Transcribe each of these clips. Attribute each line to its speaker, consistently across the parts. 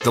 Speaker 1: The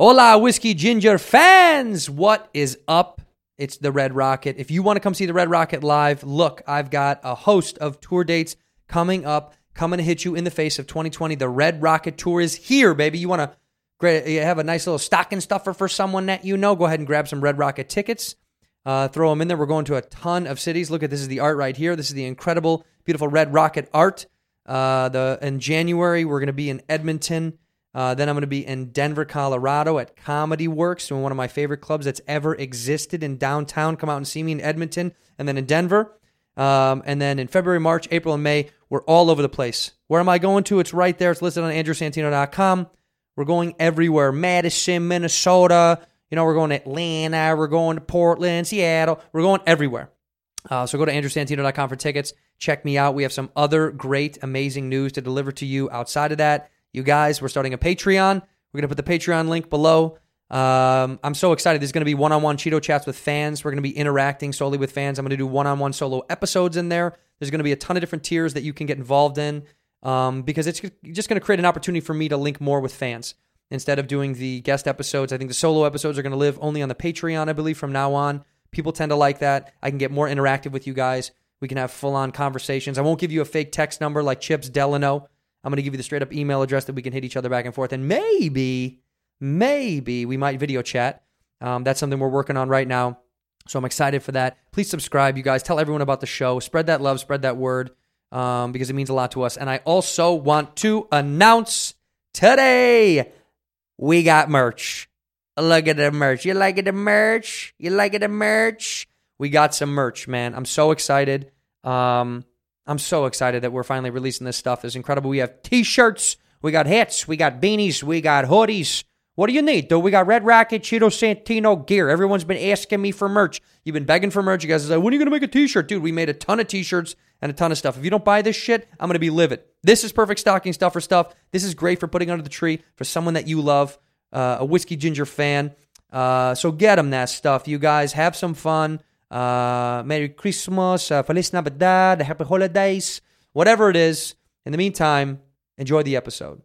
Speaker 2: Hola, Whiskey Ginger fans! What is up? It's the Red Rocket. If you want to come see the Red Rocket live, look, I've got a host of tour dates coming up, coming to hit you in the face of 2020. The Red Rocket Tour is here, baby. You want to gra- you have a nice little stocking stuffer for someone that you know? Go ahead and grab some Red Rocket tickets. Uh, throw them in there. We're going to a ton of cities. Look at this is the art right here. This is the incredible, beautiful Red Rocket art. Uh, the in January we're going to be in Edmonton. Uh, then I'm going to be in Denver, Colorado at Comedy Works, one of my favorite clubs that's ever existed in downtown. Come out and see me in Edmonton and then in Denver. Um, and then in February, March, April, and May, we're all over the place. Where am I going to? It's right there. It's listed on andrewsantino.com. We're going everywhere Madison, Minnesota. You know, we're going to Atlanta. We're going to Portland, Seattle. We're going everywhere. Uh, so go to andrewsantino.com for tickets. Check me out. We have some other great, amazing news to deliver to you outside of that. You guys, we're starting a Patreon. We're going to put the Patreon link below. Um, I'm so excited. There's going to be one on one Cheeto chats with fans. We're going to be interacting solely with fans. I'm going to do one on one solo episodes in there. There's going to be a ton of different tiers that you can get involved in um, because it's just going to create an opportunity for me to link more with fans instead of doing the guest episodes. I think the solo episodes are going to live only on the Patreon, I believe, from now on. People tend to like that. I can get more interactive with you guys. We can have full on conversations. I won't give you a fake text number like Chips Delano. I'm going to give you the straight up email address that we can hit each other back and forth. And maybe, maybe we might video chat. Um, that's something we're working on right now. So I'm excited for that. Please subscribe, you guys. Tell everyone about the show. Spread that love, spread that word um, because it means a lot to us. And I also want to announce today we got merch. Look at the merch. You like it, the merch? You like it, the merch? We got some merch, man. I'm so excited. Um, I'm so excited that we're finally releasing this stuff. It's incredible. We have t-shirts, we got hats, we got beanies, we got hoodies. What do you need, dude? We got Red Rocket, Cheeto Santino gear. Everyone's been asking me for merch. You've been begging for merch. You guys are like, when are you gonna make a t-shirt? Dude, we made a ton of t-shirts and a ton of stuff. If you don't buy this shit, I'm gonna be livid. This is perfect stocking stuff for stuff. This is great for putting under the tree for someone that you love, uh, a whiskey ginger fan. Uh, so get them that stuff, you guys. Have some fun uh, Merry Christmas, uh, Feliz Navidad, Happy Holidays, whatever it is. In the meantime, enjoy the episode.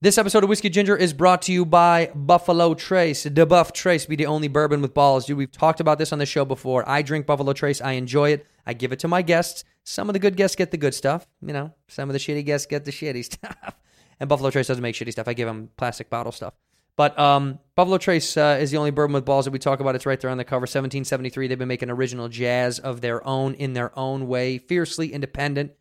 Speaker 2: This episode of Whiskey Ginger is brought to you by Buffalo Trace. DeBuff Trace be the only bourbon with balls. Dude, we've talked about this on the show before. I drink Buffalo Trace. I enjoy it. I give it to my guests. Some of the good guests get the good stuff. You know, some of the shitty guests get the shitty stuff. and Buffalo Trace doesn't make shitty stuff. I give them plastic bottle stuff. But um, Buffalo Trace uh, is the only bourbon with balls that we talk about. It's right there on the cover, 1773. They've been making original jazz of their own in their own way, fiercely independent.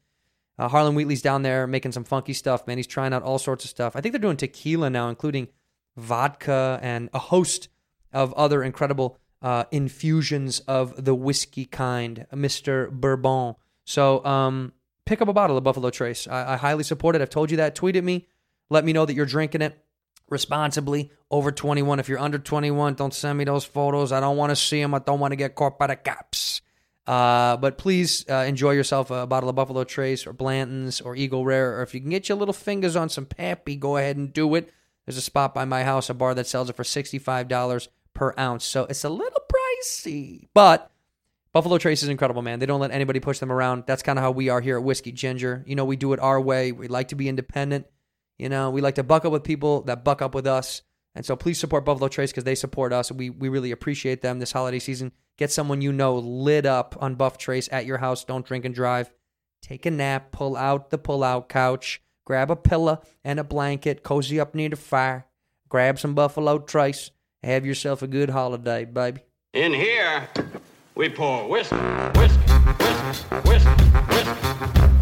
Speaker 2: Uh, Harlan Wheatley's down there making some funky stuff, man. He's trying out all sorts of stuff. I think they're doing tequila now, including vodka and a host of other incredible uh, infusions of the whiskey kind, Mr. Bourbon. So um, pick up a bottle of Buffalo Trace. I-, I highly support it. I've told you that. Tweet at me. Let me know that you're drinking it responsibly over 21. If you're under 21, don't send me those photos. I don't want to see them. I don't want to get caught by the cops. Uh, but please uh, enjoy yourself a bottle of Buffalo Trace or Blanton's or Eagle Rare, or if you can get your little fingers on some Pappy, go ahead and do it. There's a spot by my house, a bar that sells it for $65 per ounce. So it's a little pricey, but Buffalo Trace is incredible, man. They don't let anybody push them around. That's kind of how we are here at Whiskey Ginger. You know, we do it our way. We like to be independent. You know, we like to buck up with people that buck up with us. And so please support Buffalo Trace because they support us. We we really appreciate them this holiday season. Get someone you know lit up on Buff Trace at your house. Don't drink and drive. Take a nap, pull out the pull out couch, grab a pillow and a blanket, cozy up near the fire, grab some Buffalo Trace, have yourself a good holiday, baby.
Speaker 3: In here, we pour whisk, whisk, whisk, whisk, whisk.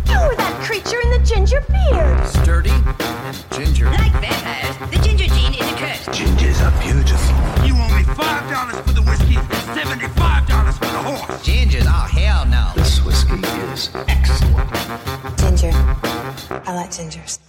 Speaker 4: You were that creature in the ginger beard.
Speaker 5: Sturdy and ginger.
Speaker 6: Like vampires, the ginger gene is a curse.
Speaker 7: Gingers are beautiful.
Speaker 8: You owe me five dollars for the whiskey and seventy-five dollars for the horse.
Speaker 5: Gingers? Oh hell no.
Speaker 7: This whiskey is excellent.
Speaker 9: Ginger. I like gingers.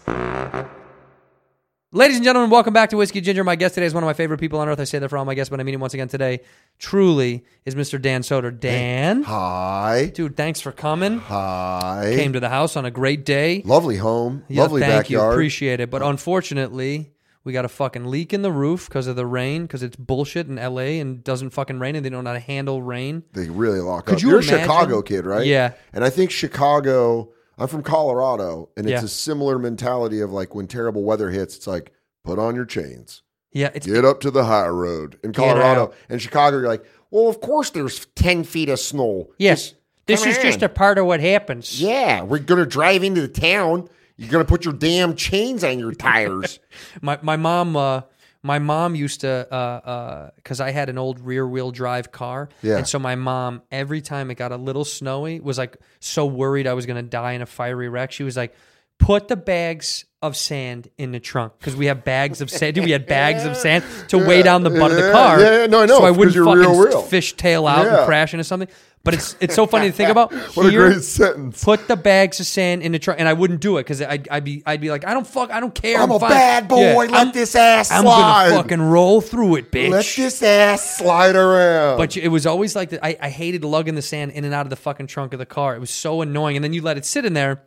Speaker 2: Ladies and gentlemen, welcome back to Whiskey Ginger. My guest today is one of my favorite people on earth. I say that for all my guests, but I mean it once again today. Truly is Mr. Dan Soder. Dan,
Speaker 9: Hi.
Speaker 2: dude, thanks for coming.
Speaker 9: Hi.
Speaker 2: Came to the house on a great day.
Speaker 9: Lovely home.
Speaker 2: Yeah,
Speaker 9: lovely
Speaker 2: thank you.
Speaker 9: backyard.
Speaker 2: Appreciate it. But unfortunately, we got a fucking leak in the roof because of the rain, because it's bullshit in LA and doesn't fucking rain and they don't know how to handle rain.
Speaker 9: they really lock
Speaker 2: Could
Speaker 9: up.
Speaker 2: you
Speaker 9: You're
Speaker 2: imagine?
Speaker 9: a Chicago kid, right?
Speaker 2: Yeah.
Speaker 9: And I think Chicago, I'm from Colorado, and it's
Speaker 2: Yeah.
Speaker 9: a similar mentality of like when terrible weather hits, it's like, put on your chains,
Speaker 2: Yeah, it's
Speaker 9: get up to the high road. In
Speaker 2: out.
Speaker 9: Colorado and Chicago, you're like, well, of course there's 10 feet of snow.
Speaker 2: yes. This
Speaker 9: come
Speaker 2: is just
Speaker 9: on.
Speaker 2: a part of what happens.
Speaker 9: Yeah, we're going to drive into the town. You're going to put your damn chains on your tires.
Speaker 2: My my mom uh my mom used to uh because I had an old rear wheel drive car.
Speaker 9: Yeah.
Speaker 2: And so my mom, every time it got a little snowy, was like so worried I was gonna die in a fiery wreck. She was like, put the bags of sand in the trunk. Because we have bags of sand. Dude, we had bags of sand to weigh down the butt of the
Speaker 9: yeah,
Speaker 2: car.
Speaker 9: yeah, yeah, no, I know,
Speaker 2: So I
Speaker 9: it's 'cause
Speaker 2: wouldn't
Speaker 9: you're
Speaker 2: fucking
Speaker 9: rear-wheel.
Speaker 2: fishtail out and
Speaker 9: Yeah.
Speaker 2: crash into something. But it's it's so funny to think about.
Speaker 9: what a
Speaker 2: Here-
Speaker 9: great sentence.
Speaker 2: Put the bags of sand in the trunk, and I wouldn't do it because I'd, I'd be I'd be like, I don't fuck, I don't care.
Speaker 9: I'm a
Speaker 2: fine."
Speaker 9: bad boy.
Speaker 2: Yeah,
Speaker 9: Let
Speaker 2: I'm-
Speaker 9: this ass
Speaker 2: I'm
Speaker 9: slide.
Speaker 2: gonna fucking roll through it, bitch.
Speaker 9: Let this ass slide around.
Speaker 2: but you- it was always like that. I, I hated lugging the sand in and out of the fucking trunk of the car. It was so annoying. And then you let it sit in there,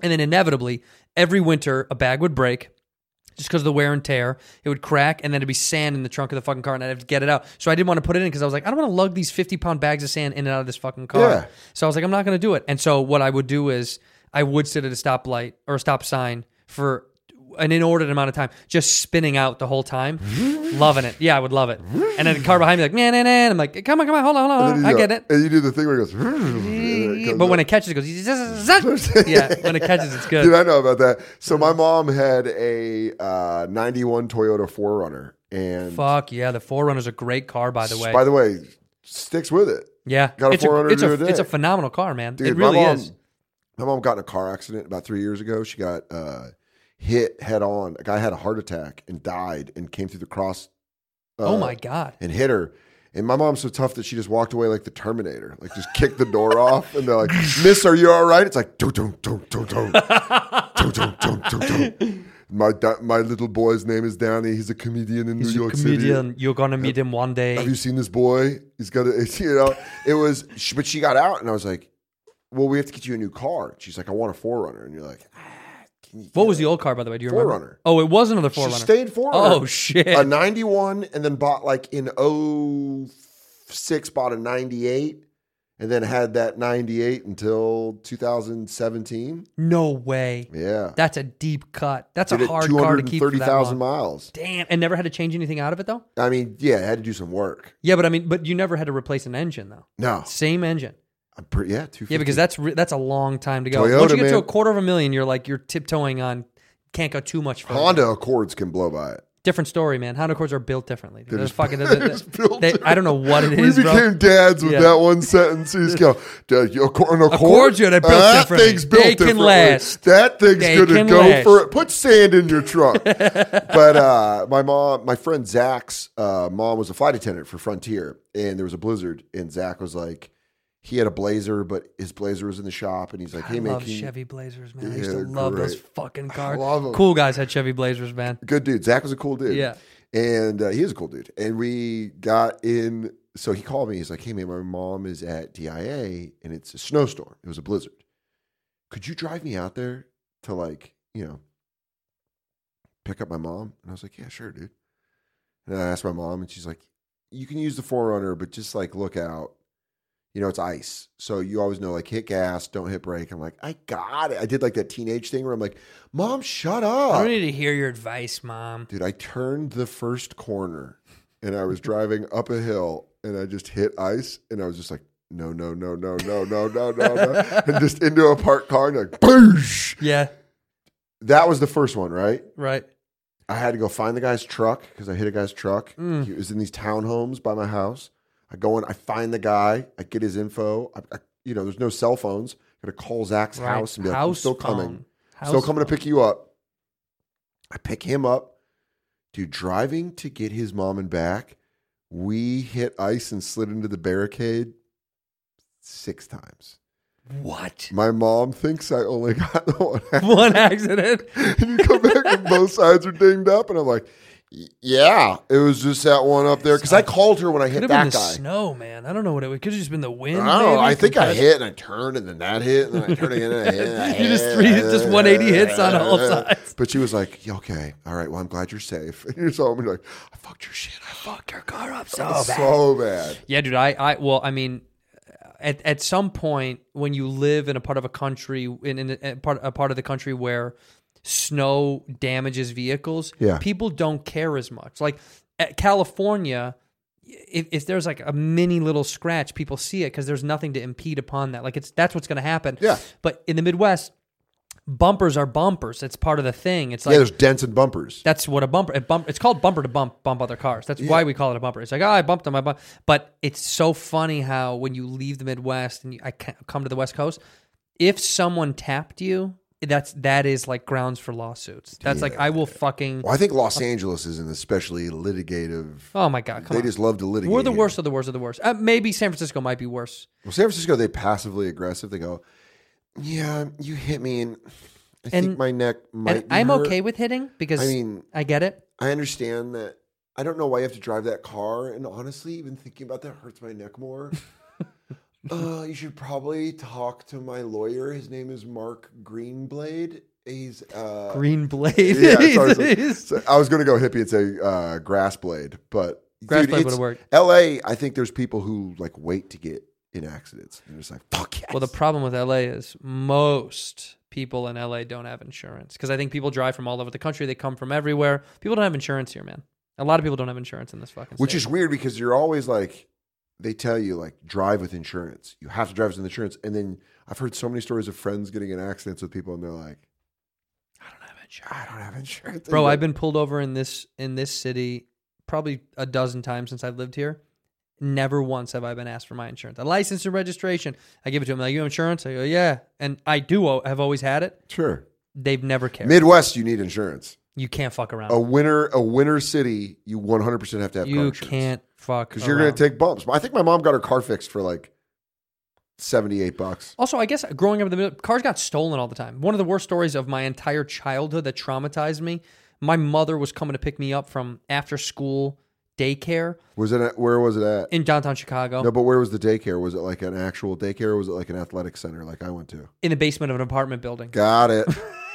Speaker 2: and then inevitably, every winter, a bag would break just because of the wear and tear. It would crack, and then it'd be sand in the trunk of the fucking car, and I'd have to get it out. So I didn't want to put it in because I was like, I don't want to lug these 50 pound bags of sand in and out of this fucking car.
Speaker 9: Yeah.
Speaker 2: So I was like, I'm not going to do it. And so what I would do is I would sit at a stoplight or a stop sign for an inordinate amount of time, just spinning out the whole time. Loving it. Yeah, I would love it. And then the car behind me, like, man, man, man. I'm like, come on, come on, hold on, hold on.
Speaker 9: And
Speaker 2: I
Speaker 9: you
Speaker 2: get
Speaker 9: go-
Speaker 2: it.
Speaker 9: And you do the thing where it goes. and it comes
Speaker 2: But when it
Speaker 9: up.
Speaker 2: catches, it goes, zzz, zzz. yeah, when it catches, it's
Speaker 9: dude,
Speaker 2: good.
Speaker 9: I know about that. So my mom had a uh, '91 Toyota 4Runner, and
Speaker 2: Fuck yeah, the Forerunner's a great car, by the way.
Speaker 9: by the way, sticks with it.
Speaker 2: yeah,
Speaker 9: got a
Speaker 2: it's
Speaker 9: 400
Speaker 2: it's, a,
Speaker 9: to a day.
Speaker 2: it's a phenomenal car, man.
Speaker 9: Dude,
Speaker 2: it really
Speaker 9: my mom,
Speaker 2: is.
Speaker 9: My mom got in a car accident about three years ago. She got uh, hit head on. A guy had a heart attack and died, and came through the cross. Uh,
Speaker 2: oh my god.
Speaker 9: and hit her. And my mom's so tough that she just walked away like the Terminator, like just kicked the door off, and they're like, "Miss, are you all right?" It's like, "Dum dum dum dum dum, dum dum dum dum dum." My da- my little boy's name is Danny. He's a comedian in
Speaker 2: He's
Speaker 9: New
Speaker 2: a
Speaker 9: York
Speaker 2: comedian.
Speaker 9: City. uh,
Speaker 2: You're gonna meet him one day.
Speaker 9: Have you seen this boy? He's got a, you know. It was, sh- but she got out, and I was like, "Well, we have to get you a new car." She's like, "I want a Forerunner," and you're like,
Speaker 2: What was the old car, by the way? Do you remember?
Speaker 9: 4Runner.
Speaker 2: Oh, it was another
Speaker 9: She
Speaker 2: Forerunner.
Speaker 9: stayed for
Speaker 2: Oh shit.
Speaker 9: a 91 and then bought like in 06 bought a 98 and then had that 98 until 2017
Speaker 2: no way.
Speaker 9: yeah
Speaker 2: That's a deep cut. That's
Speaker 9: did
Speaker 2: a
Speaker 9: it
Speaker 2: hard car to keep for that
Speaker 9: 230,000
Speaker 2: long.
Speaker 9: miles
Speaker 2: Damn, and never had to change anything out of it though.
Speaker 9: i mean yeah I had to do some work
Speaker 2: Yeah, but I mean, but you never had to replace an engine though.
Speaker 9: no
Speaker 2: Same engine.
Speaker 9: I'm pretty, yeah 250.
Speaker 2: Yeah, because that's re- that's a long time to go.
Speaker 9: Toyota,
Speaker 2: Once you get to a
Speaker 9: man.
Speaker 2: quarter of a million, you're like you're tiptoeing on. Can't go too much further.
Speaker 9: honda accords can blow by it
Speaker 2: different story, man. Honda Accords are built differently. They're,
Speaker 9: just-
Speaker 2: fucking. They're,
Speaker 9: they're
Speaker 2: they're-
Speaker 9: just built
Speaker 2: they- I don't know what it
Speaker 9: we
Speaker 2: is,
Speaker 9: became
Speaker 2: bro.
Speaker 9: dads with
Speaker 2: Yeah.
Speaker 9: that one sentence. You just go, "Dad, you- an accord?
Speaker 2: Accords, yeah, they're built
Speaker 9: that
Speaker 2: differently.
Speaker 9: thing's built
Speaker 2: They can
Speaker 9: differently.
Speaker 2: last.
Speaker 9: That thing's
Speaker 2: They
Speaker 9: gonna
Speaker 2: can
Speaker 9: go
Speaker 2: last.
Speaker 9: for it. Put sand in your trunk. but uh, my mom, my friend Zach's uh, mom was a flight attendant for Frontier, and there was a blizzard, and Zach was like, he had a blazer, but his blazer was in the shop, and he's like,
Speaker 2: I
Speaker 9: hey man,
Speaker 2: love
Speaker 9: can you-
Speaker 2: Chevy Blazers, man. I
Speaker 9: Yeah,
Speaker 2: used to
Speaker 9: they're
Speaker 2: love those
Speaker 9: great.
Speaker 2: fucking cars.
Speaker 9: love 'em.
Speaker 2: Cool guys had Chevy Blazers, man.
Speaker 9: good dude. Zach was a cool dude.
Speaker 2: Yeah.
Speaker 9: And uh, he is a cool dude. And we got in. So he called me. He's like, hey, man, my mom is at DIA and it's a snowstorm. It was a blizzard. Could you drive me out there to, like, you know, pick up my mom? And I was like, yeah, sure, dude. And I asked my mom, and she's like, you can use the Forerunner, but just like look out. You know, it's ice. So you always know, like, hit gas, don't hit brake. I'm like, I got it. I did like that teenage thing where I'm like, Mom, shut up
Speaker 2: I don't need to hear your advice, mom.
Speaker 9: dude i turned the first corner and i was driving up a hill and i just hit ice and i was just like no no no no no no no no no and just into a parked car and like boosh
Speaker 2: Yeah,
Speaker 9: that was the first one right
Speaker 2: right.
Speaker 9: i had to go find the guy's truck because i hit a guy's truck
Speaker 2: Mm.
Speaker 9: he was in these townhomes by my house i go in i find the guy i get his info I, I, you know there's no cell phones i gotta call zach's
Speaker 2: Right.
Speaker 9: house and be like "I'm still coming
Speaker 2: phone. House
Speaker 9: still coming to
Speaker 2: phone.
Speaker 9: pick you up. I pick him up. Dude, driving to get his mom and back, we hit ice and slid into the barricade six times.
Speaker 2: What?
Speaker 9: My mom thinks I only got the one. half.
Speaker 2: One accident.
Speaker 9: and you come back and both sides are dinged up, and I'm like, "Y- yeah, it was just that one up there because I called her when I
Speaker 2: Could
Speaker 9: hit
Speaker 2: have been the
Speaker 9: that guy.
Speaker 2: snow, man. I don't know what it was. Could have just been the wind.
Speaker 9: I don't know.
Speaker 2: maybe,
Speaker 9: I think I
Speaker 2: compressed-
Speaker 9: hit and I turned and then that hit and then I turned again and I hit. And I
Speaker 2: You just-
Speaker 9: hit,
Speaker 2: you just 180 hits on all sides.
Speaker 9: But she was like, "Yeah, okay, all right, well, I'm glad you're safe. And you saw him and you're like, I fucked your shit. I fucked your car up so
Speaker 2: Oh,
Speaker 9: bad. So bad.
Speaker 2: Yeah, dude. I, I, well, I mean, at at some point when you live in a part of a country in, in a part a part of the country where snow damages vehicles,
Speaker 9: Yeah.
Speaker 2: people don't care as much. Like at California. If, if there's like a mini little scratch, people see it because there's nothing to impede upon that. Like it's that's what's going to happen.
Speaker 9: Yeah.
Speaker 2: But in the Midwest, bumpers are bumpers. It's part of the thing. It's like
Speaker 9: yeah, there's dents and bumpers.
Speaker 2: That's what a bumper. A bump, it's called bumper to bump, bump other cars. That's why we call it a bumper. It's like, oh, I bumped them. I bump. But it's so funny how when you leave the Midwest and you, I ca- come to the West Coast, if someone tapped you, that's that is like grounds for lawsuits. That's like I will fucking.
Speaker 9: well, I think Los Angeles is an especially litigative.
Speaker 2: Oh my god! Come
Speaker 9: they
Speaker 2: on.
Speaker 9: just love to litigate.
Speaker 2: We're the
Speaker 9: here.
Speaker 2: worst of the worst of the worst. Uh, maybe San Francisco might be worse.
Speaker 9: Well, San Francisco, they passively aggressive. They go, "Yeah, you hit me, and I
Speaker 2: And-
Speaker 9: think my neck might."
Speaker 2: and
Speaker 9: be
Speaker 2: I'm
Speaker 9: hurt.
Speaker 2: okay with hitting because
Speaker 9: I mean-
Speaker 2: I get it.
Speaker 9: I understand that. I don't know why you have to drive that car. And honestly, even thinking about that hurts my neck more. uh, you should probably talk to my lawyer. His name is Mark Greenblade. He's uh,
Speaker 2: Green blade.
Speaker 9: Yeah,
Speaker 2: He's-
Speaker 9: sorry, sorry.
Speaker 2: he's-
Speaker 9: So I was going to go hippie and say uh, grass blade, but
Speaker 2: Grass
Speaker 9: dude,
Speaker 2: blade
Speaker 9: it's-
Speaker 2: would've worked.
Speaker 9: L.A. I think there's people who like wait to get in accidents. They're just like, fuck yes.
Speaker 2: Well, the problem with LA is most people in LA don't have insurance because I think people drive from all over the country. They come from everywhere. People don't have insurance here, man. A lot of people don't have insurance in this fucking.
Speaker 9: Which
Speaker 2: state.
Speaker 9: is weird because you're always like, they tell you like drive with insurance. You have to drive with insurance, and then I've heard so many stories of friends getting in accidents with people, and they're like, I don't have insurance,
Speaker 2: bro.
Speaker 9: And
Speaker 2: I've been pulled over in this in this city probably a dozen times since I've lived here. Never once have I been asked for my insurance, a license and registration. I give it to them. Like you have insurance? I go, yeah, and I do. o- Have always had it.
Speaker 9: sure.
Speaker 2: They've never cared.
Speaker 9: Midwest, you need insurance.
Speaker 2: you can't fuck around.
Speaker 9: A winter, a winter city, you 100 percent have to have car
Speaker 2: you
Speaker 9: insurance.
Speaker 2: can't fuck
Speaker 9: because you're gonna
Speaker 2: around.
Speaker 9: take bumps. I think my mom got her car fixed for like 78 bucks.
Speaker 2: Also, I guess growing up in the middle, cars got stolen all the time. One of the worst stories of my entire childhood that traumatized me. My mother was coming to pick me up from after school daycare
Speaker 9: Was it at, where was it at?
Speaker 2: in downtown Chicago
Speaker 9: No, but where was the daycare? Was it like an actual daycare? or Was it like an athletic center like I went to?
Speaker 2: in the basement of an apartment building.
Speaker 9: Got it.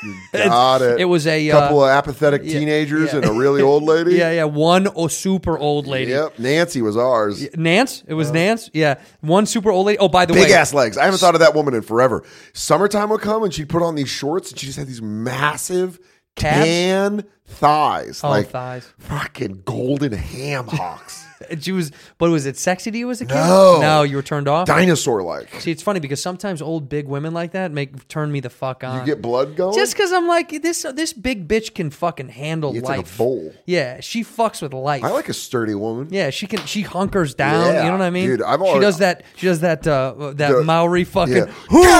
Speaker 9: You got it.
Speaker 2: It was a uh,
Speaker 9: couple of apathetic
Speaker 2: yeah,
Speaker 9: teenagers
Speaker 2: yeah.
Speaker 9: and a really old lady.
Speaker 2: yeah, yeah, one oh, super old lady.
Speaker 9: Yep. Nancy was ours.
Speaker 2: Nance, it was Nance. Yeah, one super old lady. Oh, by the
Speaker 9: Big
Speaker 2: way,
Speaker 9: ass legs. I haven't thought of that woman in forever. Summertime would come and she'd put on these shorts and she just had these massive
Speaker 2: Calves?
Speaker 9: tan thighs.
Speaker 2: Oh,
Speaker 9: like
Speaker 2: thighs.
Speaker 9: Fucking golden ham hocks.
Speaker 2: she was. But was it sexy to you as a kid?
Speaker 9: No.
Speaker 2: no, you were turned off.
Speaker 9: Dinosaur like.
Speaker 2: See, it's funny because sometimes old big women like that make turn me the fuck on.
Speaker 9: You get blood going?
Speaker 2: Just because I'm like this, uh, this big bitch can fucking handle
Speaker 9: it's like
Speaker 2: life.
Speaker 9: a bowl.
Speaker 2: Yeah, she fucks with life.
Speaker 9: I like a sturdy woman.
Speaker 2: yeah, she can. She hunkers down.
Speaker 9: Yeah,
Speaker 2: you know what I mean?
Speaker 9: dude, I've
Speaker 2: she
Speaker 9: always-
Speaker 2: does that. She does that. Uh, that
Speaker 9: The-
Speaker 2: Maori fucking.
Speaker 9: Yeah.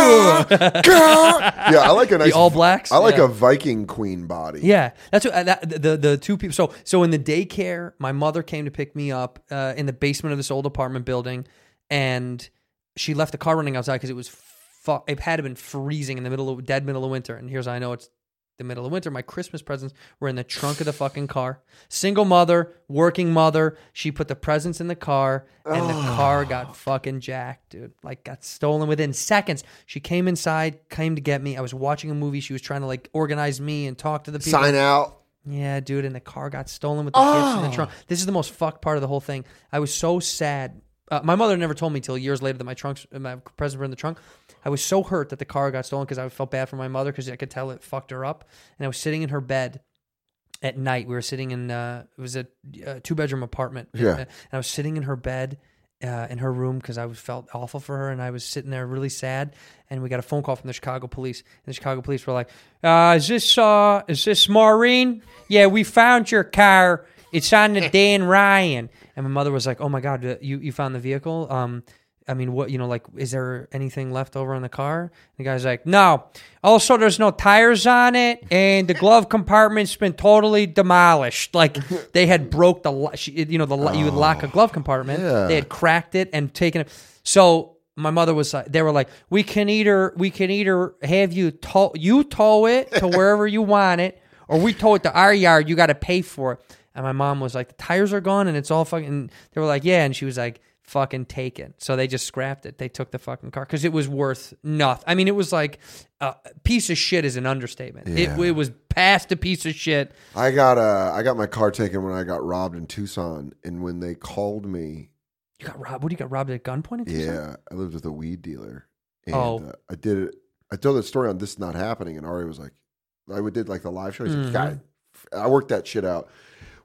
Speaker 9: Gah! Gah! yeah, I like a nice
Speaker 2: All Blacks?
Speaker 9: I like
Speaker 2: Yeah.
Speaker 9: a Viking queen body.
Speaker 2: Yeah, that's what uh, that, the the two people. So so in the daycare, my mother came to pick me up uh, in the basement of this old apartment building, and she left the car running outside because it was fu- it had been freezing in the middle of dead middle of winter. And here's how I know it's the middle of winter. My Christmas presents were in the trunk of the fucking car. Single mother, working mother. She put the presents in the car, and the car got fucking jacked, dude. Like got stolen within seconds. She came inside, came to get me. I was watching a movie. She was trying to like organize me and talk to the people.
Speaker 9: Sign out.
Speaker 2: Yeah, dude, and the car got stolen with the kids in the trunk. This is the most fucked part of the whole thing. I was so sad. Uh, my mother never told me till years later that my trunks, uh, my presents were in the trunk. I was so hurt that the car got stolen because I felt bad for my mother because I could tell it fucked her up. And I was sitting in her bed at night. We were sitting in uh, it was a, uh two bedroom apartment.
Speaker 9: Yeah.
Speaker 2: and I was sitting in her bed. Uh, in her room because I was- felt awful for her and I was sitting there really sad and we got a phone call from the Chicago police and the Chicago police were like, uh, "Is this uh is this Maureen? Yeah, we found your car. It's on the Dan Ryan." And my mother was like, "Oh my god, uh, you you found the vehicle? Um, I mean, what, you know, like, is there anything left over in the car? And the guy's like, no. Also, there's no tires on it, and the glove compartment's been totally demolished. Like, they had broke the, lo- she- you know, the lo- you would lock a glove compartment. They had cracked it and taken it. So my mother was like, they were like, we can either we can either have you tow you tow it to wherever you want it, or we tow it to our yard. You got to pay for it. And my mom was like, the tires are gone and it's all fucking. And they were like, yeah, and she was like, fucking take it. So they just scrapped it. They took the fucking car because it was worth nothing. I mean, it was like a piece of shit is an understatement. It, it was past a piece of shit.
Speaker 9: I got uh, I got my car taken when I got robbed in Tucson, and when they called me,
Speaker 2: You got robbed. What do you got robbed at gunpoint? At Tucson?
Speaker 9: yeah, I lived with a weed dealer, and
Speaker 2: Oh.
Speaker 9: uh, I did it. I told that story on this not happening, and Ari was like, I would- did like the live show. He's like,
Speaker 2: Mm-hmm.
Speaker 9: God, I worked that shit out,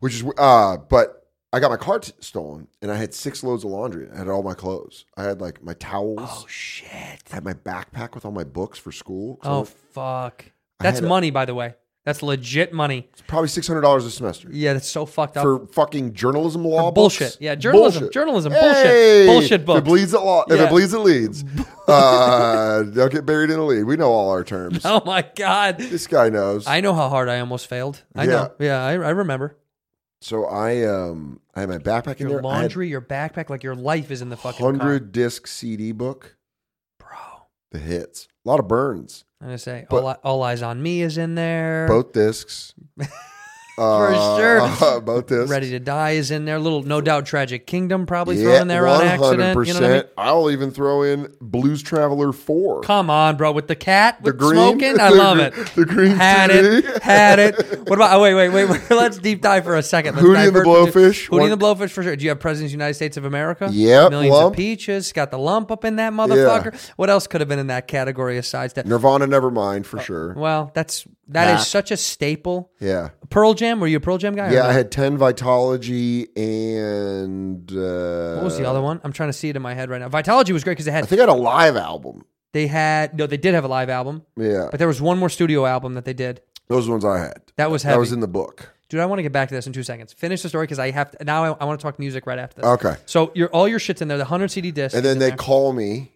Speaker 9: which is uh, but I got my car t- stolen, and I had six loads of laundry. I had all my clothes. I had like my towels.
Speaker 2: Oh shit.
Speaker 9: I had my backpack with all my books for school. 'cause I
Speaker 2: Oh
Speaker 9: was-
Speaker 2: fuck.
Speaker 9: I
Speaker 2: That's
Speaker 9: had a-
Speaker 2: money, by the way. That's legit money.
Speaker 9: it's probably six hundred dollars a semester.
Speaker 2: Yeah, that's so fucked up.
Speaker 9: for fucking journalism law
Speaker 2: For bullshit.
Speaker 9: books?
Speaker 2: Yeah, journalism- journalism, bullshit. Bullshit
Speaker 9: If
Speaker 2: books.
Speaker 9: it bleeds it law if
Speaker 2: Yeah.
Speaker 9: it bleeds it leads uh they'll get buried in the lead we know all our terms
Speaker 2: oh my god.
Speaker 9: this guy knows
Speaker 2: I know how hard I almost failed. I know. Yeah, I, I remember.
Speaker 9: so i um i had my backpack in
Speaker 2: Your
Speaker 9: there
Speaker 2: laundry, your backpack, like your life is in the fucking car.
Speaker 9: hundred disc cd book
Speaker 2: Bro.
Speaker 9: the hits a lot of burns
Speaker 2: I'm gonna say
Speaker 9: But-
Speaker 2: all, I- all eyes on me is in there.
Speaker 9: both discs Uh,
Speaker 2: For sure.
Speaker 9: both discs
Speaker 2: Ready to die is in there. Little no doubt tragic kingdom probably
Speaker 9: yeah,
Speaker 2: thrown in there on
Speaker 9: 100%.
Speaker 2: accident. You know what I mean?
Speaker 9: will even throw in Blues Traveler 4.
Speaker 2: Come on, bro, with the cat with
Speaker 9: green-
Speaker 2: smoking. I
Speaker 9: the
Speaker 2: love it.
Speaker 9: gr- the green
Speaker 2: had it,
Speaker 9: tea.
Speaker 2: had it. What about? Oh, wait, wait, wait, wait. Let's deep dive for a second. Let's
Speaker 9: Hootie and the
Speaker 2: divert to-
Speaker 9: Blowfish.
Speaker 2: Hootie
Speaker 9: One-
Speaker 2: and the Blowfish for sure. Do you have Presidents of the United States of America?
Speaker 9: Yep,
Speaker 2: Millions
Speaker 9: lump.
Speaker 2: of peaches. Got the lump up in that motherfucker. What else could have been in that category aside that?
Speaker 9: Nirvana Nevermind
Speaker 2: Uh,
Speaker 9: for sure.
Speaker 2: Well, that's that is
Speaker 9: Nah.
Speaker 2: such a staple.
Speaker 9: Yeah.
Speaker 2: Pearl Jam. Were you a Pearl Jam guy? or
Speaker 9: Yeah,
Speaker 2: no?
Speaker 9: I had 10 Vitology and. Uh,
Speaker 2: What was the other one? I'm trying to see it in my head right now. Vitology was great because they
Speaker 9: I
Speaker 2: had
Speaker 9: think I had a live album.
Speaker 2: they had no, they did have a live album,
Speaker 9: Yeah.
Speaker 2: but there was one more studio album that they did.
Speaker 9: Those ones I had.
Speaker 2: That was
Speaker 9: That was
Speaker 2: heavy.
Speaker 9: in the book.
Speaker 2: Dude, I want to get back to this in two seconds. Finish the story because I have to, now. I, I want to talk music right after this.
Speaker 9: Okay.
Speaker 2: So your all your shits in there. The hundred CD disc,
Speaker 9: And
Speaker 2: is
Speaker 9: then
Speaker 2: in
Speaker 9: they
Speaker 2: there.
Speaker 9: call me.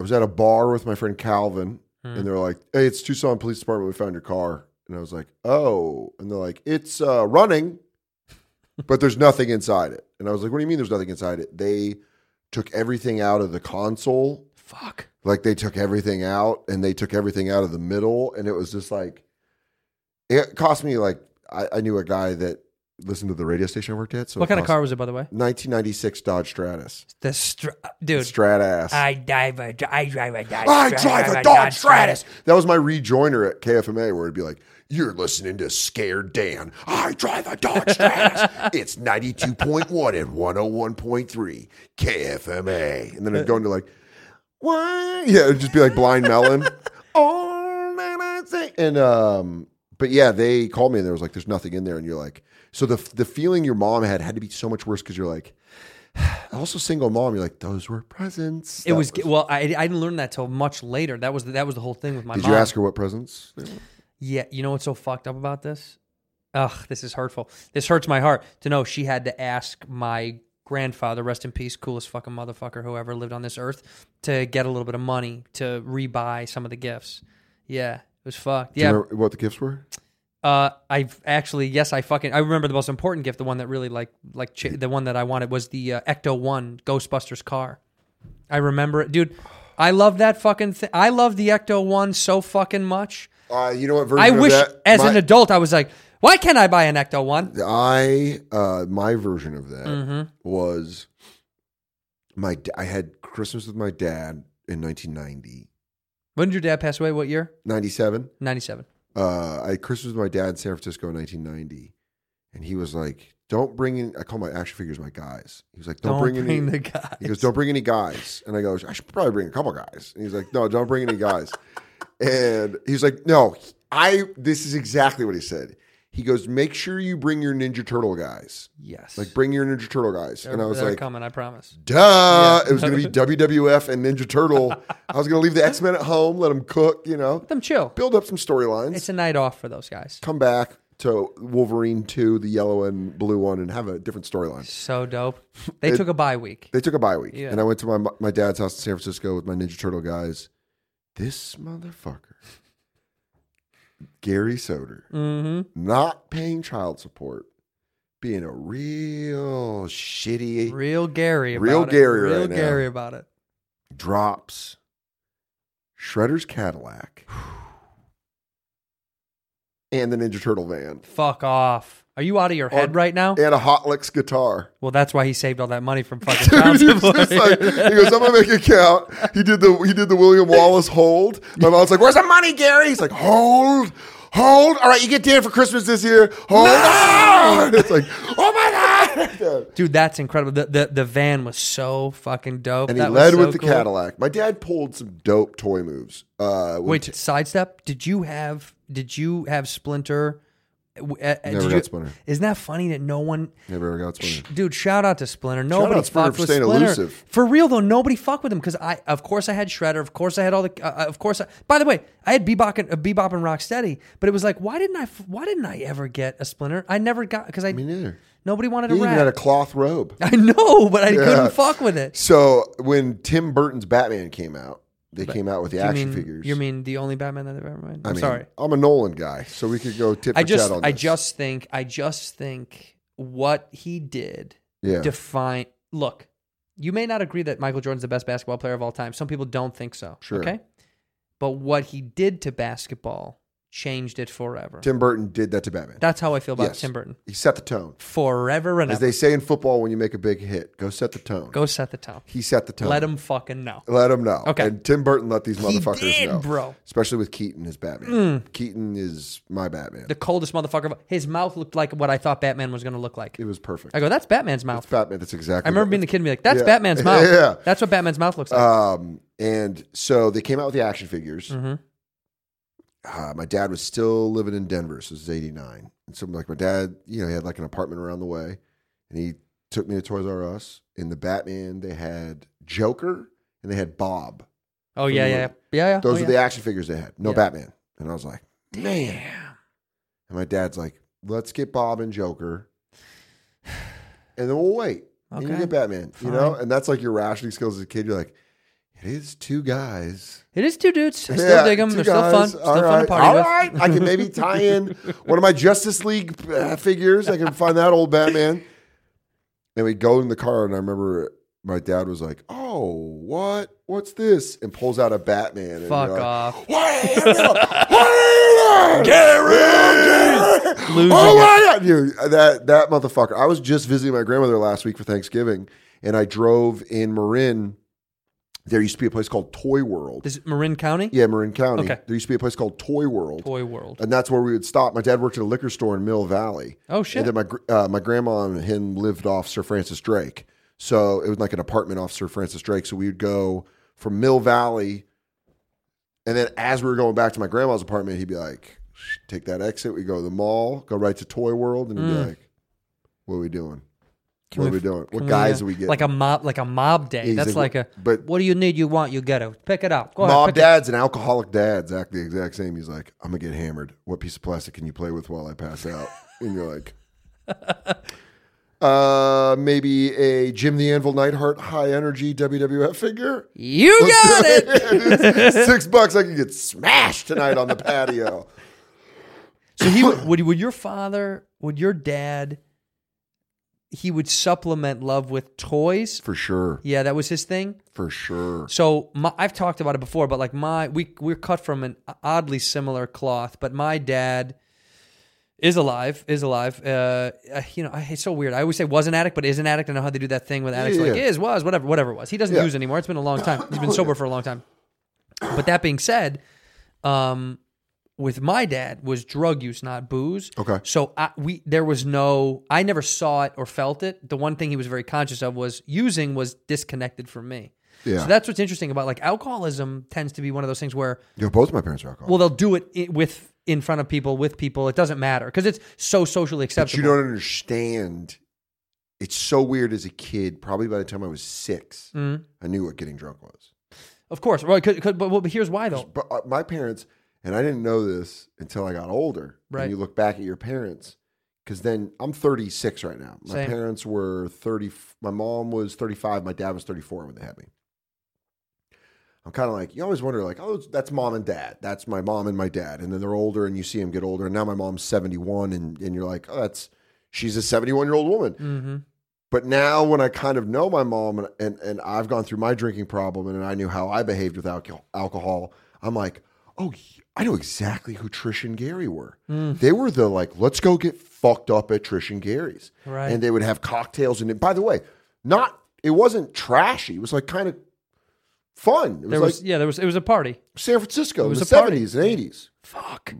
Speaker 9: I was at a bar with my friend Calvin,
Speaker 2: Hmm.
Speaker 9: and they're like, hey, it's Tucson Police Department. We found your car. And I was like, oh. And they're like, it's uh, running, but there's nothing inside it. And I was like, what do you mean there's nothing inside it? They took everything out of the console
Speaker 2: fuck.
Speaker 9: like they took everything out and they took everything out of the middle and it was just like it cost me like i, I knew a guy that listened to the radio station i worked at so
Speaker 2: what
Speaker 9: it
Speaker 2: kind of
Speaker 9: cost-
Speaker 2: car was it, by the way?
Speaker 9: 1996 dodge stratus
Speaker 2: The str- dude.
Speaker 9: strat ass
Speaker 2: I dive a, I drive a Dodge.
Speaker 9: I
Speaker 2: Stratus,
Speaker 9: drive a Dodge Stratus. That was my rejoinder at KFMA, where it'd be like, "You're listening to Scared Dan. I drive a Dodge Stratus. it's ninety-two point one and one hundred one point three KFMA." And then I'd go into like, "What?" Yeah, it'd just be like Blind Melon. oh, man, I say. And um, but yeah, they called me and there was like, "There's nothing in there," and you're like, so the the feeling your mom had had to be so much worse because you're like. Also, single mom, you're like, those were presents.
Speaker 2: It
Speaker 9: That
Speaker 2: was well. I, I didn't learn that till much later. That was the, that was the whole thing with my.
Speaker 9: Did
Speaker 2: mom.
Speaker 9: you ask her what presents? they were?
Speaker 2: Yeah, you know what's so fucked up about this? Ugh, this is hurtful. This hurts my heart to know she had to ask my grandfather, rest in peace, coolest fucking motherfucker who ever lived on this earth, to get a little bit of money to rebuy some of the gifts. Yeah, it was fucked.
Speaker 9: Do you
Speaker 2: Yeah,
Speaker 9: remember what the gifts were?
Speaker 2: uh, I actually yes, I fucking I remember the most important gift, the one that really like like ch- the one that I wanted was the uh, Ecto One Ghostbusters car. I remember it, dude. I love that fucking thing. I love the Ecto One so fucking much.
Speaker 9: Uh, you know what version?
Speaker 2: I
Speaker 9: of
Speaker 2: wish,
Speaker 9: that-
Speaker 2: as
Speaker 9: my,
Speaker 2: an adult, I was like, why can't I buy an Ecto one?
Speaker 9: I uh, my version of that
Speaker 2: Mm-hmm.
Speaker 9: was my. d- I had Christmas with my dad in 1990,
Speaker 2: When did your dad pass away? What year?
Speaker 9: 97.
Speaker 2: Ninety-seven.
Speaker 9: Uh, I had Christmas with my dad in San Francisco in 1990, and he was like, "Don't bring in." I call my action figures my guys. He was like,
Speaker 2: Don't
Speaker 9: "Don't, bring, any."
Speaker 2: bring the guys.
Speaker 9: He goes, "Don't bring any guys," and I go, "I should probably bring a couple guys." And he's like, "No, don't bring any guys." and he's like, "No, I." This is exactly what he said. He goes, "Make sure you bring your Ninja Turtle guys.
Speaker 2: Yes.
Speaker 9: Like, bring your Ninja Turtle guys."
Speaker 2: they're,
Speaker 9: and I was
Speaker 2: they're
Speaker 9: like,
Speaker 2: coming. I promise.
Speaker 9: "Duh!" It was going to be WWF and Ninja Turtle. I was going to leave the X Men at home, let them cook, you know,
Speaker 2: Let them chill.
Speaker 9: build up some storylines
Speaker 2: It's a night off for those guys.
Speaker 9: come back to Wolverine 2, the yellow and blue one, and have a different storyline.
Speaker 2: So dope. They took a bye week.
Speaker 9: They took a bye week,
Speaker 2: Yeah.
Speaker 9: and I went to my my dad's house in San Francisco with my Ninja Turtle guys. This motherfucker, Gary Soder,
Speaker 2: Mm-hmm.
Speaker 9: not paying child support, being a real shitty.
Speaker 2: Real Gary. About
Speaker 9: Real
Speaker 2: it.
Speaker 9: Gary
Speaker 2: Real
Speaker 9: right now.
Speaker 2: Gary about it.
Speaker 9: drops Shredder's Cadillac and the Ninja Turtle van
Speaker 2: Fuck off. Are you out of your head
Speaker 9: On-
Speaker 2: right now?
Speaker 9: and a Hot Licks guitar.
Speaker 2: Well, that's why he saved all that money from fucking
Speaker 9: Dude,
Speaker 2: child
Speaker 9: he, was just like,
Speaker 2: support.
Speaker 9: he goes, I'm gonna make it count. He did the he did the William Wallace hold. My mom's like, Where's the money, Gary? He's like, Hold, hold. All right, you get Dan for Christmas this year. Hold on. It's like, oh my god.
Speaker 2: Dude, that's incredible. The, the the van was so fucking dope.
Speaker 9: And he
Speaker 2: That was
Speaker 9: led
Speaker 2: so
Speaker 9: with the
Speaker 2: cool.
Speaker 9: Cadillac. My dad pulled some dope toy moves. Uh, when
Speaker 2: Wait, sidestep. Did you have? Did you have Splinter? W- uh, uh,
Speaker 9: Never
Speaker 2: did
Speaker 9: got
Speaker 2: you-
Speaker 9: Splinter.
Speaker 2: Isn't that funny that no one?
Speaker 9: Never ever got Splinter.
Speaker 2: Dude, shout out to Splinter.
Speaker 9: out
Speaker 2: Nobody
Speaker 9: Splinter
Speaker 2: fucked
Speaker 9: for
Speaker 2: with
Speaker 9: staying
Speaker 2: Splinter.
Speaker 9: elusive.
Speaker 2: For real though, nobody fucked with him because I, of course, I had Shredder. Of course, I had all the. Uh, uh, of course, I, by the way, I had Bebop and uh, Bebop and Rocksteady. But it was like, why didn't I? f- Why didn't I ever get a Splinter? I never got because I
Speaker 9: Me neither.
Speaker 2: nobody wanted
Speaker 9: He
Speaker 2: a
Speaker 9: even had a
Speaker 2: rat. Ah.
Speaker 9: cloth robe.
Speaker 2: I know, but I
Speaker 9: Yeah.
Speaker 2: couldn't fuck with it.
Speaker 9: So when Tim Burton's Batman came out, they came out with the
Speaker 2: You
Speaker 9: action
Speaker 2: mean-
Speaker 9: figures.
Speaker 2: You mean the only Batman that I've ever made? I'm
Speaker 9: mean,
Speaker 2: sorry.
Speaker 9: I'm a Nolan guy, so we could go tip for
Speaker 2: I just
Speaker 9: chat on
Speaker 2: I
Speaker 9: this.
Speaker 2: just think I just think what he did
Speaker 9: yeah.
Speaker 2: define look, you may not agree that Michael Jordan's the best basketball player of all time. Some people don't think so.
Speaker 9: Sure.
Speaker 2: Okay. But what he did to basketball changed it forever.
Speaker 9: Tim Burton did that to Batman.
Speaker 2: That's how I feel about
Speaker 9: Yes.
Speaker 2: Tim Burton.
Speaker 9: He set the tone.
Speaker 2: Forever and
Speaker 9: As
Speaker 2: ever.
Speaker 9: they say in football, when you make a big hit, go set the tone.
Speaker 2: Go set the tone.
Speaker 9: He set the tone.
Speaker 2: Let him fucking know.
Speaker 9: Let him know.
Speaker 2: Okay.
Speaker 9: And Tim Burton let these
Speaker 2: He
Speaker 9: motherfuckers
Speaker 2: did,
Speaker 9: know,
Speaker 2: bro. Mm.
Speaker 9: Especially with Keaton as Batman. Keaton is my Batman.
Speaker 2: The coldest motherfucker. of- His mouth looked like what I thought Batman was going to look like.
Speaker 9: it was perfect.
Speaker 2: I go, that's Batman's mouth.
Speaker 9: It's Batman. That's exactly.
Speaker 2: I remember
Speaker 9: what-
Speaker 2: being the kid and be like, that's
Speaker 9: Yeah.
Speaker 2: Batman's mouth.
Speaker 9: Yeah.
Speaker 2: That's what Batman's mouth looks like.
Speaker 9: Um, and so they came out with the action figures. Uh, my dad was still living in Denver, so this is '89. And so, like, my dad, you know, he had like an apartment around the way, and he took me to Toys R Us. In the Batman, they had Joker and they had Bob.
Speaker 2: oh, yeah,
Speaker 9: the-
Speaker 2: yeah, yeah. Yeah, yeah.
Speaker 9: Those
Speaker 2: oh,
Speaker 9: were
Speaker 2: yeah.
Speaker 9: the action figures they had. No
Speaker 2: Yeah.
Speaker 9: Batman. And I was like, man. And my dad's like, let's get Bob and Joker, and then we'll wait. And you
Speaker 2: Okay.
Speaker 9: get Batman, you know,
Speaker 2: Fine.
Speaker 9: and that's like your rationing skills as a kid. You're like, it is two guys.
Speaker 2: It is two dudes. I still
Speaker 9: Yeah,
Speaker 2: dig them.
Speaker 9: two
Speaker 2: They're still fun.
Speaker 9: guys.
Speaker 2: Still
Speaker 9: All
Speaker 2: fun to
Speaker 9: right.
Speaker 2: party
Speaker 9: All
Speaker 2: with.
Speaker 9: right. I can maybe tie in one of my Justice League uh, figures. I can find that old Batman. And we go in the car, and I remember my dad was like, "Oh, what? What's this?" And pulls out a Batman. and you're
Speaker 2: Fuck
Speaker 9: like,
Speaker 2: off.
Speaker 9: What? What? Gary!
Speaker 2: Losing
Speaker 9: oh
Speaker 2: it.
Speaker 9: my god, dude! That that motherfucker. I was just visiting my grandmother last week for Thanksgiving, and I drove in Marin. There used to be a place called Toy World.
Speaker 2: Is it Marin County?
Speaker 9: Yeah, Marin County.
Speaker 2: Okay.
Speaker 9: There used to be a place called Toy World,
Speaker 2: Toy World.
Speaker 9: and that's where we would stop. My dad worked at a liquor store in Mill Valley.
Speaker 2: Oh, shit.
Speaker 9: And then my gr- uh, my grandma and him lived off Sir Francis Drake, so it was like an apartment off Sir Francis Drake. So we would go from Mill Valley, and then as we were going back to my grandma's apartment, he'd be like, "Shh, "Take that exit. We go to the mall, go right to Toy World, and he'd be like, "What are we doing? what are we, doing? What
Speaker 2: Mm. Can
Speaker 9: guys
Speaker 2: uh,
Speaker 9: are we getting?
Speaker 2: Like a mob, like a mob day.
Speaker 9: Yeah, he's
Speaker 2: That's like,
Speaker 9: like,
Speaker 2: a.
Speaker 9: but-
Speaker 2: But what do you need? You want? You get it. Pick it up. Go ahead.
Speaker 9: Mob
Speaker 2: pick it-
Speaker 9: dads and alcoholic dads act the exact same. He's like, I'm gonna get hammered. What piece of plastic can you play with while I pass out? And you're like, uh, maybe a Jim the Anvil Nightheart high energy WWF figure.
Speaker 2: You got it.
Speaker 9: Six bucks, I can get smashed tonight on the patio.
Speaker 2: So he would, would. Would your father? Would your dad? He would supplement love with toys.
Speaker 9: For sure,
Speaker 2: Yeah, that was his thing.
Speaker 9: for sure.
Speaker 2: So my, I've talked about it before, but like my we we're cut from an oddly similar cloth. But my dad is alive, is alive. Uh, uh, you know, I, it's so weird. I always say was an addict, but is an addict. I know how they do that thing with addicts,
Speaker 9: Yeah,
Speaker 2: like
Speaker 9: yeah.
Speaker 2: is was whatever, whatever it was. He doesn't
Speaker 9: Yeah.
Speaker 2: use anymore. It's been a long time. He's been sober for a long time. But that being said, um, with my dad was drug use, not booze.
Speaker 9: Okay.
Speaker 2: So I, we there was no I never saw it or felt it. The one thing he was very conscious of was using was disconnected from me.
Speaker 9: Yeah.
Speaker 2: So that's what's interesting about like alcoholism tends to be one of those things where
Speaker 9: Yo, both my parents are alcoholics.
Speaker 2: well they'll do it i- with in front of people with people it doesn't matter because it's so socially
Speaker 9: but
Speaker 2: acceptable.
Speaker 9: you don't understand. It's so weird as a kid. Probably by the time I was 6
Speaker 2: Mm-hmm.
Speaker 9: I knew what getting drunk was.
Speaker 2: of course, right? Could, could, but, but here's why though.
Speaker 9: but uh, my parents and I didn't know this until I got older.
Speaker 2: Right.
Speaker 9: And you look back at your parents because then I'm 36 right now. My
Speaker 2: Same.
Speaker 9: parents were 30. My mom was 35. My dad was 34 when they had me. I'm kind of like you always wonder like oh that's mom and dad that's my mom and my dad and then they're older and you see them get older and now my mom's 71 and and you're like oh that's she's a 71 year old woman
Speaker 2: Mm-hmm.
Speaker 9: But now, when I kind of know my mom and, and, and I've gone through my drinking problem and I knew how I behaved with alcohol, alcohol I'm like, oh, y- I know exactly who Trish and Gary were.
Speaker 2: Hmm.
Speaker 9: They were the like, let's go get fucked up at Trish and Gary's.
Speaker 2: Right.
Speaker 9: And they would have cocktails. And by the way, not it wasn't trashy. It was like kind of fun. It was,
Speaker 2: There was,
Speaker 9: like
Speaker 2: yeah, there was. It was a party.
Speaker 9: San Francisco in
Speaker 2: was
Speaker 9: the
Speaker 2: a party.
Speaker 9: 70s and 80s.
Speaker 2: Fuck.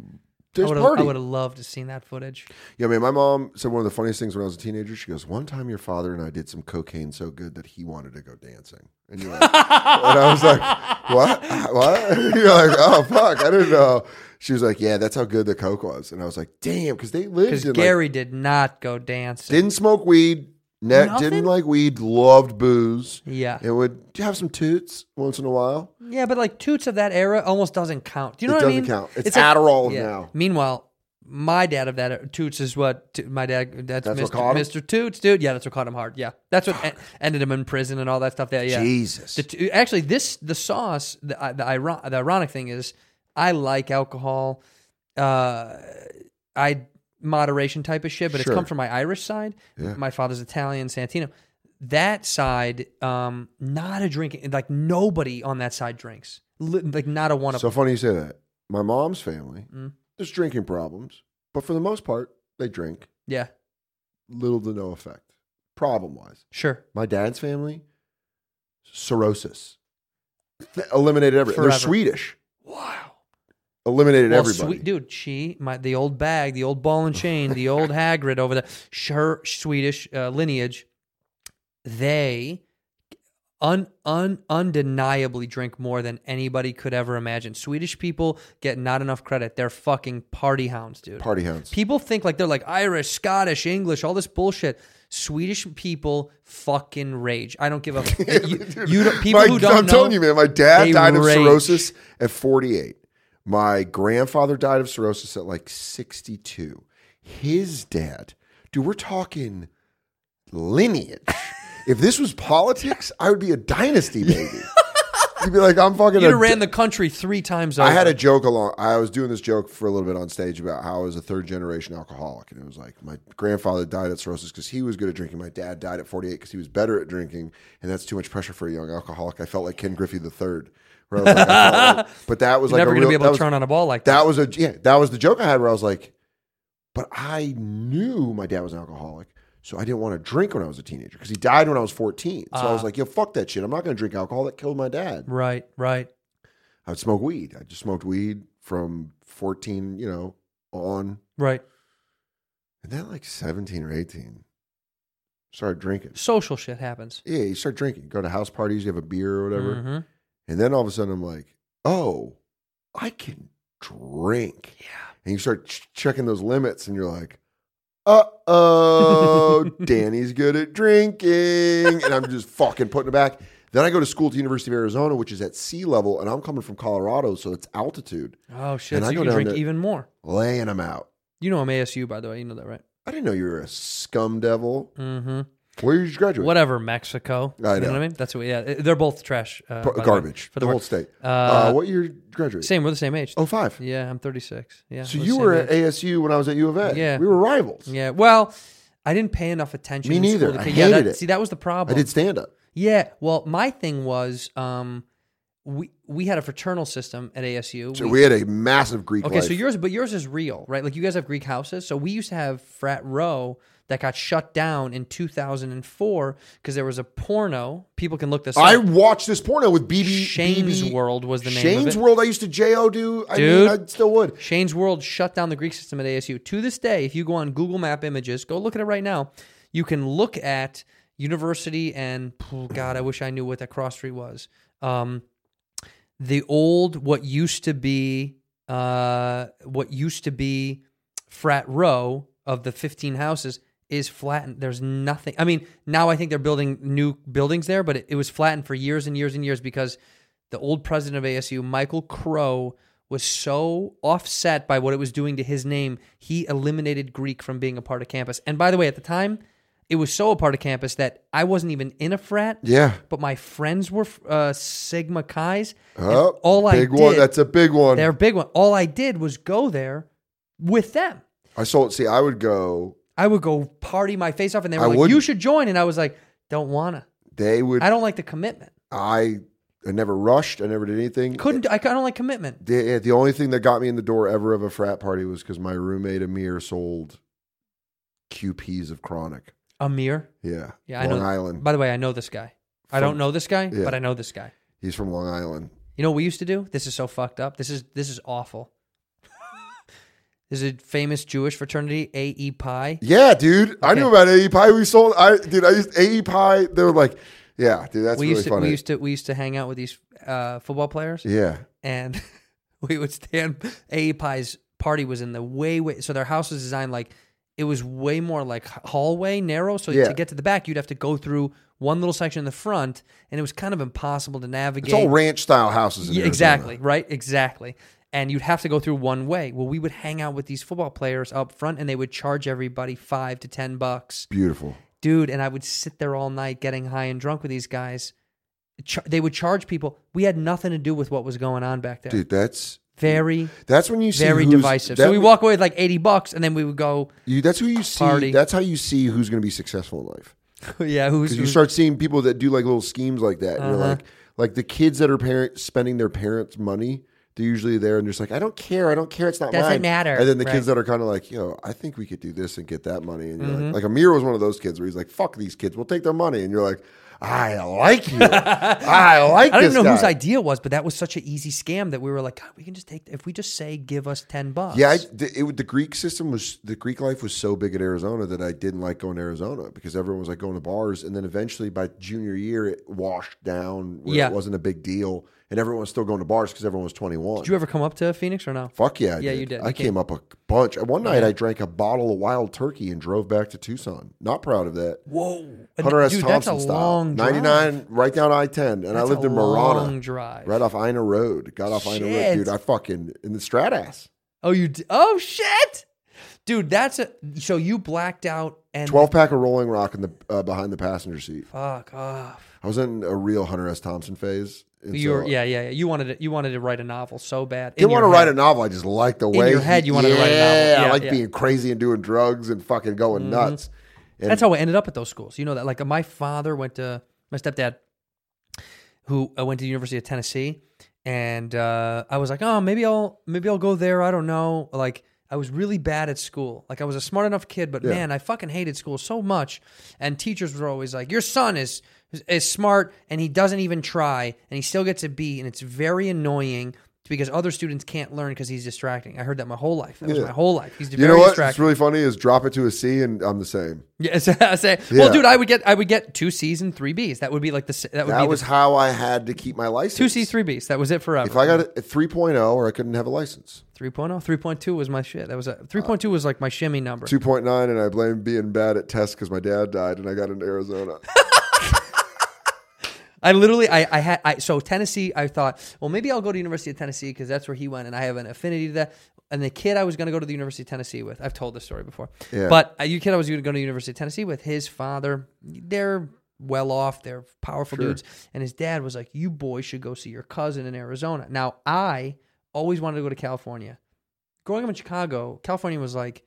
Speaker 9: There's
Speaker 2: I would
Speaker 9: party.
Speaker 2: have loved to seen that footage.
Speaker 9: Yeah, man. My mom said one of the funniest things when I was a teenager. She goes, "One time, your father and I did some cocaine so good that he wanted to go dancing." And, you're like, and I was like, "What? What?" you're like, "Oh fuck, I didn't know." She was like, "Yeah, that's how good the coke was." And I was like, "Damn," because they lived
Speaker 2: Because
Speaker 9: in like,
Speaker 2: Gary did not go dancing.
Speaker 9: didn't smoke weed, ne-
Speaker 2: Nothing?
Speaker 9: didn't like weed, loved booze,
Speaker 2: yeah.
Speaker 9: and would have some toots once in a while.
Speaker 2: Yeah, but like Toots of that era almost doesn't count. Do you know
Speaker 9: It
Speaker 2: what I
Speaker 9: doesn't
Speaker 2: mean?
Speaker 9: count. It's Adderall of now.
Speaker 2: Meanwhile, my dad of that era- Toots is what t- my dad. That's,
Speaker 9: That's what
Speaker 2: Mr.
Speaker 9: caught him?
Speaker 2: Mr. Toots, dude. Yeah, that's what caught him hard. Yeah, that's what en- ended him in prison and all that stuff. That yeah.
Speaker 9: Jesus.
Speaker 2: The t- actually, this the sauce. The uh, the, iron- the ironic thing is, I like alcohol. Uh, I moderation type of shit, but
Speaker 9: Sure.
Speaker 2: it's come from my Irish side. My father's Italian, Santino. That side, um, not a drinking. Like nobody on that side drinks. Li- Like not a Mm. one of.
Speaker 9: So funny you say that. My mom's family, there's drinking problems, but for the most part, they drink.
Speaker 2: yeah,
Speaker 9: little to no effect, problem wise.
Speaker 2: sure.
Speaker 9: My dad's family, cirrhosis. Th- Eliminated everything. They're
Speaker 2: Forever.
Speaker 9: Swedish.
Speaker 2: Wow.
Speaker 9: Eliminated
Speaker 2: Well,
Speaker 9: everybody.
Speaker 2: sweet dude, she my the old bag, the old ball and chain, the old Hagrid over there. sh- Her Swedish uh, lineage, they un, un undeniably drink more than anybody could ever imagine. Swedish people get not enough credit. They're fucking party hounds, dude.
Speaker 9: Party hounds.
Speaker 2: People think like they're like Irish, Scottish, English, all this bullshit. Swedish people fucking rage. I don't give a. you, you don't, people
Speaker 9: My-
Speaker 2: who don't
Speaker 9: I'm
Speaker 2: know,
Speaker 9: telling you, man, my dad
Speaker 2: they
Speaker 9: died of
Speaker 2: rage.
Speaker 9: cirrhosis at 48. My grandfather died of cirrhosis at like 62. His dad, dude, we're talking lineage. if this was politics, I would be a dynasty baby. You'd be like, I'm fucking
Speaker 2: You'd
Speaker 9: a
Speaker 2: have ran the country three times. Over.
Speaker 9: I had a joke along. I was doing this joke for a little bit on stage about how I was a third generation alcoholic, and it was like my grandfather died at cirrhosis because he was good at drinking. My dad died at 48 because he was better at drinking, and that's too much pressure for a young alcoholic. I felt like Ken Griffey the third. where I was like, I felt like- but that was
Speaker 2: You're
Speaker 9: like
Speaker 2: never
Speaker 9: a
Speaker 2: gonna
Speaker 9: real-
Speaker 2: be able
Speaker 9: that
Speaker 2: to
Speaker 9: was-
Speaker 2: turn on a ball like that.
Speaker 9: That was a yeah. That was the joke I had where I was like, but I knew my dad was an alcoholic, so I didn't want to drink when I was a teenager because he died when I was 14. So I
Speaker 2: Ah.
Speaker 9: was like, yo, fuck that shit. I'm not going to drink alcohol. That killed my dad.
Speaker 2: Right, right.
Speaker 9: I would smoke weed. I just smoked weed from 14, you know, on.
Speaker 2: Right.
Speaker 9: And then like 17 or 18, started drinking.
Speaker 2: Social shit happens.
Speaker 9: Yeah, you start drinking. Go to house parties, you have a beer or whatever.
Speaker 2: Mhm.
Speaker 9: And then all of a sudden I'm like, oh, I can drink. Yeah. And you start ch- checking those limits and you're like, uh oh, Danny's good at drinking. And I'm just fucking putting it back. Then I go to school at the University of Arizona, which is at sea level, and I'm coming from Colorado, so it's altitude.
Speaker 2: Oh shit!
Speaker 9: And
Speaker 2: so
Speaker 9: I
Speaker 2: you
Speaker 9: go
Speaker 2: can
Speaker 9: down
Speaker 2: drink
Speaker 9: to-
Speaker 2: even more.
Speaker 9: laying them out.
Speaker 2: You know I'm ASU by the way. You know that, right?
Speaker 9: I didn't know you were a scum devil.
Speaker 2: Mm-hmm.
Speaker 9: Where did you graduate?
Speaker 2: Whatever, Mexico.
Speaker 9: I
Speaker 2: You know
Speaker 9: know.
Speaker 2: what I mean? That's what. Yeah, they're both trash. Uh,
Speaker 9: P-
Speaker 2: by the way,
Speaker 9: garbage.
Speaker 2: for
Speaker 9: the
Speaker 2: wor-
Speaker 9: whole state.
Speaker 2: Uh,
Speaker 9: Uh, what year did you graduate?
Speaker 2: Same. We're the same age.
Speaker 9: Oh, five.
Speaker 2: Yeah, I'm 36. Yeah.
Speaker 9: so
Speaker 2: we're
Speaker 9: you
Speaker 2: the
Speaker 9: were
Speaker 2: same
Speaker 9: at
Speaker 2: age.
Speaker 9: ASU when I was at U of A.
Speaker 2: Yeah.
Speaker 9: We were rivals.
Speaker 2: Yeah. Well, I didn't pay enough attention.
Speaker 9: Me
Speaker 2: in school
Speaker 9: neither.
Speaker 2: to
Speaker 9: I
Speaker 2: pay- yeah,
Speaker 9: hated
Speaker 2: that-
Speaker 9: it.
Speaker 2: See, that was the
Speaker 9: I
Speaker 2: problem.
Speaker 9: did stand up.
Speaker 2: Yeah. Well, my thing was, um, we we had a fraternal system at ASU.
Speaker 9: So we had a massive Greek
Speaker 2: Okay, so
Speaker 9: life.
Speaker 2: yours, but yours is real, right? Like you guys have Greek houses. So we used to have frat row that got shut down in 2004 because there was a porno. People can look this
Speaker 9: I
Speaker 2: up.
Speaker 9: watched this porno with BB.
Speaker 2: Shane's
Speaker 9: BB
Speaker 2: World was the name of
Speaker 9: E. Shane's
Speaker 2: it.
Speaker 9: World. I used to jo do. I
Speaker 2: Dude.
Speaker 9: mean, I still would.
Speaker 2: Shane's World shut down the Greek system at ASU. To this day, if you go on Google Map Images, go look at it right now. You can look at University and oh, God, I wish I knew what that cross street was. Um, the old, what used to be, uh, what used to be frat row of the 15 houses is flattened. There's nothing. I mean, now I think they're building new buildings there, but it, it was flattened for years and years and years because the old president of ASU, Michael Crow, was so offset by what it was doing to his name, he eliminated Greek from being a part of campus. And by the way, at the time, it was so a part of campus that I wasn't even in a frat.
Speaker 9: Yeah.
Speaker 2: But my friends were uh, Sigma Chi's. and
Speaker 9: Oh,
Speaker 2: all I
Speaker 9: big
Speaker 2: did,
Speaker 9: one. That's a big one.
Speaker 2: they're a big one. All I did was go there with them.
Speaker 9: I sold. See, I would go
Speaker 2: I would go party my face off, and they were
Speaker 9: I
Speaker 2: like, "You
Speaker 9: wouldn't.
Speaker 2: should join," and I was like, "Don't wanna.
Speaker 9: They would.
Speaker 2: I don't like the commitment.
Speaker 9: I I never rushed. I never did anything.
Speaker 2: Couldn't. I don't like commitment.
Speaker 9: The, yeah, the only thing that got me in the door ever of a frat party was because my roommate Amir sold QPs of Chronic.
Speaker 2: Amir.
Speaker 9: Yeah,
Speaker 2: Yeah, I
Speaker 9: Long
Speaker 2: know.
Speaker 9: Island.
Speaker 2: By the way, I know this guy. I don't know this guy,
Speaker 9: Yeah.
Speaker 2: but I know this guy.
Speaker 9: He's from Long Island.
Speaker 2: You know what we used to do? This is so fucked up. This is this is awful. There's a famous Jewish fraternity, AE Pi.
Speaker 9: Yeah, dude, I knew
Speaker 2: Okay.
Speaker 9: about AE Pie. We sold. I dude, I used AE Pie. They were like, yeah, dude, that's
Speaker 2: we
Speaker 9: really
Speaker 2: used to
Speaker 9: funny.
Speaker 2: we used to we used to hang out with these uh, football players,
Speaker 9: yeah,
Speaker 2: and we would stand. AE Pi's party was in the way way. So their house was designed like it was way more like hallway narrow. So
Speaker 9: Yeah.
Speaker 2: to get to the back, you'd have to go through one little section in the front, and it was kind of impossible to navigate.
Speaker 9: it's all ranch style houses. In
Speaker 2: Yeah,
Speaker 9: Arizona.
Speaker 2: exactly, right? Exactly. And you'd have to go through one way. Well, we would hang out with these football players up front and they would charge everybody five to 10 bucks.
Speaker 9: Beautiful.
Speaker 2: Dude, and I would sit there all night getting high and drunk with these guys. Char- they would charge people. We had nothing to do with what was going on back there.
Speaker 9: Dude, that's
Speaker 2: very,
Speaker 9: that's when you see
Speaker 2: very
Speaker 9: who's-
Speaker 2: divisive.
Speaker 9: that
Speaker 2: So we
Speaker 9: would-
Speaker 2: walk away with like 80 bucks and then we would go,
Speaker 9: You, that's who you see.
Speaker 2: Party.
Speaker 9: That's how you see who's going to be successful in life.
Speaker 2: yeah, who's.
Speaker 9: Because you
Speaker 2: who's-
Speaker 9: start seeing people that do like little schemes like that. And
Speaker 2: Uh-huh.
Speaker 9: you're like, like the kids that are parents spending their parents' money. They're usually there and just like, I don't care, I don't care, it's not
Speaker 2: Doesn't
Speaker 9: mine."
Speaker 2: matter.
Speaker 9: And then the
Speaker 2: Right. Mm-hmm.
Speaker 9: kids that are kind of like, yo, I think we could do this and get that money. And you're like, like Amir was one of those kids where he's like, fuck these kids, we'll take their money. And you're like, I like you, I like.
Speaker 2: I don't
Speaker 9: this
Speaker 2: even know
Speaker 9: guy.
Speaker 2: whose idea it was, but that was such an easy scam that we were like, God, we can just take, if we just say, give us 10 bucks.
Speaker 9: Yeah, I, the, it, would- the Greek system was the Greek life was so big at Arizona that I didn't like going to Arizona because everyone was like going to bars, and then eventually by junior year it washed down. Where
Speaker 2: Yeah.
Speaker 9: it wasn't a big deal, and everyone was still going to bars because everyone was twenty one.
Speaker 2: Did you ever come up to Phoenix or no?
Speaker 9: Fuck yeah, I
Speaker 2: Yeah,
Speaker 9: did.
Speaker 2: you did.
Speaker 9: I
Speaker 2: You
Speaker 9: came up a bunch. One night I drank a bottle of wild turkey and drove back to Tucson. Not proud of that.
Speaker 2: Whoa,
Speaker 9: Hunter S.
Speaker 2: dude,
Speaker 9: Thompson
Speaker 2: that's a
Speaker 9: style.
Speaker 2: long drive.
Speaker 9: ninety nine, right down I ten, and I
Speaker 2: That's
Speaker 9: lived
Speaker 2: a
Speaker 9: in Marana,
Speaker 2: long drive.
Speaker 9: right off Ina Road. Got off Ina Road,
Speaker 2: Shit.
Speaker 9: dude. I fucking in the Stratass.
Speaker 2: Oh, you? D- oh shit, dude. That's a. So you blacked out and
Speaker 9: Twelve pack of Rolling Rock in the uh, behind the passenger seat.
Speaker 2: Fuck off.
Speaker 9: I was in a real Hunter S. Thompson phase. and
Speaker 2: You were
Speaker 9: so-
Speaker 2: yeah yeah yeah. You wanted to, you wanted to write a novel so bad.
Speaker 9: Didn't want to write a novel. I just liked the way
Speaker 2: your head, you wanted to write a novel.
Speaker 9: Yeah, I
Speaker 2: Yeah,
Speaker 9: like
Speaker 2: yeah. Mm-hmm.
Speaker 9: being crazy and doing drugs and fucking going nuts. And
Speaker 2: That's how I ended up at those schools. You know that. Like my father went to my stepdad, who uh, went to the University of Tennessee, and uh, I was like, oh, maybe I'll maybe I'll go there. I don't know. Like I was really bad at school. Like I was a smart enough kid, but man, I fucking hated school so much. And teachers were always like, your son is is smart and he doesn't even try and he still gets a B, and it's very annoying. Because other students can't learn because he's distracting. I heard that my whole life. That was my whole life. He's
Speaker 9: you
Speaker 2: very
Speaker 9: know what? It's
Speaker 2: distracting.
Speaker 9: really funny is drop it to a C and I'm the same.
Speaker 2: Yes, I say. Well,
Speaker 9: Yeah.
Speaker 2: dude, I would get I would get two C's and three B's. That would be like the s- that would
Speaker 9: That
Speaker 2: be
Speaker 9: was
Speaker 2: the,
Speaker 9: how I had to keep my license.
Speaker 2: two C's, three B's. That was it forever. oh,
Speaker 9: If I got a 3.0 or I couldn't have a license.
Speaker 2: 3.0, 3.2 was my shit. That was a 3.2 was like my shimmy number.
Speaker 9: 2.9 and I blame being bad at tests because my dad died and I got into Arizona.
Speaker 2: I literally I I had I so Tennessee. I thought, well, maybe I'll go to University of Tennessee because that's where he went, and I have an affinity to that. And the kid I was going to go to the University of Tennessee with, I've told this story before,
Speaker 9: Yeah.
Speaker 2: but uh, you kid I was going to go to the University of Tennessee with, his father, they're well off, they're powerful dudes, and his dad was like, "You boys should go see your cousin in Arizona." Now I always wanted to go to California. Growing up in Chicago, California was like,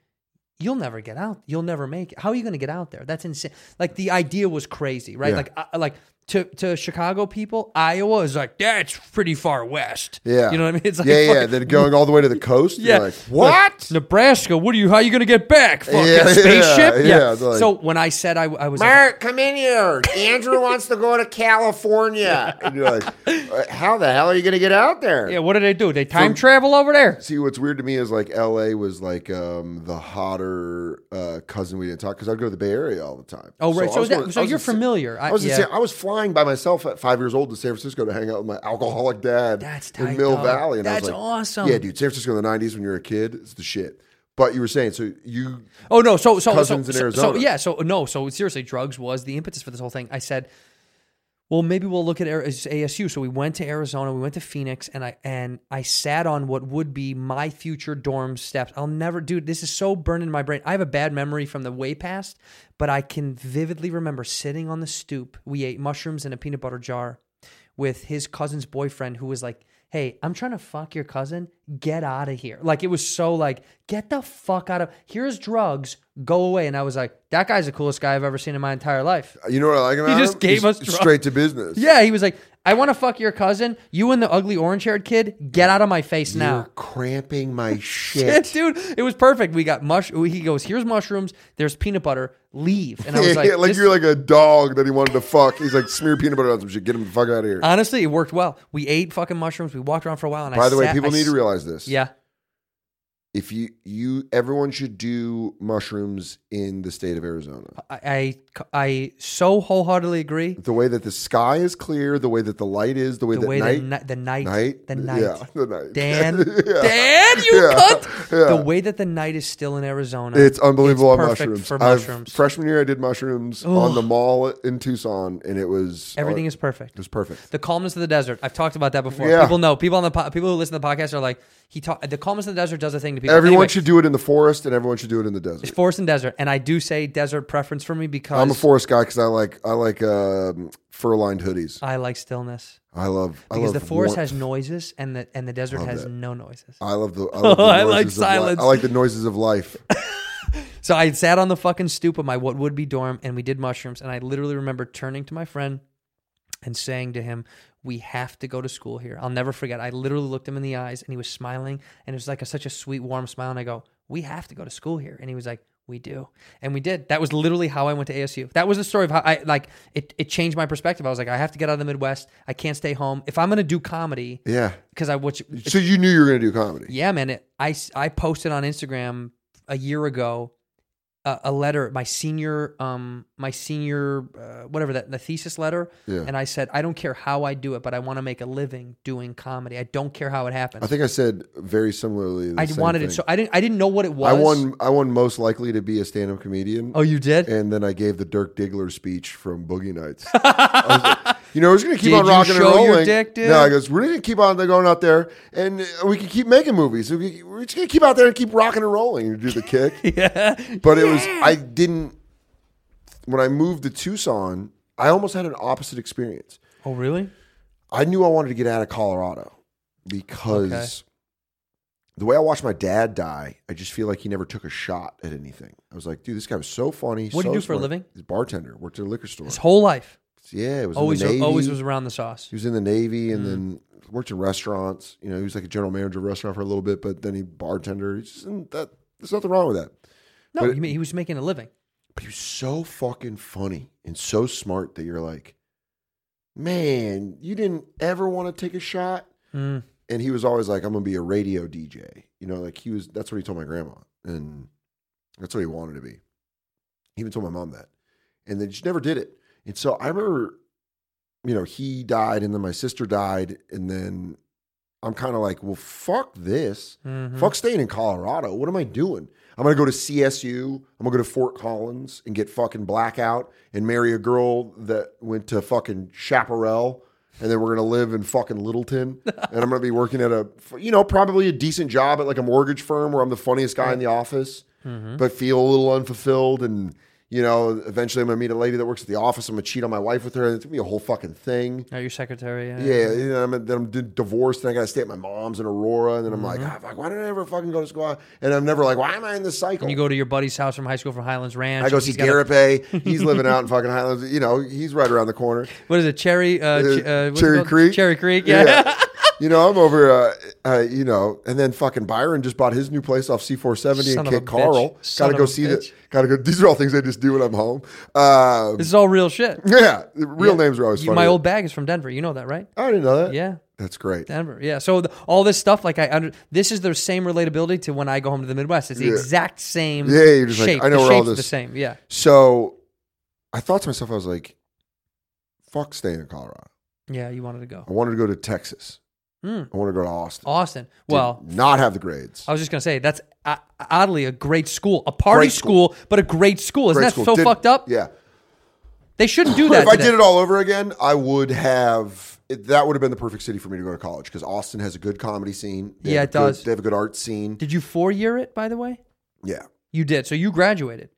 Speaker 2: you'll never get out. You'll never make it. How are you going to get out there? That's insane. Like the idea was crazy, right?
Speaker 9: Yeah.
Speaker 2: Like I like to to Chicago people, Iowa is like that's pretty far west.
Speaker 9: Yeah.
Speaker 2: you know what I mean? It's like
Speaker 9: yeah, yeah.
Speaker 2: fucking-
Speaker 9: Then going all the way to the coast.
Speaker 2: yeah.
Speaker 9: You're like, what?
Speaker 2: Nebraska? What are you? How are you going to get back? Fucking
Speaker 9: Yeah, yeah,
Speaker 2: spaceship.
Speaker 9: yeah, it's like-
Speaker 2: so when I said I, I was like,
Speaker 9: Mark, come in here. Andrew wants to go to California. And you're like, "Uh, how the hell are you going to get out there?
Speaker 2: yeah, what do they do? They time travel over there.
Speaker 9: See, what's weird to me is like LA was like um, the hotter uh, cousin we didn't talk because I'd go to the Bay Area all the time.
Speaker 2: Oh, right.
Speaker 9: I
Speaker 2: So
Speaker 9: was
Speaker 2: that-
Speaker 9: going-
Speaker 2: so
Speaker 9: I was
Speaker 2: you're
Speaker 9: in Sa-
Speaker 2: familiar. I-
Speaker 9: I was, in
Speaker 2: yeah.
Speaker 9: Sa- I was flying by myself at five years old to San Francisco to hang out with my alcoholic dad
Speaker 2: That's tight,
Speaker 9: in Mill
Speaker 2: dog.
Speaker 9: Valley. And I was
Speaker 2: That's
Speaker 9: like,
Speaker 2: awesome.
Speaker 9: Yeah, dude, San Francisco in the 90s when you're a kid, it's the shit. But you were saying, so you
Speaker 2: Oh no, so so
Speaker 9: Cousins
Speaker 2: so,
Speaker 9: in
Speaker 2: so- So,
Speaker 9: Arizona.
Speaker 2: yeah, so no, so seriously, drugs was the impetus for this whole thing. I said, well, maybe we'll look at Ari- it's ASU. So we went to Arizona, we went to Phoenix, and I and I sat on what would be my future dorm steps. I'll never, dude. This is so burned in my brain. I have a bad memory from the way past, but I can vividly remember sitting on the stoop. We ate mushrooms in a peanut butter jar with his cousin's boyfriend, who was like hey, I'm trying to fuck your cousin. Get out of here. Like it was so like, get the fuck out of here's drugs, go away. And I was like, that guy's the coolest guy I've ever seen in my entire life.
Speaker 9: You know what I like about him?
Speaker 2: just gave
Speaker 9: He's
Speaker 2: us drugs.
Speaker 9: straight to business.
Speaker 2: Yeah, he was like, I want to fuck your cousin. You and the ugly orange haired kid, get out of my face now.
Speaker 9: You're cramping my
Speaker 2: Yeah,
Speaker 9: shit.
Speaker 2: dude, it was perfect. We got mush. He goes, "Here's mushrooms. There's peanut butter. Leave." And I was like,
Speaker 9: yeah, like
Speaker 2: this-
Speaker 9: you're like a dog that he wanted to fuck. He's like smear peanut butter on some shit. Get him the fuck out of here.
Speaker 2: honestly, it worked well. We ate fucking mushrooms. We walked around for a while. And
Speaker 9: By
Speaker 2: I
Speaker 9: the way,
Speaker 2: sat-
Speaker 9: people
Speaker 2: I
Speaker 9: need
Speaker 2: s-
Speaker 9: to realize this.
Speaker 2: Yeah,
Speaker 9: If you you everyone should do mushrooms in the state of Arizona.
Speaker 2: I, I I so wholeheartedly agree.
Speaker 9: The way that the sky is clear, the way that the light is, the way
Speaker 2: The
Speaker 9: that
Speaker 2: way
Speaker 9: night,
Speaker 2: the, ni- the night,
Speaker 9: night,
Speaker 2: the night,
Speaker 9: yeah, the night.
Speaker 2: Dan,
Speaker 9: Yeah.
Speaker 2: Dan, you
Speaker 9: Yeah.
Speaker 2: cunt.
Speaker 9: Yeah.
Speaker 2: The way that the night is still in Arizona,
Speaker 9: It's unbelievable on
Speaker 2: perfect
Speaker 9: mushrooms.
Speaker 2: for
Speaker 9: I've-
Speaker 2: mushrooms.
Speaker 9: freshman year, I did mushrooms on the mall in Tucson, and it was
Speaker 2: Everything
Speaker 9: uh,
Speaker 2: is perfect.
Speaker 9: It was perfect.
Speaker 2: The calmness of the desert. I've talked about that before.
Speaker 9: Yeah.
Speaker 2: People know. People on the po- people who listen to the podcast are like, he talk. The calmness of the desert does a thing to people.
Speaker 9: Everyone
Speaker 2: Anyway,
Speaker 9: should do it in the forest, and everyone should do it in the desert.
Speaker 2: forest and desert, and I do say desert preference for me because
Speaker 9: I'm a forest guy because I like I like um, fur lined hoodies.
Speaker 2: I like stillness
Speaker 9: I love I
Speaker 2: Ah, because
Speaker 9: love
Speaker 2: the forest has
Speaker 9: warmth.
Speaker 2: noises and the and the desert has no noises.
Speaker 9: I love the. I, love the
Speaker 2: I like
Speaker 9: noises of li-
Speaker 2: silence.
Speaker 9: I like the noises of life.
Speaker 2: So I sat on the fucking stoop of my what would be dorm and we did mushrooms. And I literally remember turning to my friend and saying to him, We have to go to school here. I'll never forget. I literally looked him in the eyes and he was smiling. And it was like a, such a sweet, warm smile. And I go, We have to go to school here. And he was like, we do, and we did. That was literally how I went to ASU. That was the story of how I like it. It changed my perspective. I was like, I have to get out of the Midwest. I can't stay home. If I'm gonna do comedy,
Speaker 9: Yeah.
Speaker 2: because I which
Speaker 9: So you knew you were going to do comedy.
Speaker 2: yeah, man. It, I, s- I posted on Instagram a year ago a, a letter, my senior, um, my senior, uh, whatever that, the thesis letter.
Speaker 9: Yeah.
Speaker 2: And I said, I don't care how I do it, but I want to make a living doing comedy. I don't care how it happens.
Speaker 9: I think I said very similarly. The
Speaker 2: I
Speaker 9: same
Speaker 2: wanted it.
Speaker 9: thing.
Speaker 2: So I didn't, I didn't know what it was.
Speaker 9: I won. I won most likely to be a stand up comedian.
Speaker 2: Oh, you did?
Speaker 9: and then I gave the Dirk Diggler speech from Boogie Nights. I was like, you know, we're just gonna keep
Speaker 2: Did
Speaker 9: on
Speaker 2: you
Speaker 9: rocking
Speaker 2: show
Speaker 9: and
Speaker 2: your
Speaker 9: rolling.
Speaker 2: dick, dude?
Speaker 9: No, I goes, we're gonna keep on going out there, and uh, we can keep making movies. We- We're just gonna keep out there and keep rocking and rolling. You do the kick, yeah. But it was I didn't. When I moved to Tucson, I almost had an opposite experience.
Speaker 2: oh, really?
Speaker 9: I knew I wanted to get out of Colorado because the way I watched my dad die, I just feel like he never took a shot at anything. I was like, dude, this guy was so funny.
Speaker 2: What do you
Speaker 9: so
Speaker 2: do for a
Speaker 9: smart.
Speaker 2: living?
Speaker 9: He's a bartender. Worked at a liquor store.
Speaker 2: His whole life
Speaker 9: yeah, it was
Speaker 2: always,
Speaker 9: in the Navy.
Speaker 2: always was Mm. around the sauce.
Speaker 9: He was in the Navy and then worked in restaurants. You know, he was like a general manager of a restaurant for a little bit, but then he bartender. He's just, and that there's nothing wrong with that.
Speaker 2: No,
Speaker 9: but-
Speaker 2: he, ma- he was making a living.
Speaker 9: But he was so fucking funny and so smart that you're like, man, you didn't ever want to take a shot.
Speaker 2: Mm.
Speaker 9: and he was always like, "I'm gonna be a radio DJ." You know, like he was. That's what he told my grandma, and that's what he wanted to be. He even told my mom that, and then she never did it. And so I remember, you know, he died, and then my sister died, and then I'm kind of like, "Well, fuck this, fuck staying in Colorado. What am I doing?" I'm gonna go to CSU. I'm gonna go to Fort Collins and get fucking blackout and marry a girl that went to fucking Chaparral and then we're gonna live in fucking Littleton, and I'm gonna be working at a, you know, probably a decent job at like a mortgage firm where I'm the funniest guy in the office, but feel a little unfulfilled, and you know, eventually I'm gonna meet a lady that works at the office. I'm gonna cheat on my wife with her, and it's gonna be a whole fucking thing.
Speaker 2: Now your secretary. Uh,
Speaker 9: Yeah, you know, I'm, then I'm di- divorced, and I gotta stay at my mom's in Aurora, and then I'm like, ah,
Speaker 2: Mm-hmm.
Speaker 9: fuck, why did I ever fucking go to school? And I'm never like, why am I in this cycle?
Speaker 2: You go to your buddy's house from high school from Highlands Ranch.
Speaker 9: I go
Speaker 2: and
Speaker 9: see
Speaker 2: he's got a-
Speaker 9: Garapay. He's living out in fucking Highlands. You know, he's right around the corner.
Speaker 2: What is it? Cherry. Uh, ch-
Speaker 9: Uh,
Speaker 2: uh, what's it
Speaker 9: Cherry
Speaker 2: called?
Speaker 9: Creek.
Speaker 2: Cherry Creek. yeah.
Speaker 9: you know, I'm over, uh, uh, you know, and then fucking Byron just bought his new place off C470
Speaker 2: Son
Speaker 9: and
Speaker 2: of a
Speaker 9: Cape Carl.
Speaker 2: bitch. Son
Speaker 9: Gotta
Speaker 2: of
Speaker 9: go
Speaker 2: a
Speaker 9: see
Speaker 2: bitch.
Speaker 9: the, gotta go. These are all things I just do when I'm home. Uh,
Speaker 2: This is all real shit.
Speaker 9: yeah, real names are always
Speaker 2: You-
Speaker 9: funny. Uh,
Speaker 2: my old bag is from Denver. You know that, right?
Speaker 9: I didn't know that.
Speaker 2: Yeah,
Speaker 9: That's great.
Speaker 2: Denver. Yeah. So the, all this stuff, like I under this is the same relatability to when I go home to the Midwest. It's the
Speaker 9: Yeah.
Speaker 2: exact same.
Speaker 9: Yeah, you're just like,
Speaker 2: shape.
Speaker 9: I know
Speaker 2: the
Speaker 9: where all
Speaker 2: shape's The
Speaker 9: this-
Speaker 2: same. Yeah.
Speaker 9: So I thought to myself, I was like, fuck staying in Colorado.
Speaker 2: Yeah. You wanted to go
Speaker 9: I wanted to go to Texas. I want to go to Austin.
Speaker 2: Austin.
Speaker 9: Did
Speaker 2: Hmm. Oh, Well, Oh,
Speaker 9: not have the grades.
Speaker 2: I was just gonna say that's uh, oddly a great school, a party
Speaker 9: Great
Speaker 2: school,
Speaker 9: school.
Speaker 2: but a great school. Isn't
Speaker 9: Grade
Speaker 2: that
Speaker 9: school.
Speaker 2: so
Speaker 9: Did-
Speaker 2: fucked up?
Speaker 9: Yeah.
Speaker 2: They shouldn't do that.
Speaker 9: if I
Speaker 2: today.
Speaker 9: did it all over again, I would have. It, that would have been the perfect city for me to go to college because Austin has a good comedy scene. They
Speaker 2: Yeah,
Speaker 9: have
Speaker 2: it
Speaker 9: a good-
Speaker 2: does.
Speaker 9: They have a good art scene.
Speaker 2: Did you four year it? By the way,
Speaker 9: yeah,
Speaker 2: you did. So you graduated.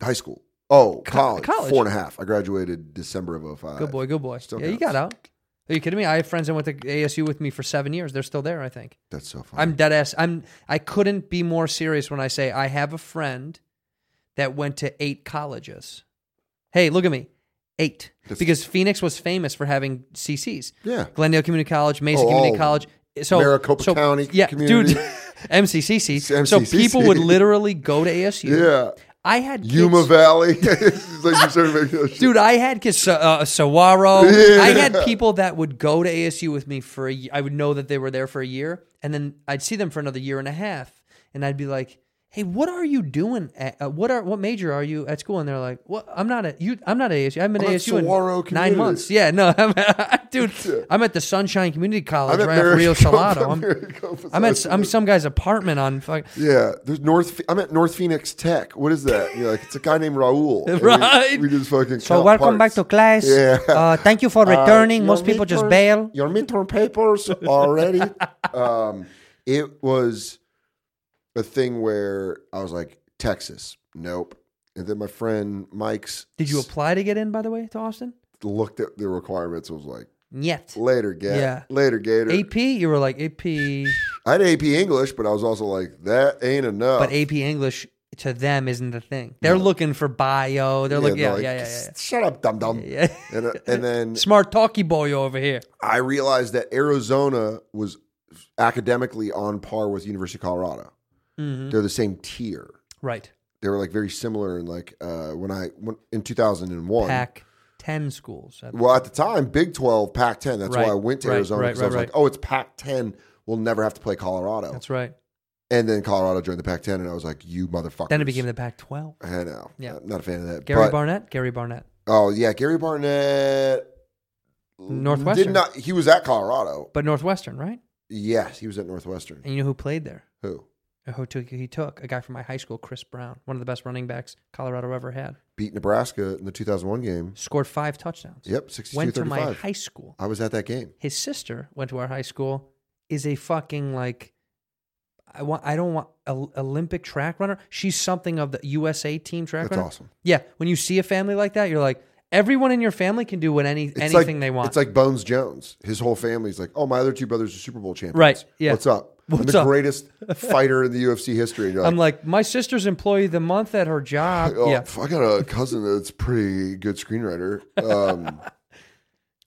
Speaker 9: high school. Oh, college,
Speaker 2: college.
Speaker 9: Four and a half. I graduated December of 05.
Speaker 2: Good boy. Good boy.
Speaker 9: Still
Speaker 2: yeah, you
Speaker 9: counts.
Speaker 2: got out. Are you kidding me? I have friends that went to ASU with me for seven years. They're still there, I think.
Speaker 9: That's so funny.
Speaker 2: I'm dead ass. I'm I couldn't be more serious when I say I have a friend that went to eight colleges. Hey, look at me. Eight.
Speaker 9: That's-
Speaker 2: because Phoenix was famous for having CCs.
Speaker 9: Yeah.
Speaker 2: Glendale Community College, Mesa
Speaker 9: Oh, all
Speaker 2: Community
Speaker 9: of
Speaker 2: College. So
Speaker 9: Maricopa
Speaker 2: so-
Speaker 9: County
Speaker 2: yeah,
Speaker 9: Community.
Speaker 2: dude. MCCC. So
Speaker 9: MCCC.
Speaker 2: people would literally go to ASU.
Speaker 9: yeah.
Speaker 2: I had kids-
Speaker 9: Yuma Valley. It's like you started making that shit.
Speaker 2: Dude, I had kids, uh, Sawaro.
Speaker 9: Yeah.
Speaker 2: I had people that would go to ASU with me for a year. I would know that they were there for a year, and then I'd see them for another year and a half, and I'd be like, "Hey, what are you doing? At, uh, what are what major are you at school?" And they're like, "What? I'm not at you. I'm not at ASU. I'm at
Speaker 9: I'm at
Speaker 2: ASU in
Speaker 9: Saguaro
Speaker 2: nine
Speaker 9: Community."
Speaker 2: months. Yeah, no, I'm dude. I'm at the Sunshine Community College right off Rio
Speaker 9: Maricopa-
Speaker 2: Salado. I'm,
Speaker 9: Maricopa
Speaker 2: I'm at
Speaker 9: South.
Speaker 2: I'm some guy's apartment on fuck.
Speaker 9: Yeah, there's North. I'm at North Phoenix Tech. What is that? You're like, it's a guy named Raul. And we-
Speaker 2: Right.
Speaker 9: We, just fucking.
Speaker 2: So
Speaker 9: count
Speaker 2: welcome back
Speaker 9: parts.
Speaker 2: to class.
Speaker 9: Yeah.
Speaker 2: Uh, thank you for
Speaker 9: Uh,
Speaker 2: returning.
Speaker 9: your
Speaker 2: Most people just
Speaker 9: midterm-
Speaker 2: bail.
Speaker 9: Your midterm papers already. um, it was a thing where I was like, Texas, nope. And then my friend Mike's
Speaker 2: Did you apply to get in, by the way, to Austin?
Speaker 9: looked at the requirements. and Was like,
Speaker 2: Yet.
Speaker 9: later, Gat.
Speaker 2: Yeah.
Speaker 9: Later, Gator.
Speaker 2: AP, you were like AP,
Speaker 9: I had AP English, but I was also like, that ain't enough.
Speaker 2: but AP English to them isn't the thing. They're looking for bio. They're looking,
Speaker 9: they're
Speaker 2: yeah, yeah, yeah, yeah,
Speaker 9: Shut up, dum dum.
Speaker 2: yeah.
Speaker 9: And, uh, and then
Speaker 2: Smart talkie boy over here.
Speaker 9: I realized that Arizona was academically on par with University of Colorado.
Speaker 2: Mm-hmm.
Speaker 9: They're the same tier.
Speaker 2: Right.
Speaker 9: They were like very similar. And like uh, when I when, in 2001,
Speaker 2: Pac 10 schools.
Speaker 9: well, at the time, Big 12, Pac 10. That's
Speaker 2: Right,
Speaker 9: why I went to
Speaker 2: right,
Speaker 9: Arizona
Speaker 2: right,
Speaker 9: because
Speaker 2: right,
Speaker 9: I was
Speaker 2: right.
Speaker 9: like, oh, it's Pac 10. We'll never have to play Colorado.
Speaker 2: That's right.
Speaker 9: And then Colorado joined the Pac 10, and I was like, you motherfucker.
Speaker 2: Then it became the Pac 12.
Speaker 9: I know.
Speaker 2: Yeah.
Speaker 9: Yeah. Not a fan of that.
Speaker 2: Gary
Speaker 9: but-
Speaker 2: Barnett? Gary Barnett.
Speaker 9: Oh, yeah. Gary Barnett.
Speaker 2: Northwestern.
Speaker 9: Did not. He was at Colorado.
Speaker 2: But Northwestern, right?
Speaker 9: Yes, he was at Northwestern.
Speaker 2: And you know who played there?
Speaker 9: Who?
Speaker 2: Who took, he took? A guy from my high school, Chris Brown, one of the best running backs Colorado ever had.
Speaker 9: beat Nebraska in the 2001 game.
Speaker 2: Scored five touchdowns.
Speaker 9: Yep, 62
Speaker 2: Went to my
Speaker 9: 35.
Speaker 2: high school.
Speaker 9: I was at that game.
Speaker 2: his sister went to our high school is a fucking like I want I don't want Ol- Olympic track runner. She's something of the USA team track
Speaker 9: That's
Speaker 2: runner.
Speaker 9: awesome.
Speaker 2: Yeah, when you see a family like that, you're like everyone in your family can do what any
Speaker 9: It's
Speaker 2: anything
Speaker 9: like,
Speaker 2: they want.
Speaker 9: It's like Bones Jones. His whole family's like, oh, my other two brothers are Super Bowl champions.
Speaker 2: Right, yeah.
Speaker 9: What's up? I'm
Speaker 2: What's
Speaker 9: the
Speaker 2: up?
Speaker 9: greatest fighter in the UFC history. And you're
Speaker 2: I'm like my sister's employee of the month at her job.
Speaker 9: oh,
Speaker 2: yeah.
Speaker 9: I got a cousin that's pretty good screenwriter. Um,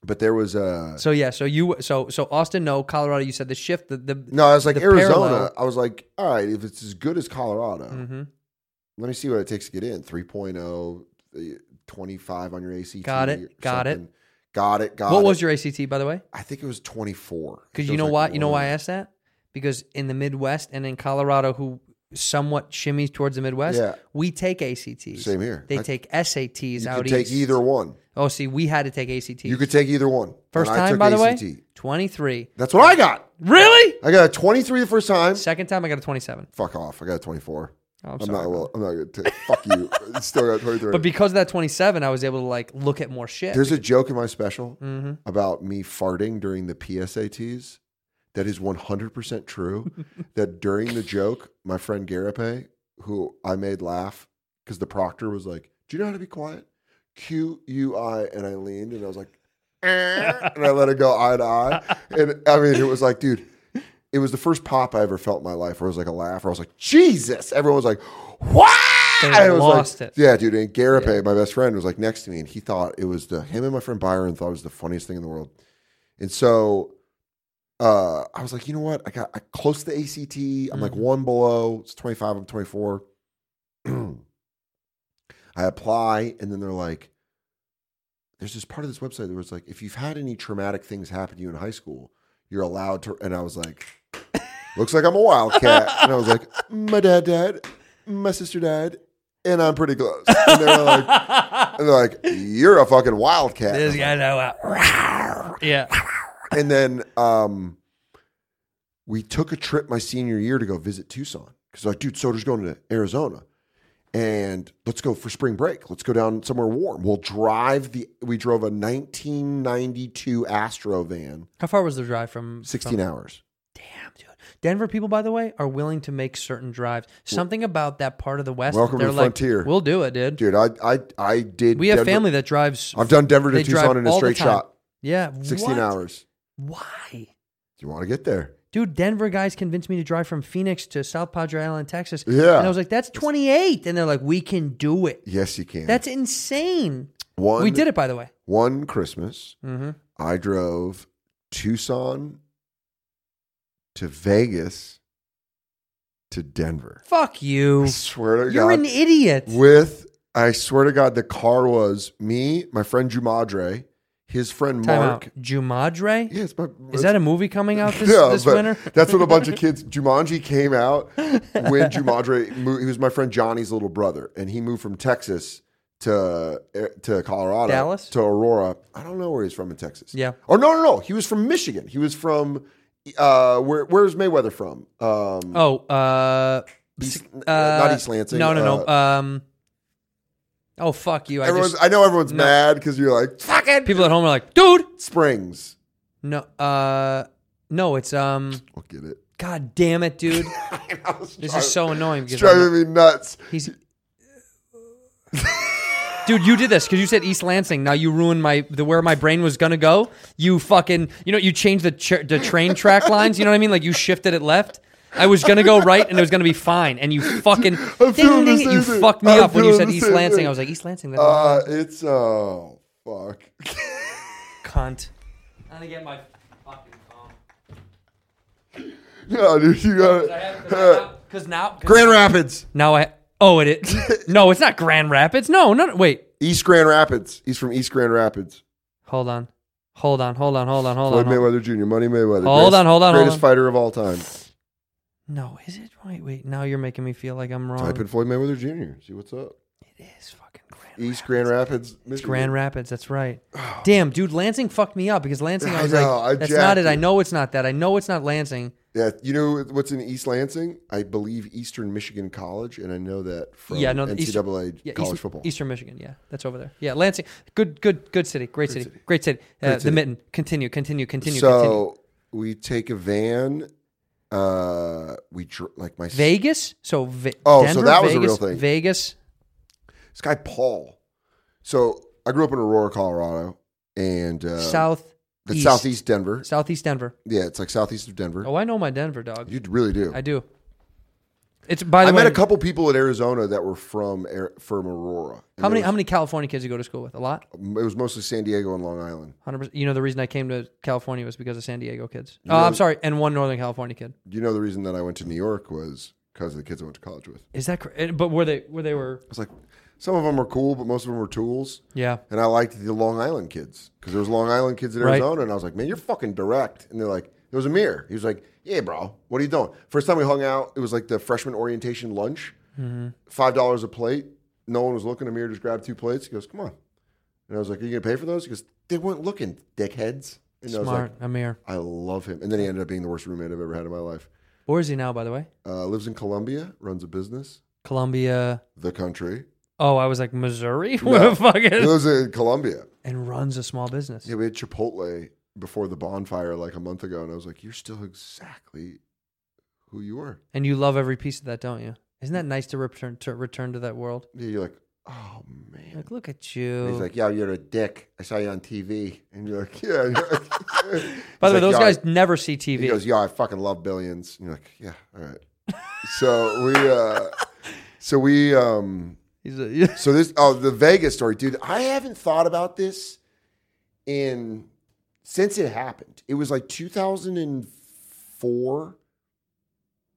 Speaker 9: but there was uh, a.
Speaker 2: So yeah, so you so so Austin no, Colorado you said the shift the, the
Speaker 9: No, I was like
Speaker 2: the
Speaker 9: Arizona.
Speaker 2: parallel-
Speaker 9: I was like, all right, if it's as good as Colorado,
Speaker 2: Mhm.
Speaker 9: let me see what it takes to get in. 3.0, uh, 25 on your ACT.
Speaker 2: Got it,
Speaker 9: or
Speaker 2: got it.
Speaker 9: something. Got it. Got
Speaker 2: What
Speaker 9: it.
Speaker 2: was your ACT by the way?
Speaker 9: I think it was 24.
Speaker 2: Because
Speaker 9: It
Speaker 2: you
Speaker 9: was
Speaker 2: know
Speaker 9: like
Speaker 2: why? You know why I
Speaker 9: one-
Speaker 2: asked that? Because in the Midwest and in Colorado, who somewhat shimmies towards the Midwest,
Speaker 9: Yeah.
Speaker 2: we take ACTs.
Speaker 9: Same here.
Speaker 2: They
Speaker 9: I-
Speaker 2: take SATs
Speaker 9: You
Speaker 2: out
Speaker 9: could take
Speaker 2: east.
Speaker 9: either one.
Speaker 2: Oh, see, we had to take ACTs.
Speaker 9: You could take either one.
Speaker 2: First
Speaker 9: And I
Speaker 2: time,
Speaker 9: took
Speaker 2: by the
Speaker 9: ACT.
Speaker 2: way, twenty three.
Speaker 9: That's what I got.
Speaker 2: Really?
Speaker 9: I got a 23 the first time.
Speaker 2: Second time, I got a twenty seven.
Speaker 9: Fuck off. I got a 24.
Speaker 2: Oh, I'm
Speaker 9: I'm
Speaker 2: sorry,
Speaker 9: not.
Speaker 2: bro.
Speaker 9: Well, I'm not gonna take. Fuck you. Still got 23.
Speaker 2: But because of that twenty seven, I was able to like look at more shit.
Speaker 9: There's a joke in my special
Speaker 2: Mm-hmm.
Speaker 9: about me farting during the PSATs. That is 100% true. that during the joke, my friend Garape, who I made laugh because the proctor was like, Do you know how to be quiet? Q U I. And I leaned and I was like, "Eh," and I let it go eye to eye. And I mean, it was like, dude, it was the first pop I ever felt in my life where it was like a laugh where I was like, Jesus. Everyone was like, Wow.
Speaker 2: They
Speaker 9: And it was like-
Speaker 2: lost it.
Speaker 9: yeah, dude. And Garape, my best friend, was like next to me, and he thought it was the him and my friend Byron thought it was the funniest thing in the world. And so uh, I was like, you know what? I got I close to the ACT. I'm like one below. It's 25. I'm 24. I apply, and then they're like, there's this part of this website that was like, if you've had any traumatic things happen to you in high school, you're allowed to. And I was like, looks like I'm a wildcat. And I was like, my dad died, my sister died, and I'm pretty close. And they're like, and they're like you're a fucking wildcat.
Speaker 2: This guy know what- Yeah.
Speaker 9: and then um, we took a trip my senior year to go visit Tucson because like, dude, Soder's going to Arizona, and let's go for spring break. Let's go down somewhere warm. We'll drive the. We drove a 1992 Astro van,
Speaker 2: How far was the drive from
Speaker 9: 16
Speaker 2: from-
Speaker 9: hours.
Speaker 2: Damn, dude. Denver people, by the way, are willing to make certain drives. Something about that part of the West.
Speaker 9: Welcome to
Speaker 2: they're
Speaker 9: the
Speaker 2: like,
Speaker 9: frontier.
Speaker 2: We'll do it, dude.
Speaker 9: Dude, I I I did.
Speaker 2: we have
Speaker 9: Denver-
Speaker 2: family that drives.
Speaker 9: I've done Denver to
Speaker 2: they drive
Speaker 9: Tucson in a
Speaker 2: all the
Speaker 9: straight
Speaker 2: time.
Speaker 9: shot.
Speaker 2: Yeah.
Speaker 9: 16
Speaker 2: what?
Speaker 9: hours.
Speaker 2: Why?
Speaker 9: You want to get there.
Speaker 2: Dude, Denver guys convinced me to drive from Phoenix to South Padre Island, Texas.
Speaker 9: Yeah.
Speaker 2: And I was like, that's 28. And they're like, we can do it.
Speaker 9: Yes, you can.
Speaker 2: That's insane.
Speaker 9: one,
Speaker 2: we did it, by the way.
Speaker 9: One Christmas,
Speaker 2: Mm-hmm.
Speaker 9: I drove Tucson to Vegas to Denver.
Speaker 2: Fuck you.
Speaker 9: I swear to
Speaker 2: You're
Speaker 9: God.
Speaker 2: an idiot.
Speaker 9: With, I swear to God, the car was me, my friend Jumadre, his friend
Speaker 2: Time
Speaker 9: Mark.
Speaker 2: out. Jumadre?
Speaker 9: Yeah, it's my,
Speaker 2: Is that a movie coming out this,
Speaker 9: Yeah,
Speaker 2: this
Speaker 9: but
Speaker 2: winter?
Speaker 9: That's when a bunch of kids. Jumanji came out when Jumanji. Moved, he was my friend Johnny's little brother, and he moved from Texas to eh, to Colorado,
Speaker 2: Dallas?
Speaker 9: to Aurora. I don't know where he's from in Texas.
Speaker 2: Yeah.
Speaker 9: Or no, no, no. He was from Michigan. He was from uh, where? Where's Mayweather from? Um,
Speaker 2: Oh, uh,
Speaker 9: East-
Speaker 2: uh,
Speaker 9: not East Lansing.
Speaker 2: No, no, no.
Speaker 9: Uh,
Speaker 2: um, oh fuck you! I
Speaker 9: everyone's.
Speaker 2: just
Speaker 9: I know everyone's
Speaker 2: no.
Speaker 9: mad because you're like fucking
Speaker 2: people at home are like, dude.
Speaker 9: Springs.
Speaker 2: No, uh, no, it's um.
Speaker 9: I'll get it.
Speaker 2: God damn it, dude! This is so annoying.
Speaker 9: It's
Speaker 2: Because I'm-
Speaker 9: driving me nuts.
Speaker 2: he's. Dude, you did this because you said East Lansing. Now you ruined my the where my brain was gonna go. You fucking, you know, you changed the ch- the train track lines. You know what I mean? Like you shifted it left. I was gonna go right, and it was gonna be fine. And you fucking,
Speaker 9: I'm feeling the
Speaker 2: you
Speaker 9: same thing.
Speaker 2: fucked me
Speaker 9: I'm
Speaker 2: up when you said
Speaker 9: feeling the
Speaker 2: East
Speaker 9: same
Speaker 2: Lansing.
Speaker 9: thing.
Speaker 2: I was like East Lansing. That's
Speaker 9: Uh, it's oh fuck.
Speaker 2: cunt. I'm gonna get my fucking phone.
Speaker 9: No, dude, you got it.
Speaker 2: Because now, 'cause
Speaker 9: Grand Rapids.
Speaker 2: now I. Oh, it is. no, it's not Grand Rapids. No, no, no. Wait.
Speaker 9: East Grand Rapids. He's from East Grand Rapids.
Speaker 2: Hold on. Hold on. Hold on. Hold on. Hold
Speaker 9: Floyd
Speaker 2: on. Hold on.
Speaker 9: Mayweather Jr., Money Mayweather.
Speaker 2: Hold on, hold on, hold
Speaker 9: Greatest
Speaker 2: on.
Speaker 9: fighter of all time.
Speaker 2: No, is it? Wait, wait. Now you're making me feel like I'm wrong.
Speaker 9: Type in E Floyd Mayweather Jr. See what's up.
Speaker 2: It is fucking Grand
Speaker 9: East Grand Rapids.
Speaker 2: It's Grand Rapids. That's right. Damn, dude, Lansing fucked me up because Lansing. I
Speaker 9: Oh. I
Speaker 2: was
Speaker 9: know, I
Speaker 2: like, that's not
Speaker 9: jacked
Speaker 2: it. I
Speaker 9: it.
Speaker 2: know it's not that. I know it's not Lansing.
Speaker 9: Yeah, you know what's in East Lansing? I believe Eastern Michigan College, and I know that from
Speaker 2: Yeah, no, the East-
Speaker 9: NCAA
Speaker 2: Yeah,
Speaker 9: college
Speaker 2: East-
Speaker 9: football.
Speaker 2: Eastern Michigan. Yeah, that's over there. Yeah, Lansing. Good, good, good city. Great, city. Great city. Uh, The
Speaker 9: city.
Speaker 2: mitten. Continue. Continue. Continue. continue.
Speaker 9: so we take a van. Uh, we dr- like my
Speaker 2: Vegas. So Ve-
Speaker 9: Oh, so
Speaker 2: Denver,
Speaker 9: that was a
Speaker 2: Vegas,
Speaker 9: real thing.
Speaker 2: Vegas.
Speaker 9: this guy Paul. So I grew up in Aurora, Colorado, and uh,
Speaker 2: South.
Speaker 9: that's southeast Denver.
Speaker 2: Southeast Denver.
Speaker 9: Yeah, it's like southeast of Denver.
Speaker 2: Oh, I know my Denver dog.
Speaker 9: You really do.
Speaker 2: I do. It's by the
Speaker 9: I
Speaker 2: way.
Speaker 9: met a couple people in Arizona that were from Ar- from Aurora. And
Speaker 2: How many?
Speaker 9: there
Speaker 2: How many California kids you go to school with? A lot.
Speaker 9: was- It was mostly San Diego and Long Island.
Speaker 2: Hundred percent. You know the reason I came to California was because of San Diego kids. Oh, I'm sorry, and one Northern California kid.
Speaker 9: You know the reason that I went to New York was because of the kids I went to college with. I
Speaker 2: Is that? cor- eh, But were they? Were they were?
Speaker 9: was like, some of them were cool, but most of them were tools.
Speaker 2: Yeah.
Speaker 9: And I liked the Long Island kids because there was Long Island kids in
Speaker 2: Right.
Speaker 9: Arizona, and I was like, man, you're fucking direct. And they're like, there was Amir. He was like, yeah, bro, what are you doing? First time we hung out, it was like the freshman orientation lunch,
Speaker 2: Mm-hmm.
Speaker 9: five dollars a plate. No one was looking. Amir just grabbed two plates. He goes, come on. And I was like, are you gonna pay for those? He goes, they weren't looking, dickheads. And I was like,
Speaker 2: Smart. Amir.
Speaker 9: I love him. And then he ended up being the worst roommate I've ever had in my life.
Speaker 2: Where is he now? By the way,
Speaker 9: Uh, lives in Colombia, runs a business,
Speaker 2: Columbia.
Speaker 9: the country.
Speaker 2: Oh, I was like Missouri. What the fuck
Speaker 9: He
Speaker 2: is?
Speaker 9: lives in Colombia.
Speaker 2: And runs a small business.
Speaker 9: Yeah, we had Chipotle before the bonfire like a month ago, and I was like, "You're still exactly who you were."
Speaker 2: And you love every piece of that, don't you? Isn't that nice to return to return to that world?
Speaker 9: Yeah, you're like, "Oh man."
Speaker 2: Like, look at
Speaker 9: And
Speaker 2: you.
Speaker 9: he's like, "Yeah, you're a dick. I saw you on TV," and you're like, "Yeah." And you're like-
Speaker 2: By the way,
Speaker 9: He's like,
Speaker 2: those
Speaker 9: "Yeah, I-"
Speaker 2: guys never see
Speaker 9: He
Speaker 2: TV.
Speaker 9: goes, "Yeah, I fucking love billions. And you're like, "Yeah, all right." so we, uh so we, um
Speaker 2: He's a-
Speaker 9: so this, oh, the Vegas story, dude. I haven't thought about this in since it happened. It was like 2004.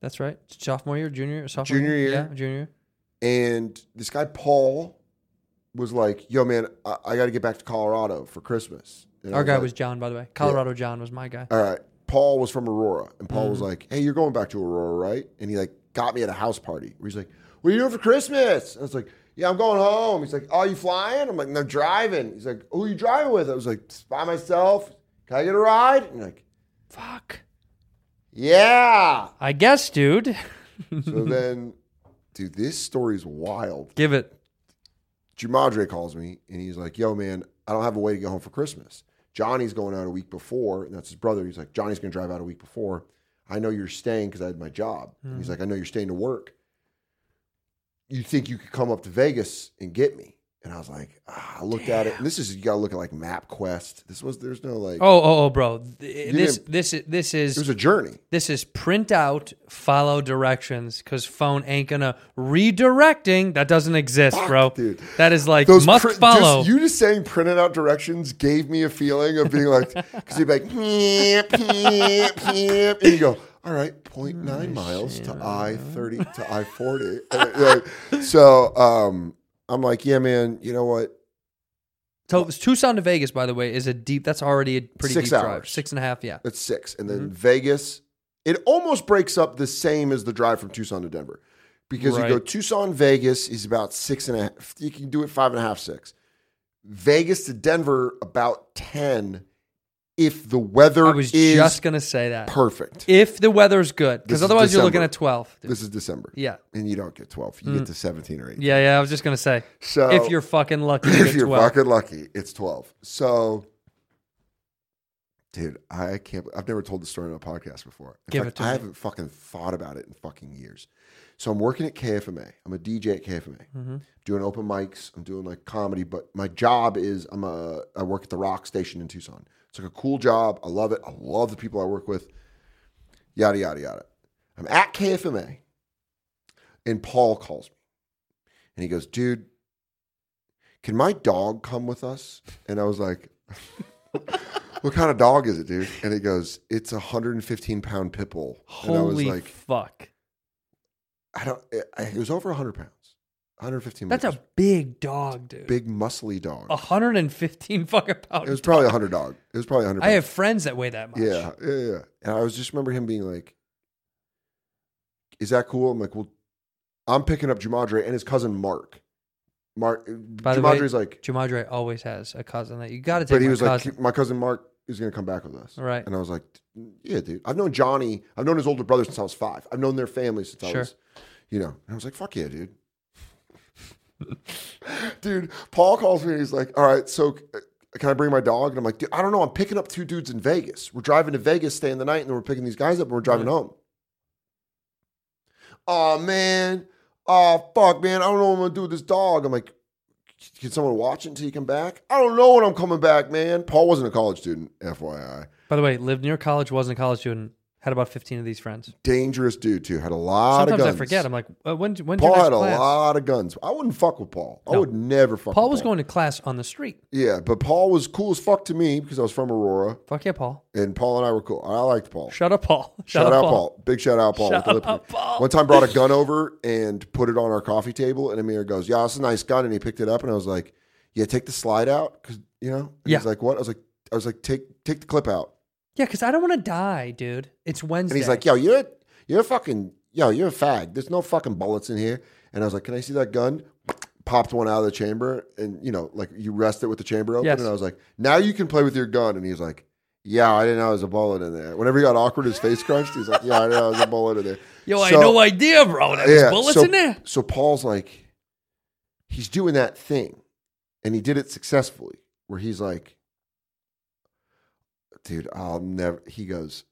Speaker 2: That's right. Sophomore year, junior, year, sophomore
Speaker 9: Junior year.
Speaker 2: yeah, junior. year.
Speaker 9: and this guy Paul was like, "Yo, man, I, I got to get back to Colorado for Christmas." And I
Speaker 2: Our guy
Speaker 9: like-
Speaker 2: was John, by the way. Colorado John was my guy.
Speaker 9: all right. Paul was from Aurora, and Paul
Speaker 2: Mm-hmm.
Speaker 9: was like, "Hey, you're going back to Aurora, right?" And he like got me at a house party where he's like, "What are you doing for Christmas?" And I was like, "Yeah, I'm going home." He's like, "Oh, you flying?" I'm like, "No, driving." He's like, "Who you driving with?" I was like, "Just "By myself. Can I get a ride?" And like,
Speaker 2: Fuck.
Speaker 9: "Yeah."
Speaker 2: I guess, dude.
Speaker 9: so then, dude, this story's wild.
Speaker 2: Give it.
Speaker 9: Jumadre calls me and he's like, "Yo, man, I don't have a way to get home for Christmas. Johnny's going out a week before, and that's his brother. He's like, Johnny's going to drive out a week before. I know you're staying because I had my job. And he's like, I know you're staying to work. You think you could come up to Vegas and get me? And I was like, ah, I looked at it. And this is you gotta look at like MapQuest. This was there's no like
Speaker 2: Oh, oh, oh, bro. Th- This,
Speaker 9: didn't-
Speaker 2: this, is- this
Speaker 9: it was
Speaker 2: is
Speaker 9: a journey.
Speaker 2: this is print out, follow directions, because phone ain't gonna redirecting. That doesn't exist, bro.
Speaker 9: dude.
Speaker 2: That is like
Speaker 9: Those
Speaker 2: must
Speaker 9: print- just-
Speaker 2: follow.
Speaker 9: you just saying printed out directions gave me a feeling of being like, because you'd be like, "Meep, meep, meep," and you go, all right, 0.9 miles to I thirty to I forty. so um, I'm like, yeah, man. You know what?
Speaker 2: So it's Tucson to Vegas, by the way, is a deep. That's already a pretty
Speaker 9: Six
Speaker 2: deep drive.
Speaker 9: hours.
Speaker 2: Six and a half. Yeah.
Speaker 9: That's six, and then
Speaker 2: Mm-hmm.
Speaker 9: Vegas. It almost breaks up the same as the drive from Tucson to Denver, because
Speaker 2: Right.
Speaker 9: you go Tucson Vegas is about six and a half. You can do it five and a half, six. Vegas to Denver about ten, if the weather
Speaker 2: I was
Speaker 9: is
Speaker 2: just gonna say that.
Speaker 9: perfect.
Speaker 2: if the weather's good,
Speaker 9: This
Speaker 2: because
Speaker 9: is
Speaker 2: otherwise you're looking
Speaker 9: December.
Speaker 2: at twelve. dude.
Speaker 9: this is December,
Speaker 2: yeah. Mm.
Speaker 9: and you don't get twelve. You get to seventeen or eighteen.
Speaker 2: Yeah, yeah. I was just gonna say,
Speaker 9: So
Speaker 2: if you're fucking lucky, you
Speaker 9: if
Speaker 2: get
Speaker 9: you're
Speaker 2: 12.
Speaker 9: fucking lucky, it's twelve. So, dude, I can't. I've never told the story on a podcast before. In
Speaker 2: Give
Speaker 9: fact,
Speaker 2: it to
Speaker 9: I
Speaker 2: me.
Speaker 9: haven't fucking thought about it in fucking years. So I'm working at KFMA. I'm a DJ at KFMA,
Speaker 2: Mm-hmm.
Speaker 9: doing open mics. I'm doing like comedy, but my job is I'm a I work at the rock station in Tucson. It's like a cool job. I love it. I love the people I work with. Yada yada yada. I'm at KFMA, and Paul calls me, and he goes, "Dude, can my dog come with us? And I was like, what kind of dog is it, dude? And he goes, it's a 115 pound pit bull. and I was
Speaker 2: Holy
Speaker 9: like,
Speaker 2: fuck!
Speaker 9: I don't, I, it was over 100 pounds, 115.
Speaker 2: That's a
Speaker 9: liters.
Speaker 2: big dog, dude.
Speaker 9: big, muscly dog.
Speaker 2: 115 fucking
Speaker 9: it
Speaker 2: pounds.
Speaker 9: was probably a 100 dog. It was probably 100.
Speaker 2: I have friends that weigh that much.
Speaker 9: Yeah, yeah, yeah. And I was just remember him being like, "Is that cool?" I'm like, "Well, I'm picking up Jumadre and his cousin Mark. Mark
Speaker 2: By the way,
Speaker 9: Jumadre's like,
Speaker 2: Jumadre always has a cousin that you got to take.
Speaker 9: but he
Speaker 2: my
Speaker 9: was
Speaker 2: cousin.
Speaker 9: like, my cousin Mark is going to come back with us.
Speaker 2: Right.
Speaker 9: And I was like, yeah, dude. I've known Johnny. I've known his older brother since I was five. I've known their family since I
Speaker 2: Sure.
Speaker 9: was, you know. And I was like, fuck yeah, dude. dude, Paul calls me and he's like, all right, so uh, can I bring my dog? And I'm like, dude, I don't know. I'm picking up two dudes in Vegas. We're driving to Vegas, staying the night, and then we're picking these guys up and we're driving home. Oh, man. Oh, fuck, man. I don't know what I'm going to do with this dog. I'm like, can someone watch it until you come back? I don't know when I'm coming back, man. Paul wasn't a college student, FYI.
Speaker 2: By the way, lived near college, wasn't a college student, had about 15 of these friends.
Speaker 9: Dangerous dude too. Had a lot
Speaker 2: Sometimes
Speaker 9: of guns.
Speaker 2: I forget. I'm like, uh, when when's your
Speaker 9: Paul
Speaker 2: next
Speaker 9: had a
Speaker 2: class?
Speaker 9: lot of guns. I wouldn't fuck with Paul. I
Speaker 2: No.
Speaker 9: would never fuck.
Speaker 2: Paul
Speaker 9: with
Speaker 2: was going to class on the street.
Speaker 9: Yeah, but Paul was cool as fuck to me because I was from Aurora,
Speaker 2: Fuck yeah, Paul.
Speaker 9: and Paul and I were cool. I liked Paul.
Speaker 2: Shout out, Paul.
Speaker 9: Shout, out Paul. Big shout out Paul.
Speaker 2: Shout
Speaker 9: with the lip
Speaker 2: out
Speaker 9: ring.
Speaker 2: Paul.
Speaker 9: One time brought a gun over and put it on our coffee table, and Amir goes, "Yeah, it's a nice gun." And he picked it up, and I was like, "Yeah, take the slide out, cause you know." And
Speaker 2: Yeah.
Speaker 9: He's like, "What?" I was like, "I was like, take take the clip out."
Speaker 2: Yeah, because I don't want to die, dude. It's Wednesday.
Speaker 9: And he's like, "Yo, you're a, you're a fucking yo, you're a fag. There's no fucking bullets in here." And I was like, "Can I see that gun?" Popped one out of the chamber, and you know, like you rest it with the chamber open.
Speaker 2: Yes.
Speaker 9: And I was like, "Now you can play with your gun." And he's like, "Yeah, I didn't know there was a bullet in there." Whenever he got awkward, his face crunched. He's like, "Yeah, I didn't know there was a bullet in there."
Speaker 2: yo, I
Speaker 9: So-
Speaker 2: had no idea, bro. There's bullets
Speaker 9: so,
Speaker 2: in there.
Speaker 9: So Paul's like, he's doing that thing, and he did it successfully. Where he's like, dude, I'll never. He goes,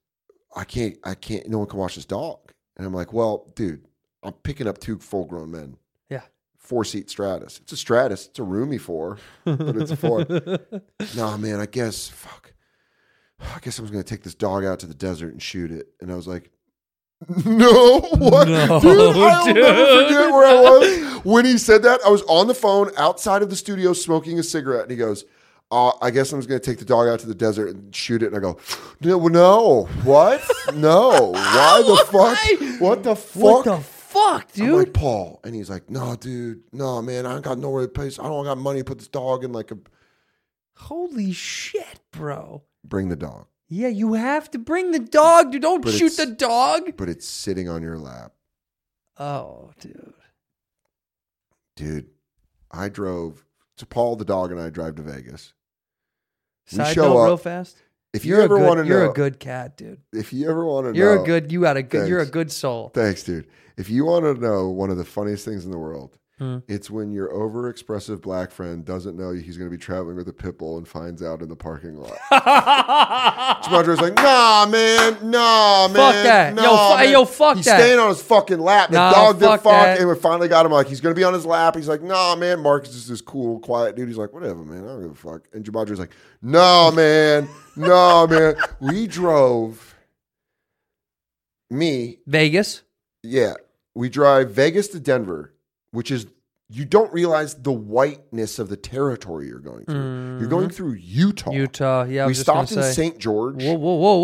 Speaker 9: I can't, I can't. No one can watch this dog. And I'm like, well, dude, I'm picking up two full grown men.
Speaker 2: Yeah.
Speaker 9: Four seat Stratus. It's a Stratus. It's a roomy four, but it's a four. nah, man, I guess, fuck. I guess I was going to take this dog out to the desert and shoot it. And I was like, no, what?
Speaker 2: No,
Speaker 9: dude, I'll never
Speaker 2: dude.
Speaker 9: forget where I was. When he said that, I was on the phone outside of the studio smoking a cigarette, and he goes, uh, I guess I'm just going to take the dog out to the desert and shoot it. And I go, no, no what? No, why the fuck? What the fuck?
Speaker 2: What the fuck,
Speaker 9: I'm like
Speaker 2: dude?
Speaker 9: Paul, and he's like, "No, dude, no, man, I don't got nowhere to place. I don't got money to put this dog in. Like, a
Speaker 2: Holy shit, bro.
Speaker 9: bring the dog,
Speaker 2: Yeah, you have to bring the dog, dude. Don't
Speaker 9: But
Speaker 2: shoot
Speaker 9: it's-
Speaker 2: the dog.
Speaker 9: but it's sitting on your lap,
Speaker 2: Oh, dude.
Speaker 9: dude." I drove to Paul, the dog, and I drive to Vegas. We
Speaker 2: Side
Speaker 9: show
Speaker 2: note, real
Speaker 9: up.
Speaker 2: fast.
Speaker 9: If you
Speaker 2: You're a
Speaker 9: ever
Speaker 2: good-
Speaker 9: want to know,
Speaker 2: you're a good cat, dude.
Speaker 9: if you ever want to,
Speaker 2: You're
Speaker 9: know,
Speaker 2: a good. You got a good. You're a
Speaker 9: Thanks.
Speaker 2: good soul.
Speaker 9: Thanks, dude. If you want to know one of the funniest things in the world,
Speaker 2: Hmm.
Speaker 9: It's when your overexpressive black friend doesn't know he's going to be traveling with a pit bull and finds out in the parking lot. Smudger's like, nah, man, nah, man.
Speaker 2: that.
Speaker 9: nah,
Speaker 2: Yo, fu-
Speaker 9: man."
Speaker 2: yo, fuck
Speaker 9: he's
Speaker 2: that.
Speaker 9: staying on his fucking lap. The
Speaker 2: Nah,
Speaker 9: dog did
Speaker 2: fuck
Speaker 9: fuck,
Speaker 2: that.
Speaker 9: and we finally got him. Like, he's going to be on his lap. He's like, nah, man. Marcus is this cool, quiet dude. He's like, whatever, man. I don't give a fuck. And Jamadre's like, nah, man, nah, man. We drove me
Speaker 2: Vegas.
Speaker 9: yeah. We drive Vegas to Denver, which is you don't realize the whiteness of the territory you're going through. You're going through Utah.
Speaker 2: Mm-hmm. Utah, yeah, I
Speaker 9: We
Speaker 2: was just gonna
Speaker 9: stopped in
Speaker 2: say.
Speaker 9: St. George,
Speaker 2: Whoa, whoa, whoa,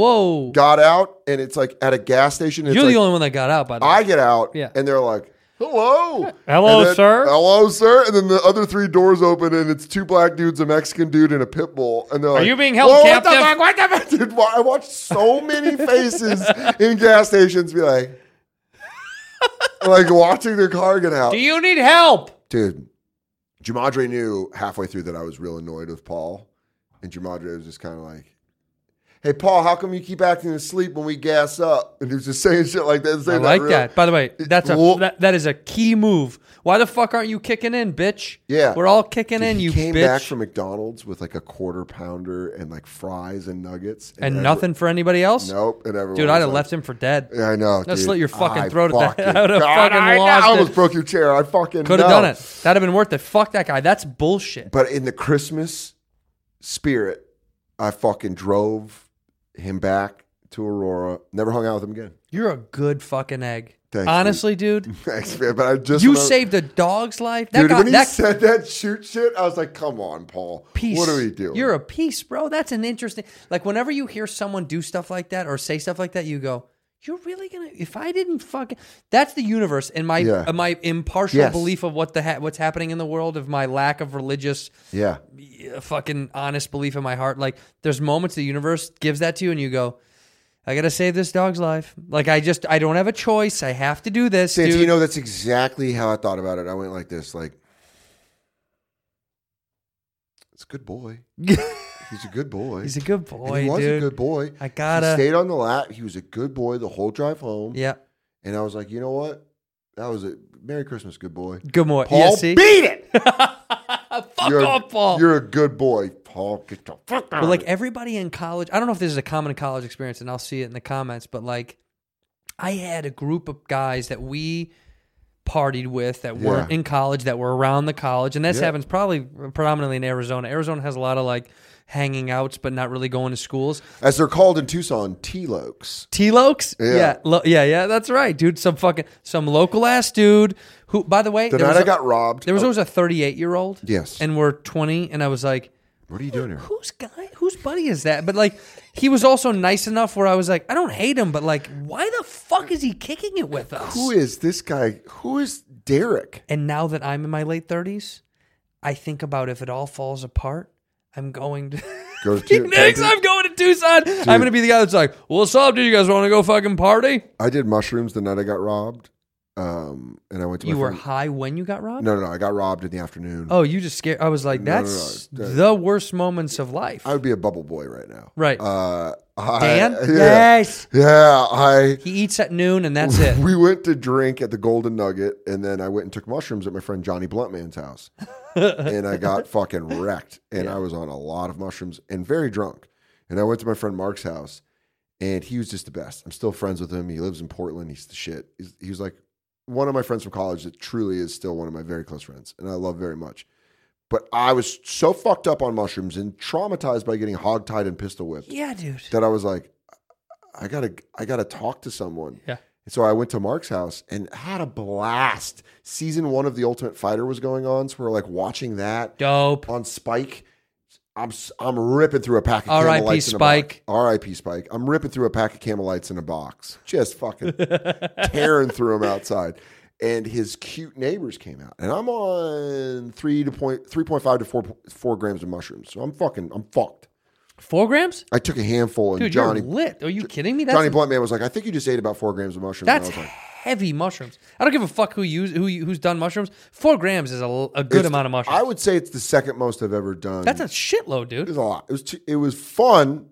Speaker 2: whoa.
Speaker 9: got out, and it's like at a gas station. It's
Speaker 2: You're
Speaker 9: like,
Speaker 2: the only one that got out, by the way.
Speaker 9: I get out,
Speaker 2: Yeah.
Speaker 9: and they're like, "Hello,
Speaker 2: Hello,
Speaker 9: And then,
Speaker 2: sir.
Speaker 9: hello, sir." And then the other three doors open, and it's two black dudes, a Mexican dude, and a pit bull. And they're like,
Speaker 2: you being held
Speaker 9: "Whoa,
Speaker 2: captive?"
Speaker 9: What the fuck? What the fuck? Dude, why- I watched so many faces in gas stations be like, like watching their car get out,
Speaker 2: Do you need help?
Speaker 9: dude. Jamadre knew halfway through that I was real annoyed with Paul, and Jamadre was just kind of like. Hey Paul, how come you keep acting asleep when we gas up? And he was just saying shit like that.
Speaker 2: I
Speaker 9: saying
Speaker 2: like
Speaker 9: real-
Speaker 2: that. By the way, that's a
Speaker 9: Well-
Speaker 2: that, that is a key move. Why the fuck aren't you kicking in, bitch?
Speaker 9: Yeah.
Speaker 2: we're all kicking
Speaker 9: Dude,
Speaker 2: in.
Speaker 9: he
Speaker 2: You
Speaker 9: came
Speaker 2: bitch.
Speaker 9: back from McDonald's with like a quarter pounder and like fries and nuggets
Speaker 2: and
Speaker 9: every-
Speaker 2: nothing for anybody else.
Speaker 9: Nope, and everyone.
Speaker 2: dude,
Speaker 9: was
Speaker 2: I'd have
Speaker 9: like-
Speaker 2: left him for dead.
Speaker 9: Yeah, I know.
Speaker 2: Just
Speaker 9: dude.
Speaker 2: slit your fucking
Speaker 9: I
Speaker 2: throat at that.
Speaker 9: fucking-
Speaker 2: I would've
Speaker 9: God,
Speaker 2: fucking
Speaker 9: I, know.
Speaker 2: lost
Speaker 9: I
Speaker 2: it.
Speaker 9: almost broke your chair. I fucking
Speaker 2: Could have
Speaker 9: know.
Speaker 2: done it. That'd have been worth it. Fuck that guy. That's bullshit.
Speaker 9: But in the Christmas spirit, I fucking drove him back to Aurora. Never hung out with him again.
Speaker 2: You're a good fucking egg.
Speaker 9: Thanks,
Speaker 2: Honestly, dude,
Speaker 9: Thanks, man. But I just
Speaker 2: you
Speaker 9: remember-
Speaker 2: saved a dog's life. That
Speaker 9: Dude,
Speaker 2: guy,
Speaker 9: when he
Speaker 2: that
Speaker 9: said that shoot shit, I was like, "Come on, Paul.
Speaker 2: piece.
Speaker 9: What are we doing?
Speaker 2: You're a piece, bro. That's an interesting. Like whenever you hear someone do stuff like that or say stuff like that, you go, "You're really gonna?" If I didn't fucking, that's the universe and my
Speaker 9: Yeah.
Speaker 2: uh, my impartial
Speaker 9: Yes.
Speaker 2: belief of what the ha- what's happening in the world of my lack of religious
Speaker 9: yeah."
Speaker 2: a fucking honest belief in my heart. Like there's moments the universe gives that to you, and you go, "I gotta save this dog's life." Like I just I don't have a choice. I have to do this,
Speaker 9: Santino,
Speaker 2: dude.
Speaker 9: that's exactly how I thought about it. I went like this, like it's a good boy. He's a good boy.
Speaker 2: He's a good
Speaker 9: And
Speaker 2: boy,
Speaker 9: he was
Speaker 2: dude.
Speaker 9: a good boy.
Speaker 2: I gotta-
Speaker 9: He stayed on the lap. He was a good boy the whole drive home.
Speaker 2: Yeah,
Speaker 9: And I was like, you know what? That was it. Merry Christmas, good boy.
Speaker 2: good morning.
Speaker 9: Paul,
Speaker 2: Yeah, see?
Speaker 9: beat it.
Speaker 2: Fuck
Speaker 9: you're,
Speaker 2: off, Paul.
Speaker 9: You're a good boy, Paul. Get the fuck out.
Speaker 2: But
Speaker 9: of
Speaker 2: like
Speaker 9: here.
Speaker 2: everybody in college, I don't know if this is a common college experience, and I'll see it in the comments. But like, I had a group of guys that we partied with that weren't
Speaker 9: Yeah.
Speaker 2: in college, that were around the college, and this
Speaker 9: Yeah.
Speaker 2: happens probably predominantly in Arizona. Arizona has a lot of like hanging outs, but not really going to schools.
Speaker 9: as they're called in Tucson, T-Lokes.
Speaker 2: T Lokes,
Speaker 9: Yeah.
Speaker 2: yeah, lo- yeah, yeah, that's right, dude. Some fucking some local ass dude who, by the way,
Speaker 9: The
Speaker 2: there
Speaker 9: night
Speaker 2: was
Speaker 9: I
Speaker 2: a-
Speaker 9: got robbed.
Speaker 2: There was
Speaker 9: oh,
Speaker 2: always a thirty-eight year old,
Speaker 9: Yes.
Speaker 2: and we're twenty, and I was like.
Speaker 9: what are you doing here?
Speaker 2: whose guy whose buddy is that but like he was also nice enough where i was like i don't hate him but like why the fuck is he kicking it with us
Speaker 9: Who is this guy? Who is Derek?
Speaker 2: and now that i'm in my late 30s i think about if it all falls apart i'm going to
Speaker 9: Go to
Speaker 2: Phoenix, I'm going to Tucson. I'm going to be the guy that's like, "What's up, dude? You guys want to go fucking party?"
Speaker 9: I did mushrooms the night I got robbed, um, and I went to.
Speaker 2: You
Speaker 9: my
Speaker 2: were
Speaker 9: friend-
Speaker 2: high when you got robbed.
Speaker 9: No, no, no. I got robbed in the afternoon.
Speaker 2: Oh, you just scared. I was like,
Speaker 9: No, no, no.
Speaker 2: "That's
Speaker 9: Uh,
Speaker 2: the worst moments of life."
Speaker 9: I would be a bubble boy right now.
Speaker 2: Right.
Speaker 9: Uh, I,
Speaker 2: Dan,
Speaker 9: yeah.
Speaker 2: yes,
Speaker 9: Yeah, I.
Speaker 2: he eats at noon, and that's it.
Speaker 9: We went to drink at the Golden Nugget, and then I went and took mushrooms at my friend Johnny Bluntman's house, and I got fucking wrecked. And I was on a lot of mushrooms and very drunk. And I went to my friend Mark's house, and he was just the best. I'm still friends with him. He lives in Portland. He's the shit. He's, he was like one of my friends from college that truly is still one of my very close friends, and I love very much. But I was so fucked up on mushrooms and traumatized by getting hogtied and pistol whipped
Speaker 2: Yeah, dude.
Speaker 9: that I was like, I gotta, I gotta talk to someone.
Speaker 2: Yeah.
Speaker 9: And so I went to Mark's house and had a blast. Season one of The Ultimate Fighter was going on, so we are like watching that
Speaker 2: Dope.
Speaker 9: on Spike. I'm s- I'm ripping through a pack of
Speaker 2: R.I.P.
Speaker 9: Camel lights in a
Speaker 2: Spike.
Speaker 9: box. R.I.P. Spike. I'm ripping through a pack of Camel lights in a box, just fucking tearing through them outside. And his cute neighbors came out, and I'm on three to point three point five to four four grams of mushrooms, so I'm fucking I'm fucked.
Speaker 2: Four grams.
Speaker 9: I took a handful, and
Speaker 2: Dude,
Speaker 9: Johnny
Speaker 2: you're lit. Are you kidding me? That's,
Speaker 9: Johnny Bluntman was like, I think you just ate about four grams of mushrooms.
Speaker 2: that's
Speaker 9: and I was like,
Speaker 2: heavy mushrooms. I don't give a fuck who use who you- who's done mushrooms. Four grams is a, l- a good
Speaker 9: It's-
Speaker 2: amount of mushrooms.
Speaker 9: I would say it's the second most I've ever done.
Speaker 2: that's a shitload,
Speaker 9: it was
Speaker 2: dude.
Speaker 9: a lot. It was too, it was fun,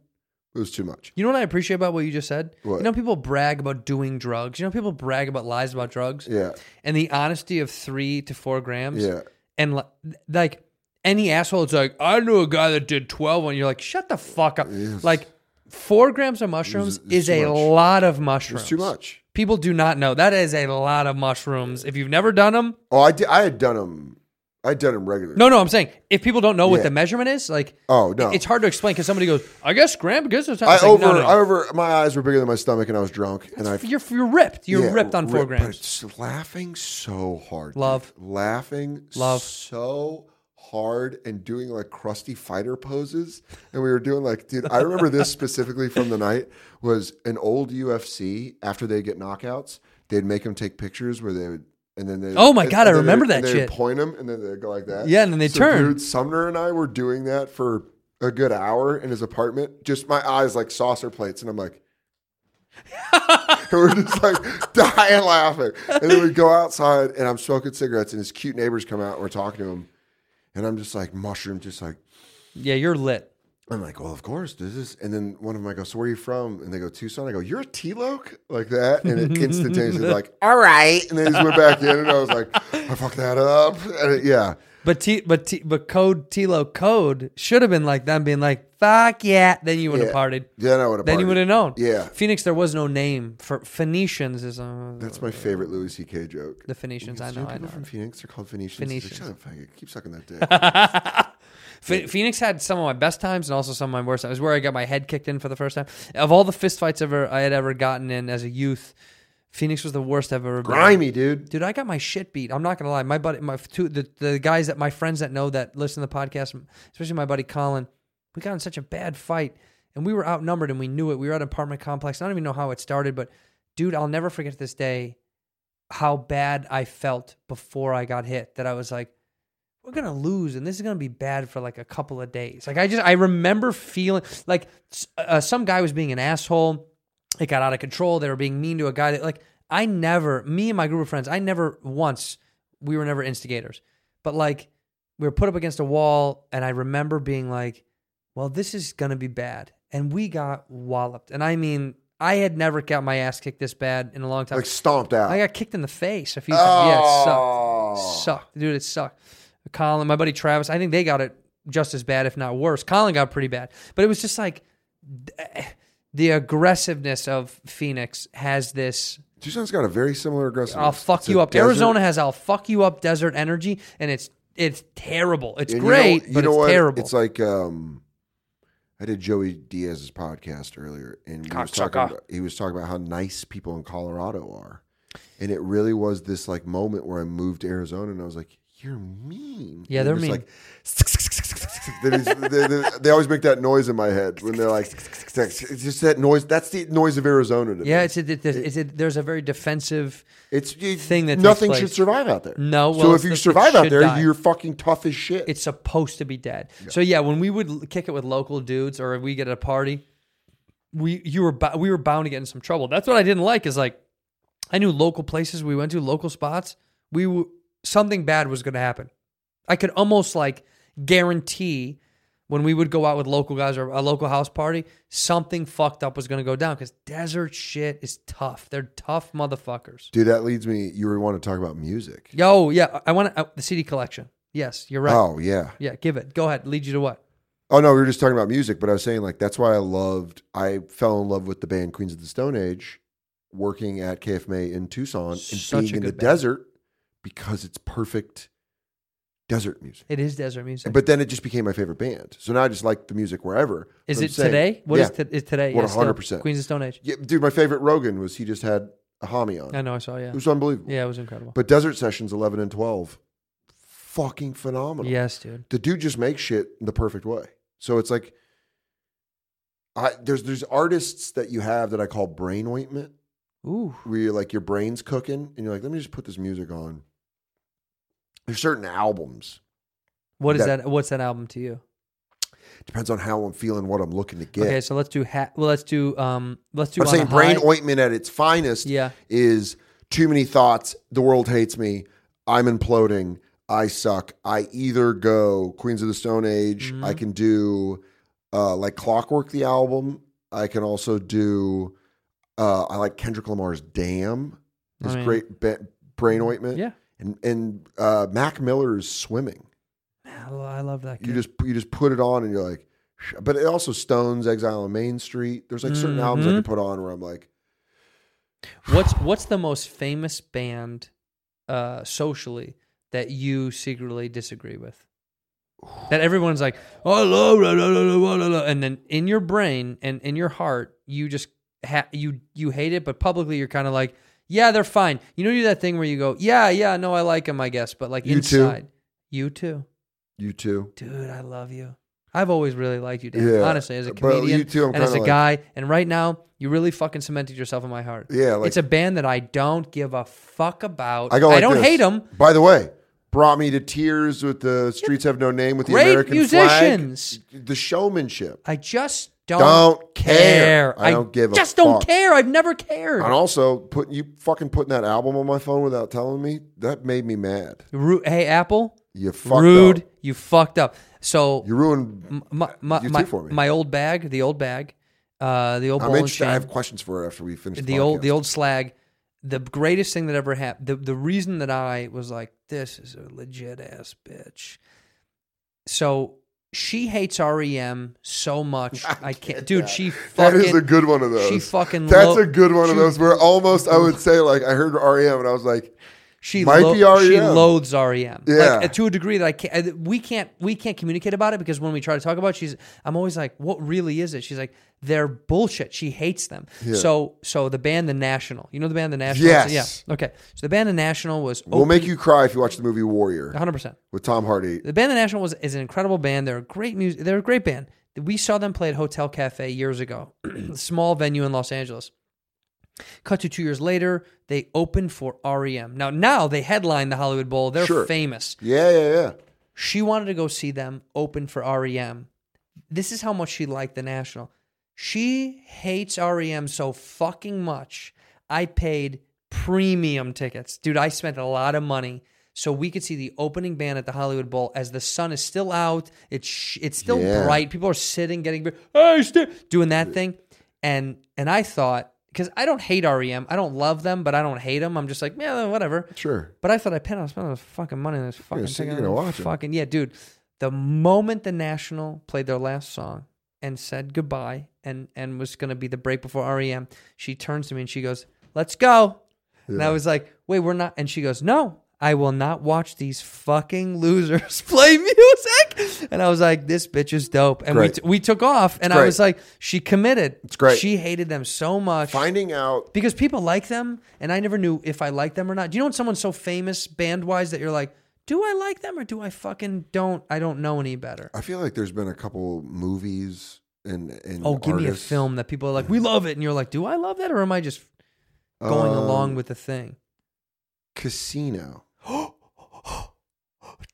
Speaker 9: It was too much.
Speaker 2: You know what I appreciate about what you just said?
Speaker 9: What?
Speaker 2: You know people brag about doing drugs. You know people brag about lies about drugs.
Speaker 9: Yeah.
Speaker 2: And the honesty of three to four grams.
Speaker 9: Yeah.
Speaker 2: And li- like any asshole, it's like I knew a guy that did twelve, and you're like, shut the fuck up. Like four grams of mushrooms
Speaker 9: it's
Speaker 2: is
Speaker 9: too
Speaker 2: a
Speaker 9: much.
Speaker 2: lot of mushrooms.
Speaker 9: It's too much.
Speaker 2: People do not know that is a lot of mushrooms. If you've never done them,
Speaker 9: Oh, I did, I had done them. I had done them regularly.
Speaker 2: no, no, I'm saying if people don't know what
Speaker 9: Yeah.
Speaker 2: the measurement is, like,
Speaker 9: Oh, no.
Speaker 2: it's hard to explain because somebody goes, I guess gram gives us.
Speaker 9: I
Speaker 2: It's like,
Speaker 9: over.
Speaker 2: no, no, no.
Speaker 9: I over. My eyes were bigger than my stomach, and I was drunk. And I
Speaker 2: you're you're ripped. You're
Speaker 9: Yeah,
Speaker 2: ripped on four
Speaker 9: rip-
Speaker 2: grams.
Speaker 9: But it's laughing so hard. dude.
Speaker 2: Love.
Speaker 9: Laughing
Speaker 2: Love.
Speaker 9: so hard and doing like crusty fighter poses. And we were doing like, dude, I remember this specifically from the night was an old UFC after they get knockouts, they'd make them take pictures where they would and then they
Speaker 2: Oh my God, I
Speaker 9: then
Speaker 2: remember
Speaker 9: they-
Speaker 2: that
Speaker 9: and they would
Speaker 2: shit.
Speaker 9: Point them and then they would go like that.
Speaker 2: Yeah, and then they'd
Speaker 9: So,
Speaker 2: turn.
Speaker 9: Dude, Sumner and I were doing that for a good hour in his apartment. Just my eyes like saucer plates, and I'm like, and we're just like dying laughing. And then we go outside, and I'm smoking cigarettes, and his cute neighbors come out, and we're talking to him, and I'm just like mushroom, just like
Speaker 2: Yeah, you're lit.
Speaker 9: I'm like, well, of course, this is. And then one of them, I go, so where are you from? And they go, Tucson. I go, you're a T-Loke? Like that. And it instantaneously, like, all right. And they just went back in, and I was like, I fucked that up. And it- yeah.
Speaker 2: But T, but T, but code Tilo code should have been like them being like fuck yeah. Then you would have
Speaker 9: Yeah.
Speaker 2: partied.
Speaker 9: Then I would have
Speaker 2: Then you would have known.
Speaker 9: Yeah.
Speaker 2: Phoenix, there was no name for Phoenicians. Is uh,
Speaker 9: That's my favorite Louis C.K. joke.
Speaker 2: the Phoenicians? I
Speaker 9: You
Speaker 2: know. I
Speaker 9: people
Speaker 2: know.
Speaker 9: from Phoenix are called Phoenicians. He's like,
Speaker 2: Phoenicians.
Speaker 9: Shut up, faggot. Keep sucking that dick.
Speaker 2: Ph- Phoenix had some of my best times and also some of my worst. It was where I got my head kicked in for the first time. Of all the fist fights ever I had ever gotten in as a youth, Phoenix was the worst I've ever been.
Speaker 9: Grimy, dude.
Speaker 2: dude i got my shit beat i'm not gonna lie my buddy my two the, the guys that my friends that know that listen to the podcast especially my buddy colin we got in such a bad fight and we were outnumbered and we knew it we were at an apartment complex i don't even know how it started but dude i'll never forget this day how bad i felt before i got hit that i was like we're gonna lose and this is gonna be bad for like a couple of days like i just i remember feeling like s- uh, some guy was being an asshole it got out of control they were being mean to a guy that like i never me and my group of friends i never once we were never instigators but like we were put up against a wall and i remember being like well this is gonna be bad and we got walloped and i mean i had never got my ass kicked this bad in a long time
Speaker 9: Like stomped out.
Speaker 2: I got kicked in the face a few times. Yeah, it
Speaker 9: Oh.
Speaker 2: sucked. Sucked, dude. It sucked. Colin, my buddy Travis, I think they got it just as bad, if not worse. Colin got pretty bad, but it was just like th- the aggressiveness of Phoenix has this.
Speaker 9: Tucson's got a very similar aggressive.
Speaker 2: I'll fuck you up. Arizona has I'll fuck you up desert energy, and it's it's terrible. It's
Speaker 9: And you know-
Speaker 2: great,
Speaker 9: you
Speaker 2: but
Speaker 9: know
Speaker 2: it's
Speaker 9: what?
Speaker 2: terrible.
Speaker 9: It's like um, I did Joey Diaz's podcast earlier, and he was, talking
Speaker 2: Cocksucker.
Speaker 9: about, he was talking about how nice people in Colorado are, and it really was this like moment where I moved to Arizona, and I was like, "You're mean."
Speaker 2: Yeah,
Speaker 9: And
Speaker 2: they're
Speaker 9: just
Speaker 2: mean.
Speaker 9: Like, that is- they, they, they always make that noise in my head when they're like, it's just that noise. That's the noise of Arizona. To me.
Speaker 2: yeah, it's a, it's a, it's a, there's a very defensive.
Speaker 9: It's you,
Speaker 2: thing that takes
Speaker 9: nothing
Speaker 2: place.
Speaker 9: should survive out there.
Speaker 2: No, well,
Speaker 9: so
Speaker 2: it's
Speaker 9: if you
Speaker 2: the- it
Speaker 9: survive out
Speaker 2: should
Speaker 9: there,
Speaker 2: die.
Speaker 9: you're fucking tough as shit.
Speaker 2: it's supposed to be dead. So yeah, when we would l- kick it with local dudes or we get at a party, we you were bo- we were bound to get in some trouble. That's what I didn't like is like I knew local places we went to, local spots, we w- something bad was going to happen. I could almost like guarantee when we would go out with local guys or a local house party, something fucked up was going to go down cuz desert shit is tough. They're tough motherfuckers.
Speaker 9: Dude, that leads me. You were want to talk about music?
Speaker 2: Yo, yeah, I want uh, the CD collection. Yes, you're right.
Speaker 9: Oh yeah.
Speaker 2: Yeah, give it. Go ahead. Lead you to what?
Speaker 9: Oh no, we were just talking about music, but I was saying like that's why I loved. I fell in love with the band Queens of the Stone Age, working at KFMA in Tucson and
Speaker 2: Such
Speaker 9: being
Speaker 2: a
Speaker 9: in the
Speaker 2: good band.
Speaker 9: desert because it's perfect desert music.
Speaker 2: It is desert music.
Speaker 9: But then it just became my favorite band. So now I just like the music wherever.
Speaker 2: Is
Speaker 9: But I'm
Speaker 2: it
Speaker 9: saying-
Speaker 2: today? What is
Speaker 9: yeah.
Speaker 2: to- is today?
Speaker 9: What,
Speaker 2: Yeah, still.
Speaker 9: 100%.
Speaker 2: Queens of Stone Age.
Speaker 9: Yeah, dude, my favorite Rogan was he just had a homie on.
Speaker 2: I know, I saw. Yeah,
Speaker 9: It was unbelievable.
Speaker 2: yeah, it was incredible.
Speaker 9: But Desert Sessions 11 and 12, fucking phenomenal.
Speaker 2: yes, dude.
Speaker 9: The dude just makes shit in the perfect way. So it's like, I, there's there's artists that you have that I call brain ointment,
Speaker 2: Ooh,
Speaker 9: where you're like your brain's cooking, and you're like, let me just put this music on. There's certain albums.
Speaker 2: what is
Speaker 9: That-
Speaker 2: that? What's that album to you?
Speaker 9: Depends on how I'm feeling, what I'm looking to get.
Speaker 2: Okay, so let's do. Ha- well, let's do. Um, let's do.
Speaker 9: I'm
Speaker 2: On
Speaker 9: saying
Speaker 2: a
Speaker 9: brain
Speaker 2: High.
Speaker 9: ointment at its finest
Speaker 2: Yeah.
Speaker 9: is too many thoughts. The world hates me. I'm imploding. I suck. I either
Speaker 2: Mm-hmm.
Speaker 9: go Queens of the Stone Age. I can do uh, like Clockwork, the album. I can also do. Uh, I like Kendrick Lamar's "Damn."
Speaker 2: I
Speaker 9: His
Speaker 2: mean- Mm,
Speaker 9: great ba- brain ointment.
Speaker 2: Yeah.
Speaker 9: and and uh, Mac Miller's "Swimming."
Speaker 2: I lo- I love that. Kid.
Speaker 9: You just you just put it on and you're like, "Sh-" but it also Stones, Exile on Main Street. There's like certain albums I
Speaker 2: Mm-hmm.
Speaker 9: can put on where I'm like,
Speaker 2: What's what's the most famous band uh, socially that you secretly disagree with? That everyone's like, oh, la, la, la, la, la, la, la," and then in your brain and in your heart, you just ha- you you hate it, but publicly you're kind of like, yeah, they're fine. You know, you do that thing where you go, yeah, yeah, no, I like them, I guess, but like
Speaker 9: You too.
Speaker 2: inside, you too,
Speaker 9: you too.
Speaker 2: dude, I love you. I've always really liked you, Dan.
Speaker 9: Yeah,
Speaker 2: honestly, as a
Speaker 9: but you
Speaker 2: comedian
Speaker 9: too, I'm
Speaker 2: and as a
Speaker 9: kinda like-
Speaker 2: guy, and right now, you really fucking cemented yourself in my heart.
Speaker 9: Yeah, like
Speaker 2: It's a band that I don't give a fuck about.
Speaker 9: I go. Like
Speaker 2: I don't
Speaker 9: this.
Speaker 2: hate them.
Speaker 9: By the way, brought me to tears with the streets have no name with
Speaker 2: Great
Speaker 9: the American
Speaker 2: musicians.
Speaker 9: flag. The showmanship.
Speaker 2: I just don't,
Speaker 9: Don't care. I don't give a
Speaker 2: just don't
Speaker 9: fuck.
Speaker 2: care. I've never cared.
Speaker 9: And also, putting you fucking putting that album on my phone without telling me that made me mad.
Speaker 2: Ru- hey, Apple.
Speaker 9: You fucked
Speaker 2: rude.
Speaker 9: up.
Speaker 2: You fucked up. So
Speaker 9: You ruined.
Speaker 2: my my,
Speaker 9: you
Speaker 2: my,
Speaker 9: too for me.
Speaker 2: my old bag, the old bag, uh, the old
Speaker 9: I'm
Speaker 2: ball and
Speaker 9: interested.
Speaker 2: chain.
Speaker 9: I have questions for her after we finish the,
Speaker 2: the old the
Speaker 9: podcast.
Speaker 2: old slag the greatest thing that ever happened the, the reason that i was like this is a legit ass bitch so she hates rem so much i, can't dude she
Speaker 9: That
Speaker 2: fucking
Speaker 9: is a good one of those.
Speaker 2: she fucking
Speaker 9: That's
Speaker 2: lo-
Speaker 9: a good one of
Speaker 2: she-
Speaker 9: those where almost I would say like I heard REM and I was like,
Speaker 2: she
Speaker 9: might
Speaker 2: lo-
Speaker 9: be
Speaker 2: she
Speaker 9: R.E.M..
Speaker 2: loathes rem
Speaker 9: Yeah.
Speaker 2: like, uh, to a degree that i can't I- we can't we can't communicate about it because when we try to talk about it, she's i'm always like what really is it she's like they're bullshit. She hates them. So, so the band The National, you know the band The National.
Speaker 9: Yes.
Speaker 2: Yeah. Okay. So the band The National was
Speaker 9: "We'll make you cry if you watch the movie Warrior
Speaker 2: 100. percent
Speaker 9: with Tom Hardy."
Speaker 2: The band The National was is an incredible band. They're a great music. They're a great band. We saw them play at Hotel Cafe years ago, small venue in Los Angeles. Cut to two years later, they opened for REM. Now, now they headline the Hollywood Bowl. They're
Speaker 9: Sure.
Speaker 2: famous.
Speaker 9: Yeah, yeah, yeah.
Speaker 2: She wanted to go see them open for REM. This is how much she liked the National. She hates REM so fucking much. I paid premium tickets. Dude, I spent a lot of money so we could see the opening band at the Hollywood Bowl as the sun is still out. It's sh- it's still
Speaker 9: Yeah.
Speaker 2: bright. People are sitting getting hey, st-, doing that thing. And and I thought cuz I don't hate REM. I don't love them, but I don't hate them. I'm just like, yeah, whatever.
Speaker 9: Sure.
Speaker 2: But I thought I paid. I spent all this fucking money on this fucking
Speaker 9: so
Speaker 2: thing.
Speaker 9: you're gonna watch 'em.
Speaker 2: fucking yeah, dude. The moment the National played their last song and said goodbye and and was gonna be the break before REM, she turns to me and she goes, "Let's go." And I was like, "Wait, we're not." And she goes, "No." I will not watch these fucking losers play music. And I was like, this bitch is dope. And we,
Speaker 9: Great.
Speaker 2: t- we took off. And I
Speaker 9: great.
Speaker 2: was like, she committed. It's
Speaker 9: great.
Speaker 2: She hated them so much
Speaker 9: Finding out
Speaker 2: because people like them, and I never knew if I liked them or not. Do you know when someone's so famous band wise that you're like, do I like them or do I fucking don't? I don't know any better.
Speaker 9: I feel like there's been a couple movies and and
Speaker 2: Oh, give me a
Speaker 9: artists.
Speaker 2: film that people are like, we love it, and you're like, do I love that or am I just going
Speaker 9: Um,
Speaker 2: along with the thing?
Speaker 9: Casino.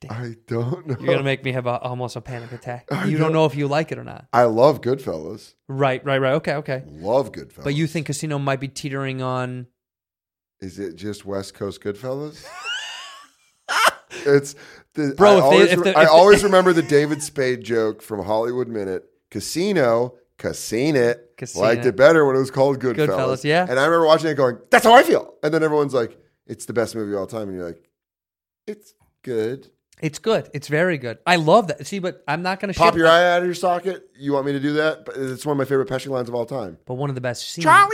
Speaker 2: Damn.
Speaker 9: I don't know.
Speaker 2: You're gonna make me have a, almost a panic attack.
Speaker 9: I
Speaker 2: You don't
Speaker 9: know.
Speaker 2: know if you like it or not.
Speaker 9: I love Goodfellas.
Speaker 2: Right, right, right. Okay, okay.
Speaker 9: Love Goodfellas.
Speaker 2: But you think Casino might be teetering on?
Speaker 9: is it just West Coast Goodfellas? it's the,
Speaker 2: Bro,
Speaker 9: I
Speaker 2: if they-
Speaker 9: always,
Speaker 2: if
Speaker 9: re-
Speaker 2: the-
Speaker 9: I
Speaker 2: if the-
Speaker 9: always remember the David Spade joke from Hollywood Minute. Casino, casino,
Speaker 2: Casino.
Speaker 9: liked it better when it was called Goodfellas.
Speaker 2: Goodfellas, yeah.
Speaker 9: And I remember watching it, going, "That's how I feel." And then everyone's like, "It's the best movie of all time," and you're like, "It's good."
Speaker 2: It's good. It's very good. I love that. See, but I'm not gonna
Speaker 9: Pop
Speaker 2: shit-
Speaker 9: your eye out of your socket. You want me to do that? But it's one of my favorite Pesci lines of all time.
Speaker 2: But one of the best scenes.
Speaker 5: M.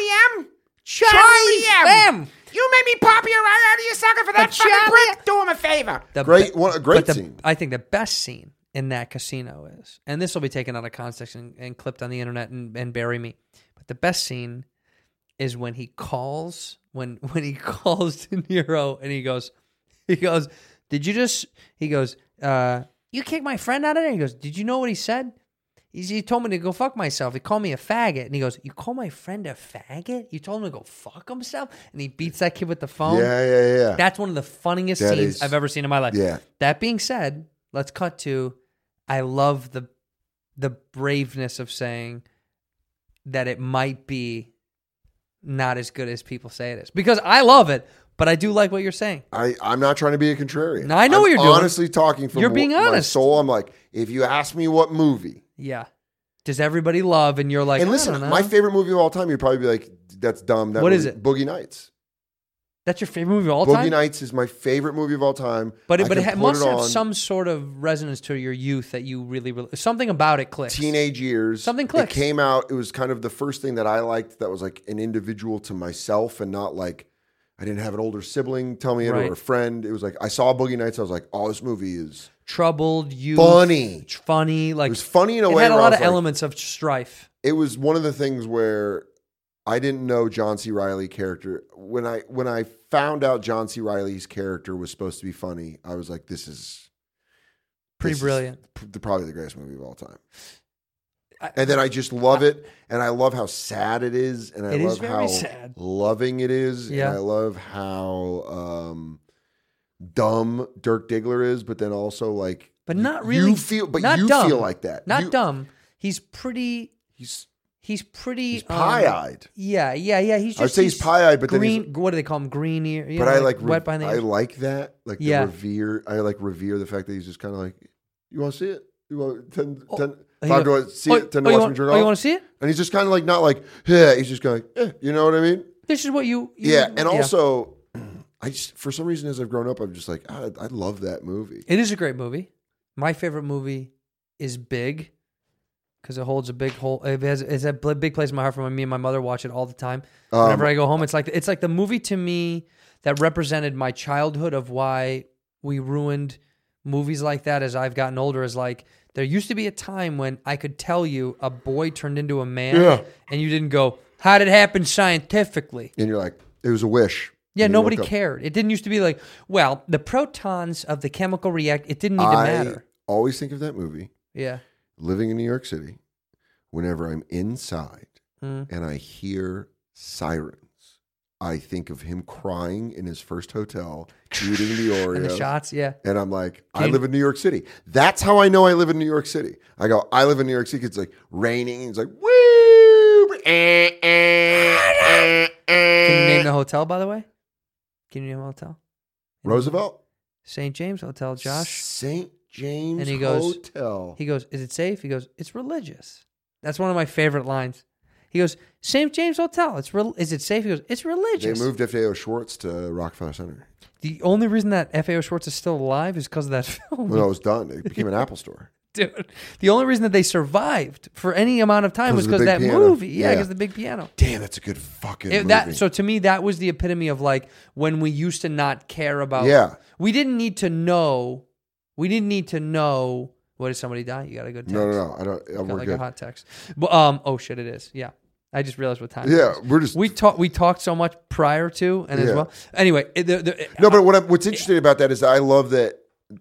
Speaker 2: Charlie M.
Speaker 5: You made me pop your eye out of your socket for that
Speaker 2: Charlie-
Speaker 5: fucking brick. Do him a favor.
Speaker 2: The
Speaker 9: Great
Speaker 2: be-
Speaker 9: one- a great
Speaker 2: but the-
Speaker 9: scene.
Speaker 2: I think the best scene in that casino is, and this will be taken out of context and, and clipped on the internet and, and bury me. But the best scene is when he calls when when he calls De Niro and he goes he goes did you just he goes uh you kicked my friend out of there he goes did you know what he said he, he told me to go fuck myself he called me a faggot and he goes you call my friend a faggot you told him to go fuck himself and he beats that kid with the phone
Speaker 9: Yeah, yeah, yeah.
Speaker 2: that's one of the funniest
Speaker 9: That
Speaker 2: scenes
Speaker 9: is-
Speaker 2: I've ever seen in my life.
Speaker 9: yeah.
Speaker 2: That being said, let's cut to I love the the braveness of saying that it might be not as good as people say it is. Because I love it, but I do like what you're saying.
Speaker 9: I, I'm not trying to be a contrarian.
Speaker 2: No, I know
Speaker 9: I'm
Speaker 2: what you're doing.
Speaker 9: Honestly, talking from
Speaker 2: You're being
Speaker 9: wh- my
Speaker 2: honest.
Speaker 9: soul, I'm like, if you ask me what movie
Speaker 2: Yeah. does everybody love? And you're like,
Speaker 9: and
Speaker 2: I
Speaker 9: listen,
Speaker 2: don't know.
Speaker 9: my favorite movie of all time, you'd probably be like, that's dumb. That
Speaker 2: What
Speaker 9: movie,
Speaker 2: is it?
Speaker 9: Boogie Nights.
Speaker 2: that's your favorite movie of all
Speaker 9: Boogie
Speaker 2: time.
Speaker 9: Nights is my favorite movie of all time.
Speaker 2: But
Speaker 9: I
Speaker 2: it, but it,
Speaker 9: can
Speaker 2: ha-
Speaker 9: put
Speaker 2: must
Speaker 9: it
Speaker 2: have
Speaker 9: on
Speaker 2: some sort of resonance to your youth that you really, really something about it clicks.
Speaker 9: teenage years.
Speaker 2: Something clicks.
Speaker 9: It came out. It was kind of the first thing that I liked that was like an individual to myself and not like I didn't have an older sibling tell me it
Speaker 2: Right.
Speaker 9: or a friend. It was like I saw Boogie Nights. I was like, oh, this movie is
Speaker 2: troubled youth,
Speaker 9: Funny.
Speaker 2: tr- funny. Like
Speaker 9: it was funny in a
Speaker 2: it
Speaker 9: way.
Speaker 2: had a
Speaker 9: where I
Speaker 2: lot
Speaker 9: was
Speaker 2: of
Speaker 9: like-
Speaker 2: elements of strife.
Speaker 9: it was one of the things where I didn't know John C. Riley character when I when I found out John C. Riley's character was supposed to be funny. I was like, this is
Speaker 2: Pretty
Speaker 9: this is
Speaker 2: brilliant.
Speaker 9: p- the, probably the greatest movie of all time.
Speaker 2: I-
Speaker 9: and then I just love it, and I love how sad it is, and I
Speaker 2: It is
Speaker 9: love
Speaker 2: very
Speaker 9: how
Speaker 2: sad.
Speaker 9: loving it is,
Speaker 2: Yeah.
Speaker 9: and I love how um, dumb Dirk Diggler is, but then also like,
Speaker 2: But
Speaker 9: you-
Speaker 2: not really-
Speaker 9: You feel, but
Speaker 2: not
Speaker 9: you
Speaker 2: dumb.
Speaker 9: feel like that.
Speaker 2: Not
Speaker 9: You-
Speaker 2: dumb. He's pretty.
Speaker 9: He's,
Speaker 2: He's pretty.
Speaker 9: he's
Speaker 2: um,
Speaker 9: pie-eyed.
Speaker 2: Yeah, yeah, yeah. He's just.
Speaker 9: I would say he's pie-eyed, but then he's-
Speaker 2: green. what do they call him? Green ear. you
Speaker 9: but
Speaker 2: know,
Speaker 9: I like, re-
Speaker 2: wet behind the
Speaker 9: I
Speaker 2: ears.
Speaker 9: like that. Like
Speaker 2: Yeah.
Speaker 9: the revere I like revere the fact that he's just kind of like, you want to see it? You want ten,
Speaker 2: Oh,
Speaker 9: ten,
Speaker 2: He
Speaker 9: five
Speaker 2: go-
Speaker 9: to see
Speaker 2: oh,
Speaker 9: it? Ten
Speaker 2: oh,
Speaker 9: to
Speaker 2: you
Speaker 9: watch
Speaker 2: want,
Speaker 9: me jerk
Speaker 2: oh, you want
Speaker 9: off?
Speaker 2: to see it?
Speaker 9: And he's just kind of like not like yeah. He's just kind of like, eh, you know what I mean?
Speaker 2: This is what you. you-
Speaker 9: Yeah. And also, I just for some reason as I've grown up, I'm just like "Ah, I, I love that movie.
Speaker 2: it is a great movie. My favorite movie is Big because it holds a big hole. It has it's a bl- big place in my heart for my, me and my mother watch it all the time.
Speaker 9: Um,
Speaker 2: Whenever I go home, it's like it's like the movie to me that represented my childhood of why we ruined movies like that as I've gotten older. Is like there used to be a time when I could tell you a boy turned into a man,
Speaker 9: Yeah.
Speaker 2: and you didn't go, "How did it happen scientifically?"
Speaker 9: And you're like, it was a wish.
Speaker 2: Yeah,
Speaker 9: And you
Speaker 2: nobody
Speaker 9: look up.
Speaker 2: cared. It didn't used to be like, well, the protons of the chemical react. It didn't need to
Speaker 9: I
Speaker 2: matter.
Speaker 9: always think of that movie.
Speaker 2: Yeah.
Speaker 9: living in New York City, whenever I'm inside
Speaker 2: Hmm.
Speaker 9: and I hear sirens, I think of him crying in his first hotel, eating the Oreo.
Speaker 2: And the shots, yeah.
Speaker 9: And I'm like, I
Speaker 2: Can-
Speaker 9: live in New York City. That's how I know I live in New York City. I go, I live in New York City. It's like raining. It's like, woo! Eh, eh, eh, eh.
Speaker 2: Can you name the hotel, by the way? Can you name a hotel?
Speaker 9: Roosevelt,
Speaker 2: St. James Hotel, Josh.
Speaker 9: St. James
Speaker 2: And he goes-
Speaker 9: Hotel.
Speaker 2: He goes, Is it safe? He goes, It's religious. That's one of my favorite lines. He goes, St. James Hotel. It's real is it safe? He goes, It's
Speaker 9: they
Speaker 2: religious.
Speaker 9: moved FAO Schwartz to Rockefeller Center.
Speaker 2: The only reason that FAO Schwartz is still alive is because of that film.
Speaker 9: When I was done, it became an Apple store.
Speaker 2: Dude. The only reason that they survived for any amount of time was
Speaker 9: 'Cause of the
Speaker 2: because
Speaker 9: big
Speaker 2: that
Speaker 9: piano.
Speaker 2: movie. Yeah,
Speaker 9: Yeah.
Speaker 2: because the big piano.
Speaker 9: Damn, that's a good fucking
Speaker 2: It-
Speaker 9: movie.
Speaker 2: that so to me that was the epitome of like when we used to not care about
Speaker 9: Yeah.
Speaker 2: we didn't need to know we didn't need to know what did somebody die you gotta go text.
Speaker 9: no, no, no. I don't.
Speaker 2: Got
Speaker 9: we're
Speaker 2: like a
Speaker 9: good.
Speaker 2: hot text but um oh shit it is yeah i just realized what time it
Speaker 9: Yeah,
Speaker 2: is.
Speaker 9: we're just-
Speaker 2: we talked we talked so much prior to and as
Speaker 9: Yeah.
Speaker 2: well anyway it, the, the,
Speaker 9: no, but what I'm, what's interesting about that is I love that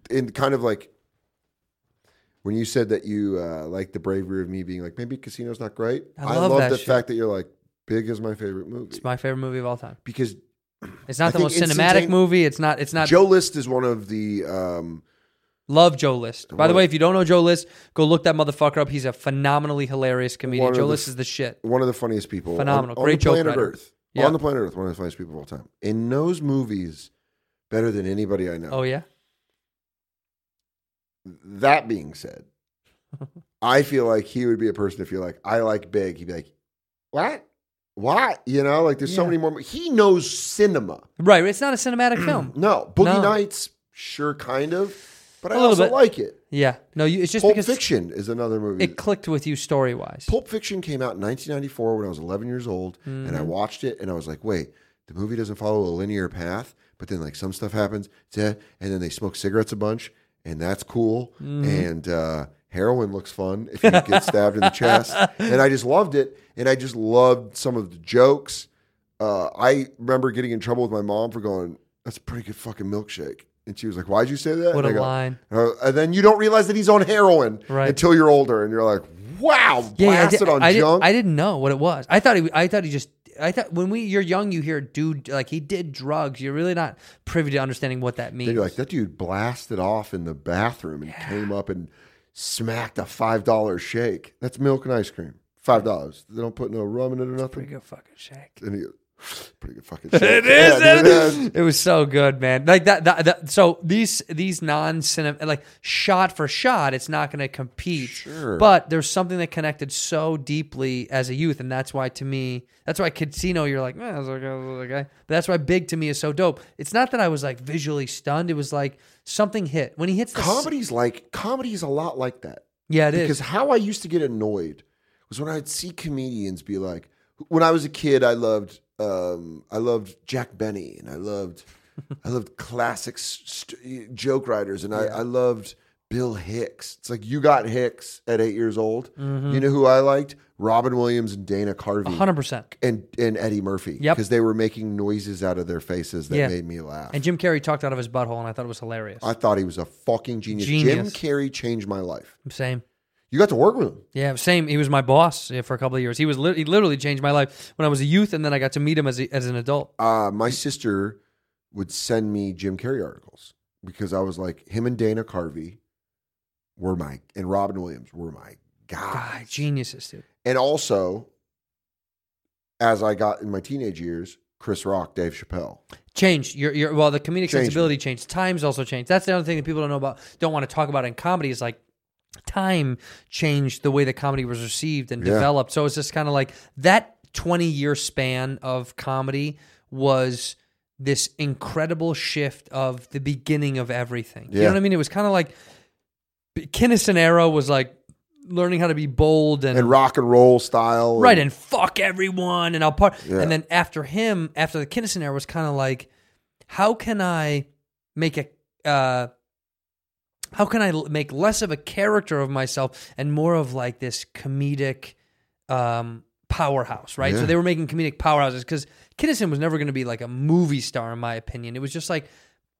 Speaker 9: in kind of like when you said that you uh, like the bravery of me being like maybe Casino's not great.
Speaker 2: I love that
Speaker 9: the
Speaker 2: shit.
Speaker 9: fact that you're like Big is my favorite movie
Speaker 2: it's my favorite movie of all time
Speaker 9: because
Speaker 2: it's not
Speaker 9: I
Speaker 2: the
Speaker 9: think
Speaker 2: most cinematic
Speaker 9: instantane-
Speaker 2: movie it's not it's not
Speaker 9: Joe List is one of the um,
Speaker 2: love joe list by the
Speaker 9: One-
Speaker 2: way if you don't know joe list go look that motherfucker up he's a phenomenally hilarious comedian
Speaker 9: One of
Speaker 2: joe
Speaker 9: the
Speaker 2: list
Speaker 9: f-
Speaker 2: is the shit
Speaker 9: one of the funniest people. on-
Speaker 2: Phenomenal.
Speaker 9: on,
Speaker 2: Great
Speaker 9: the
Speaker 2: joke
Speaker 9: planet
Speaker 2: writer.
Speaker 9: Earth.
Speaker 2: Yeah.
Speaker 9: On the planet Earth, one of the funniest people of all time. And knows movies better than anybody I know.
Speaker 2: oh yeah
Speaker 9: That being said, I feel like he would be a person if you're like, I like big. He'd be like, what? What? You know, like there's so
Speaker 2: Yeah.
Speaker 9: many more. He knows cinema.
Speaker 2: Right. It's not a cinematic film.
Speaker 9: No, Boogie
Speaker 2: No.
Speaker 9: Nights, sure, kind of, but I
Speaker 2: A little
Speaker 9: also
Speaker 2: bit.
Speaker 9: like it.
Speaker 2: Yeah. No, you, it's just
Speaker 9: Pulp
Speaker 2: because
Speaker 9: Fiction is another movie.
Speaker 2: it clicked with you story wise.
Speaker 9: Pulp Fiction came out in 1994 when I was 11 years old, and I
Speaker 2: Mm-hmm.
Speaker 9: watched it, and I was like, wait, the movie doesn't follow a linear path, but then like some stuff happens, zeh, and then they smoke cigarettes a bunch, and that's cool,
Speaker 2: Mm-hmm.
Speaker 9: and uh, heroin looks fun if you get stabbed in the chest, and I just loved it, and I just loved some of the jokes. Uh, I remember getting in trouble with my mom for going, that's a pretty good fucking milkshake. And she was like, "Why'd you say that?"
Speaker 2: What
Speaker 9: and
Speaker 2: a
Speaker 9: I go-
Speaker 2: line.
Speaker 9: Uh, and then you don't realize that he's on heroin
Speaker 2: Right.
Speaker 9: until you're older, and you're like, "Wow,
Speaker 2: yeah,
Speaker 9: blasted
Speaker 2: I, did,
Speaker 9: on
Speaker 2: I, did,
Speaker 9: junk.
Speaker 2: I didn't know what it was. I thought he, I thought he just I thought when we you're young you hear dude like he did drugs. You're really not privy to understanding what that means.
Speaker 9: then you're like, that dude blasted off in the bathroom and came up and smacked a five dollar shake. That's milk and ice cream. Five dollars. They don't put no rum in it or nothing.
Speaker 2: Pretty good fucking shake.
Speaker 9: And he, Pretty good fucking shit.
Speaker 2: It is.
Speaker 9: Yeah,
Speaker 2: it,
Speaker 9: dude,
Speaker 2: is.
Speaker 9: yeah.
Speaker 2: it was so good, man. Like that. that, that so these these non cinema like shot for shot, it's not going to compete.
Speaker 9: Sure.
Speaker 2: But there's something that connected so deeply as a youth, and that's why to me, that's why Casino, you're like, eh, it's okay, it's okay. But that's why Big to me is so dope. It's not that I was like visually stunned. It was like something hit when he hits the s-
Speaker 9: Comedy's like comedy's a lot like that.
Speaker 2: Yeah, it is.
Speaker 9: because how I used to get annoyed was when I'd see comedians be like, when I was a kid, I loved, um, I loved Jack Benny, and I loved, I loved classic st- joke writers, and I, I loved Bill Hicks. It's like you got Hicks at eight years old. You know who I liked? Robin Williams and Dana Carvey,
Speaker 2: Mm-hmm. hundred percent.
Speaker 9: and and Eddie Murphy,
Speaker 2: Yep.
Speaker 9: because they were making noises out of their faces that
Speaker 2: Yeah.
Speaker 9: made me laugh.
Speaker 2: And Jim Carrey talked out of his butthole, and I thought it was hilarious.
Speaker 9: I thought he was a fucking genius. Jim
Speaker 2: Genius.
Speaker 9: Carrey changed my life.
Speaker 2: Same.
Speaker 9: You got to work with him.
Speaker 2: Yeah, same. He was my boss yeah, for a couple of years. He was lit he literally changed my life when I was a youth, and then I got to meet him as a, as an adult.
Speaker 9: uh, my sister would send me Jim Carrey articles because I was like, him and Dana Carvey were my, and Robin Williams were my
Speaker 2: God,
Speaker 9: guys.
Speaker 2: Ah, geniuses, dude.
Speaker 9: and also, as I got in my teenage years, Chris Rock, Dave Chappelle.
Speaker 2: Changed your your well, the comedic
Speaker 9: Changed.
Speaker 2: sensibility changed. Times also changed. That's the other thing that people don't know about, don't want to talk about in comedy is like time changed the way that comedy was received and
Speaker 9: Yeah.
Speaker 2: developed. So it's just kind of like that twenty year span of comedy was this incredible shift of the beginning of everything. You know
Speaker 9: Yeah.
Speaker 2: what I mean? It was kind of like Kinnison era was like learning how to be bold and,
Speaker 9: And rock and roll style.
Speaker 2: Oh. right and fuck everyone and I'll part.
Speaker 9: Yeah.
Speaker 2: And then after him, after the Kinnison era, was kind of like, how can I make a, uh, how can I l- make less of a character of myself and more of like this comedic um, powerhouse, right? So
Speaker 9: Yeah.
Speaker 2: they were making comedic powerhouses because Kinnison was never going to be like a movie star, in my opinion. It was just like,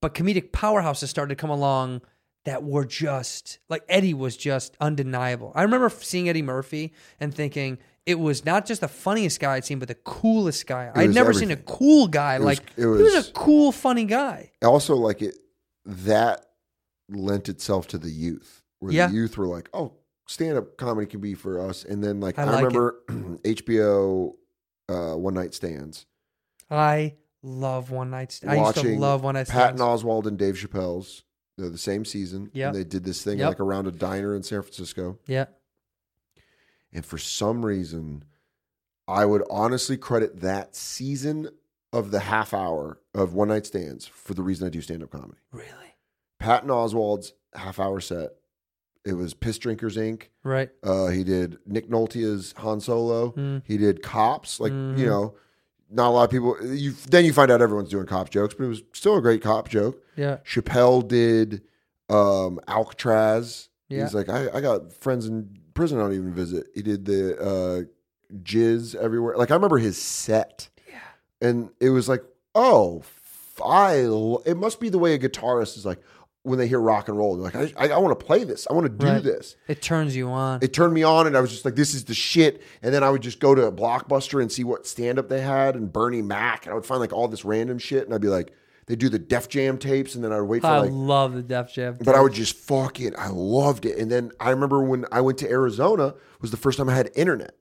Speaker 2: but comedic powerhouses started to come along that were just like Eddie was just undeniable. I remember seeing Eddie Murphy and thinking it was not just the funniest guy I'd seen, but the coolest guy. I'd
Speaker 9: was
Speaker 2: never seen a
Speaker 9: everything.
Speaker 2: cool guy.
Speaker 9: It was-
Speaker 2: like
Speaker 9: it
Speaker 2: he was
Speaker 9: was-
Speaker 2: a cool, funny guy.
Speaker 9: also like it that lent itself to the youth where
Speaker 2: Yeah.
Speaker 9: the youth were like oh stand-up comedy can be for us and then like
Speaker 2: I
Speaker 9: i,
Speaker 2: like it.
Speaker 9: remember hbo uh, one night stands
Speaker 2: I love one night. St- I used to
Speaker 9: watching
Speaker 2: love one night.
Speaker 9: patton
Speaker 2: stands.
Speaker 9: oswald and dave chappelle's they're the same season
Speaker 2: Yep.
Speaker 9: and they did this thing
Speaker 2: Yep.
Speaker 9: like around a diner in san francisco
Speaker 2: Yeah.
Speaker 9: and for some reason i would honestly credit that season of the half hour of one night stands for the reason i do stand-up comedy
Speaker 2: Really.
Speaker 9: Patton Oswald's half hour set. It was Piss Drinkers Inc.
Speaker 2: Right.
Speaker 9: Uh, he did Nick Nolte's Han Solo.
Speaker 2: Mm.
Speaker 9: He did Cops. Like
Speaker 2: Mhm.
Speaker 9: you know, not a lot of people. You then you find out everyone's doing cop jokes, but it was still a great cop joke.
Speaker 2: Yeah.
Speaker 9: Chappelle did um, Alcatraz.
Speaker 2: Yeah.
Speaker 9: He's like, I, I got friends in prison I don't even visit. He did the uh, jizz everywhere. Like I remember his set. Yeah. And it was like, oh, f- I. l- It must be the way a guitarist is like when they hear rock and roll. They're like, I, I, I want to play this. I want to do
Speaker 2: Right.
Speaker 9: this.
Speaker 2: It turns you on.
Speaker 9: It turned me on, and I was just like, this is the shit. And then I would just go to Blockbuster and see what stand up they had and Bernie Mac, and I would find like all this random shit, and I'd be like. They do the Def Jam tapes, and then I'd wait for
Speaker 2: I
Speaker 9: like
Speaker 2: love the Def Jam.
Speaker 9: but I would just fuck it. I loved it. And then I remember when I went to Arizona was the first time I had internet,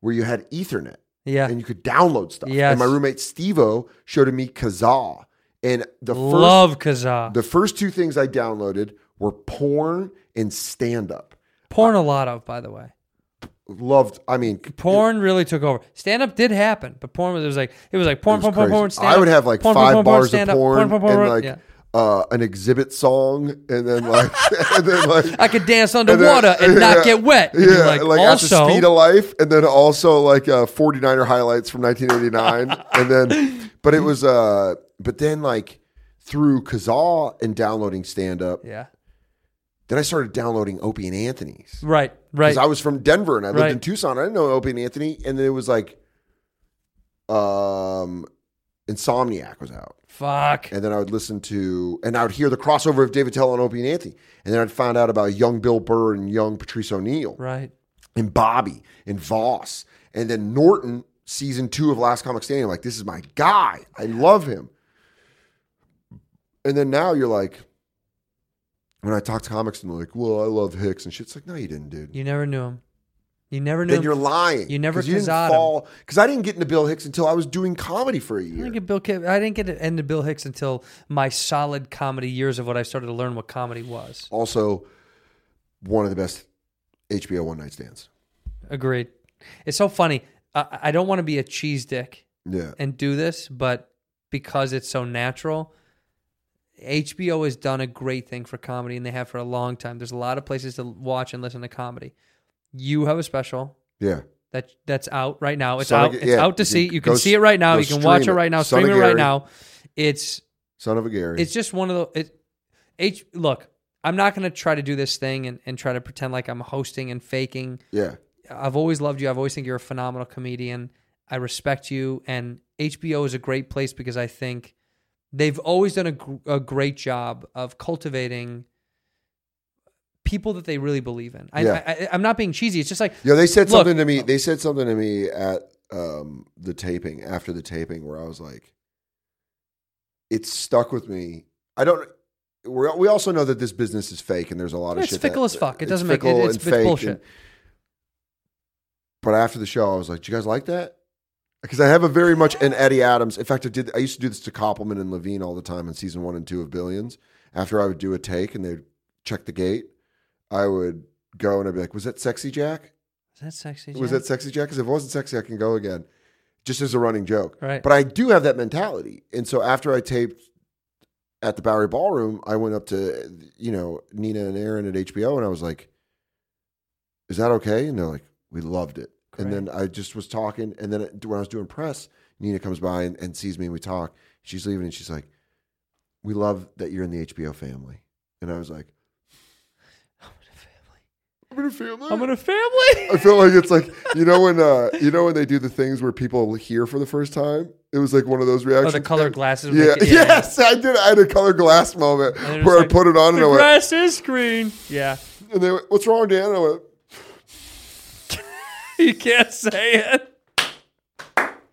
Speaker 9: where you had Ethernet
Speaker 2: yeah.
Speaker 9: and you could download stuff.
Speaker 2: Yes.
Speaker 9: And my roommate Stevo showed me Kazaa, and the
Speaker 2: love Kazaa.
Speaker 9: first the first two things I downloaded were porn and stand up.
Speaker 2: Porn a lot of, by the way.
Speaker 9: Loved. I mean,
Speaker 2: Porn really took over. Stand up did happen, but porn was it was like it was like porn,
Speaker 9: It
Speaker 2: porn,
Speaker 9: was
Speaker 2: porn,
Speaker 9: crazy.
Speaker 2: porn, stand up.
Speaker 9: I would have like
Speaker 2: porn, porn,
Speaker 9: five
Speaker 2: porn, porn,
Speaker 9: bars of
Speaker 2: stand-up,
Speaker 9: porn, and like
Speaker 2: yeah.
Speaker 9: uh, an exhibit song, and then like, and then like
Speaker 2: I could dance underwater and, not
Speaker 9: yeah,
Speaker 2: get wet. And you're
Speaker 9: Yeah,
Speaker 2: like,
Speaker 9: like, at
Speaker 2: also,
Speaker 9: the speed of life, and then also like uh, 49er highlights from 1989, and then but it was uh, but then like through Kazaa and downloading stand up,
Speaker 2: yeah,
Speaker 9: then I started downloading Opie and Anthony's
Speaker 2: right, right.
Speaker 9: because I was from Denver and I lived
Speaker 2: Right.
Speaker 9: in Tucson. I didn't know Opie and Anthony, and then it was like, um, Insomniac was out.
Speaker 2: Fuck.
Speaker 9: And then I would listen to, and I would hear the crossover of David Tell and Opie and Anthony. And then I'd find out about young Bill Burr and young Patrice O'Neill
Speaker 2: right.
Speaker 9: and Bobby and Voss. And then Norton, season two of Last Comic Standing. I'm like, this is my guy. I love him. And then now you're like, when I talk to comics and they're like, well, I love Hicks and shit. It's like, no, you didn't, dude.
Speaker 2: You never knew him. You never knew.
Speaker 9: Then
Speaker 2: him.
Speaker 9: you're lying.
Speaker 2: You never
Speaker 9: 'Cause you didn't
Speaker 2: kaza'd him.
Speaker 9: fall because I didn't get into Bill Hicks until I was doing comedy for a
Speaker 2: I
Speaker 9: year.
Speaker 2: didn't get Bill. Ki- I didn't get into Bill Hicks until my solid comedy years of what I started to learn what comedy was.
Speaker 9: Also, one of the best HBO one night stands.
Speaker 2: Agreed. It's so funny. I, I don't want to be a cheese dick
Speaker 9: Yeah,
Speaker 2: and do this, but because it's so natural, HBO has done a great thing for comedy, and they have for a long time. There's a lot of places to watch and listen to comedy. You have a special
Speaker 9: yeah.
Speaker 2: that that's out right now. It's
Speaker 9: Son of
Speaker 2: out.
Speaker 9: a-
Speaker 2: It's
Speaker 9: yeah,
Speaker 2: out to
Speaker 9: you
Speaker 2: see.
Speaker 9: can
Speaker 2: You can
Speaker 9: go
Speaker 2: see it
Speaker 9: s-
Speaker 2: right now.
Speaker 9: go
Speaker 2: You can watch it
Speaker 9: stream it.
Speaker 2: right now.
Speaker 9: Son of
Speaker 2: Stream it right
Speaker 9: Gary.
Speaker 2: now. It's
Speaker 9: Son of a Gary.
Speaker 2: it's just one of the it h look i'm not going to try to do this thing and, and try to pretend like i'm hosting and faking
Speaker 9: yeah,
Speaker 2: i've always loved you i've always think you're a phenomenal comedian i respect you and hbo is a great place because i think they've always done a, gr- a great job of cultivating people that they really believe in I,
Speaker 9: Yeah.
Speaker 2: I, I, i'm not being cheesy it's just like
Speaker 9: yeah. They said
Speaker 2: Look-
Speaker 9: something to me. They said something to me at um, the taping after the taping where I was like, it stuck with me. I don't. We're, we also know that this business is fake, and there's a lot of
Speaker 2: it's
Speaker 9: shit.
Speaker 2: fickle
Speaker 9: that,
Speaker 2: as fuck it
Speaker 9: it's
Speaker 2: doesn't make it
Speaker 9: fickle
Speaker 2: it's,
Speaker 9: and
Speaker 2: it's
Speaker 9: fake
Speaker 2: bullshit
Speaker 9: and- But after the show, I was like, "Do you guys like that?" Because I have a very much an Eddie Adams. In fact, I did. I used to do this to Koppelman and Levine all the time in season one and two of Billions. After I would do a take and they'd check the gate, I would go and I'd be like, "Was that sexy, Jack?
Speaker 2: is that sexy Jen?
Speaker 9: Was that sexy, Jack? Because if it wasn't sexy, I can go again." Just as a running joke.
Speaker 2: Right.
Speaker 9: But I do have that mentality, and so after I taped at the Bowery Ballroom, I went up to you know Nina and Aaron at HBO, and I was like, "Is that okay?" And they're like, "We loved it." And then I just was talking, and then when I was doing press, Nina comes by and, and sees me, and we talk. She's leaving, and she's like, "We love that you're in the HBO family." And I was like, "I'm in a family.
Speaker 2: i'm in a family
Speaker 9: I feel like it's like you know when uh, you know when they do the things where people hear for the first time. It was like one of those
Speaker 2: oh
Speaker 9: reactions.
Speaker 2: the colored glasses would
Speaker 9: Yeah.
Speaker 2: make it-
Speaker 9: Yes, I did. I had a color glass moment
Speaker 2: And it
Speaker 9: where
Speaker 2: was
Speaker 9: I put it on and I
Speaker 2: the
Speaker 9: went,
Speaker 2: grass is green. Yeah.
Speaker 9: and they went, "What's wrong, Dan?" And I went,
Speaker 2: You can't say it.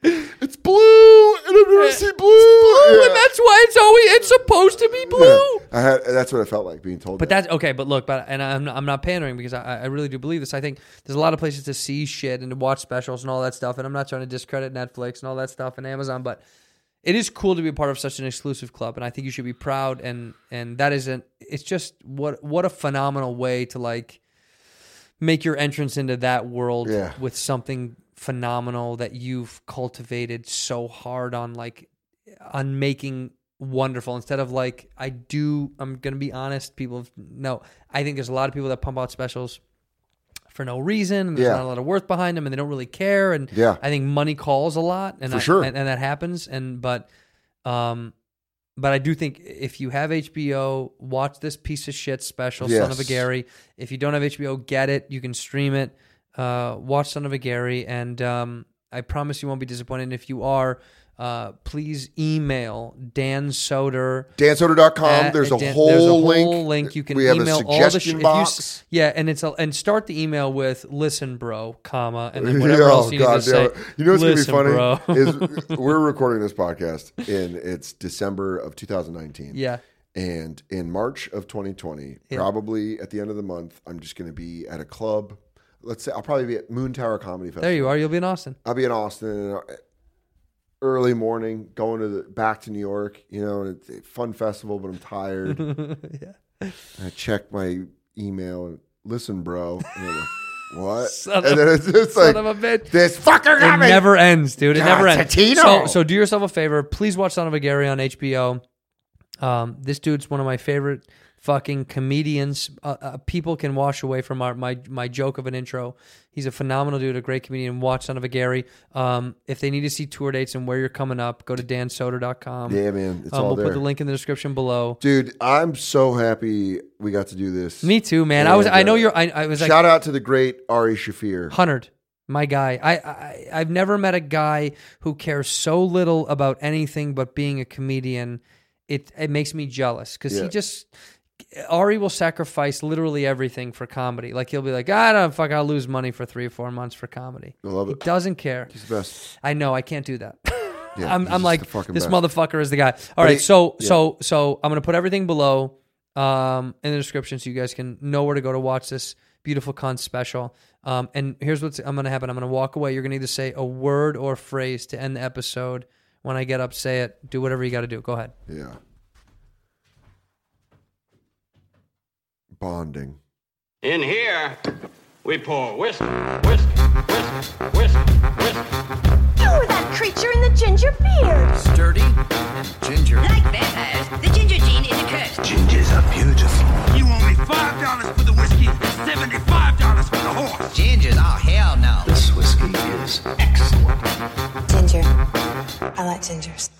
Speaker 9: "It's blue," and I've never seen blue. Yeah.
Speaker 2: Eh, And that's why it's always it's supposed to be blue.
Speaker 9: Yeah. I had. That's what I felt like being told.
Speaker 2: But
Speaker 9: that.
Speaker 2: that's okay. But look, but and I'm I'm not pandering because I I really do believe this. I think there's a lot of places to see shit and to watch specials and all that stuff. And I'm not trying to discredit Netflix and all that stuff and Amazon, but it is cool to be a part of such an exclusive club, and I think you should be proud. And and that isn't. It's just what what a phenomenal way to like make your entrance into that world
Speaker 9: Yeah.
Speaker 2: with something phenomenal that you've cultivated so hard on like on making wonderful instead of like I do I'm going to be honest people have- no I think there's a lot of people that pump out specials for no reason and there's
Speaker 9: Yeah.
Speaker 2: not a lot of worth behind them and they don't really care and
Speaker 9: Yeah.
Speaker 2: I think money calls a lot and
Speaker 9: For
Speaker 2: I-
Speaker 9: sure.
Speaker 2: and, and that happens and but um but I do think if you have HBO, watch this piece of shit special, Son of a
Speaker 9: Yes.
Speaker 2: Gary. If you don't have HBO, get it. You can stream it. Uh, watch Son of a Gary, and um, I promise you won't be disappointed. And if you are, uh, please email Dan Soder.
Speaker 9: dansoder.com.
Speaker 2: at-
Speaker 9: Um, There's a
Speaker 2: Dan-
Speaker 9: whole
Speaker 2: there's a whole
Speaker 9: link.
Speaker 2: link. You can
Speaker 9: we have
Speaker 2: email
Speaker 9: a
Speaker 2: all the shit.
Speaker 9: suggestion
Speaker 2: if you s-
Speaker 9: box.
Speaker 2: Yeah, and it's a, and start the email with "Listen, bro," comma, and then whatever
Speaker 9: Yeah,
Speaker 2: else you
Speaker 9: God
Speaker 2: need to
Speaker 9: damn
Speaker 2: say.
Speaker 9: Oh, it. You know what's
Speaker 2: "Listen,
Speaker 9: gonna be funny
Speaker 2: bro."
Speaker 9: is we're recording this podcast and it's December of 2019.
Speaker 2: Yeah.
Speaker 9: And in March of 2020, probably at the end of the month, I'm just going to be at a club. Let's say I'll probably be at Moon Tower Comedy Festival.
Speaker 2: there you are. You'll be in Austin.
Speaker 9: I'll be in Austin uh, early morning, going to the, back to New York. You know, and it's a fun festival, but I'm tired. yeah. I checked my email. and Listen, bro. And I'm like, what?
Speaker 2: Son
Speaker 9: and
Speaker 2: of-
Speaker 9: then it's just
Speaker 2: son
Speaker 9: like
Speaker 2: of a bitch.
Speaker 9: this fucker
Speaker 2: It
Speaker 9: got me.
Speaker 2: never ends, dude. It never ends.
Speaker 9: Tino.
Speaker 2: So, so do yourself a favor. Please watch Son of a Gary on HBO. Um, this dude's one of my favorite fucking comedians. Uh, uh, people can wash away from our, my my joke of an intro. He's a phenomenal dude, a great comedian. Watch Son of a Gary. Um, if they need to see tour dates and where you're coming up, go to dansoder.com.
Speaker 9: Yeah, man, it's
Speaker 2: um,
Speaker 9: all
Speaker 2: we'll
Speaker 9: there,
Speaker 2: put the link in the description below.
Speaker 9: dude. I'm so happy we got to do this.
Speaker 2: Me too, man. I was. I know you're. I, I was like,
Speaker 9: Shout out to the great Ari Shafir.
Speaker 2: Hunnard, my guy. I, I I've never met a guy who cares so little about anything but being a comedian. It it makes me jealous because
Speaker 9: Yeah.
Speaker 2: he just Ari will sacrifice literally everything for comedy. Like he'll be like, "Ah, I don't fuck. I'll lose money for three or four months for comedy.
Speaker 9: I love
Speaker 2: He
Speaker 9: it.
Speaker 2: doesn't care.
Speaker 9: He's the best.
Speaker 2: I know I can't do that.
Speaker 9: Yeah,
Speaker 2: I'm, I'm
Speaker 9: he's just
Speaker 2: like
Speaker 9: the fucking
Speaker 2: this
Speaker 9: best.
Speaker 2: motherfucker is the guy. All right,
Speaker 9: he-
Speaker 2: so
Speaker 9: yeah.
Speaker 2: so so I'm gonna put everything below um, in the description so you guys can know where to go to watch this beautiful cunt special. Um, and here's what's I'm gonna happen. I'm gonna walk away. You're gonna either say a word or phrase to end the episode. When I get up, say it. Do whatever you got to do. Go ahead.
Speaker 9: Yeah. Bonding.
Speaker 3: In here, we pour whiskey, whiskey, whiskey, whiskey, whiskey.
Speaker 4: You were that creature in the ginger beard.
Speaker 7: Sturdy and ginger.
Speaker 6: Like vampires, the ginger gene is a curse.
Speaker 7: Gingers are beautiful.
Speaker 8: You owe me five dollars for the whiskey and seventy-five dollars for the horse.
Speaker 10: Gingers, oh hell no.
Speaker 7: This whiskey is excellent.
Speaker 11: Ginger. I like gingers.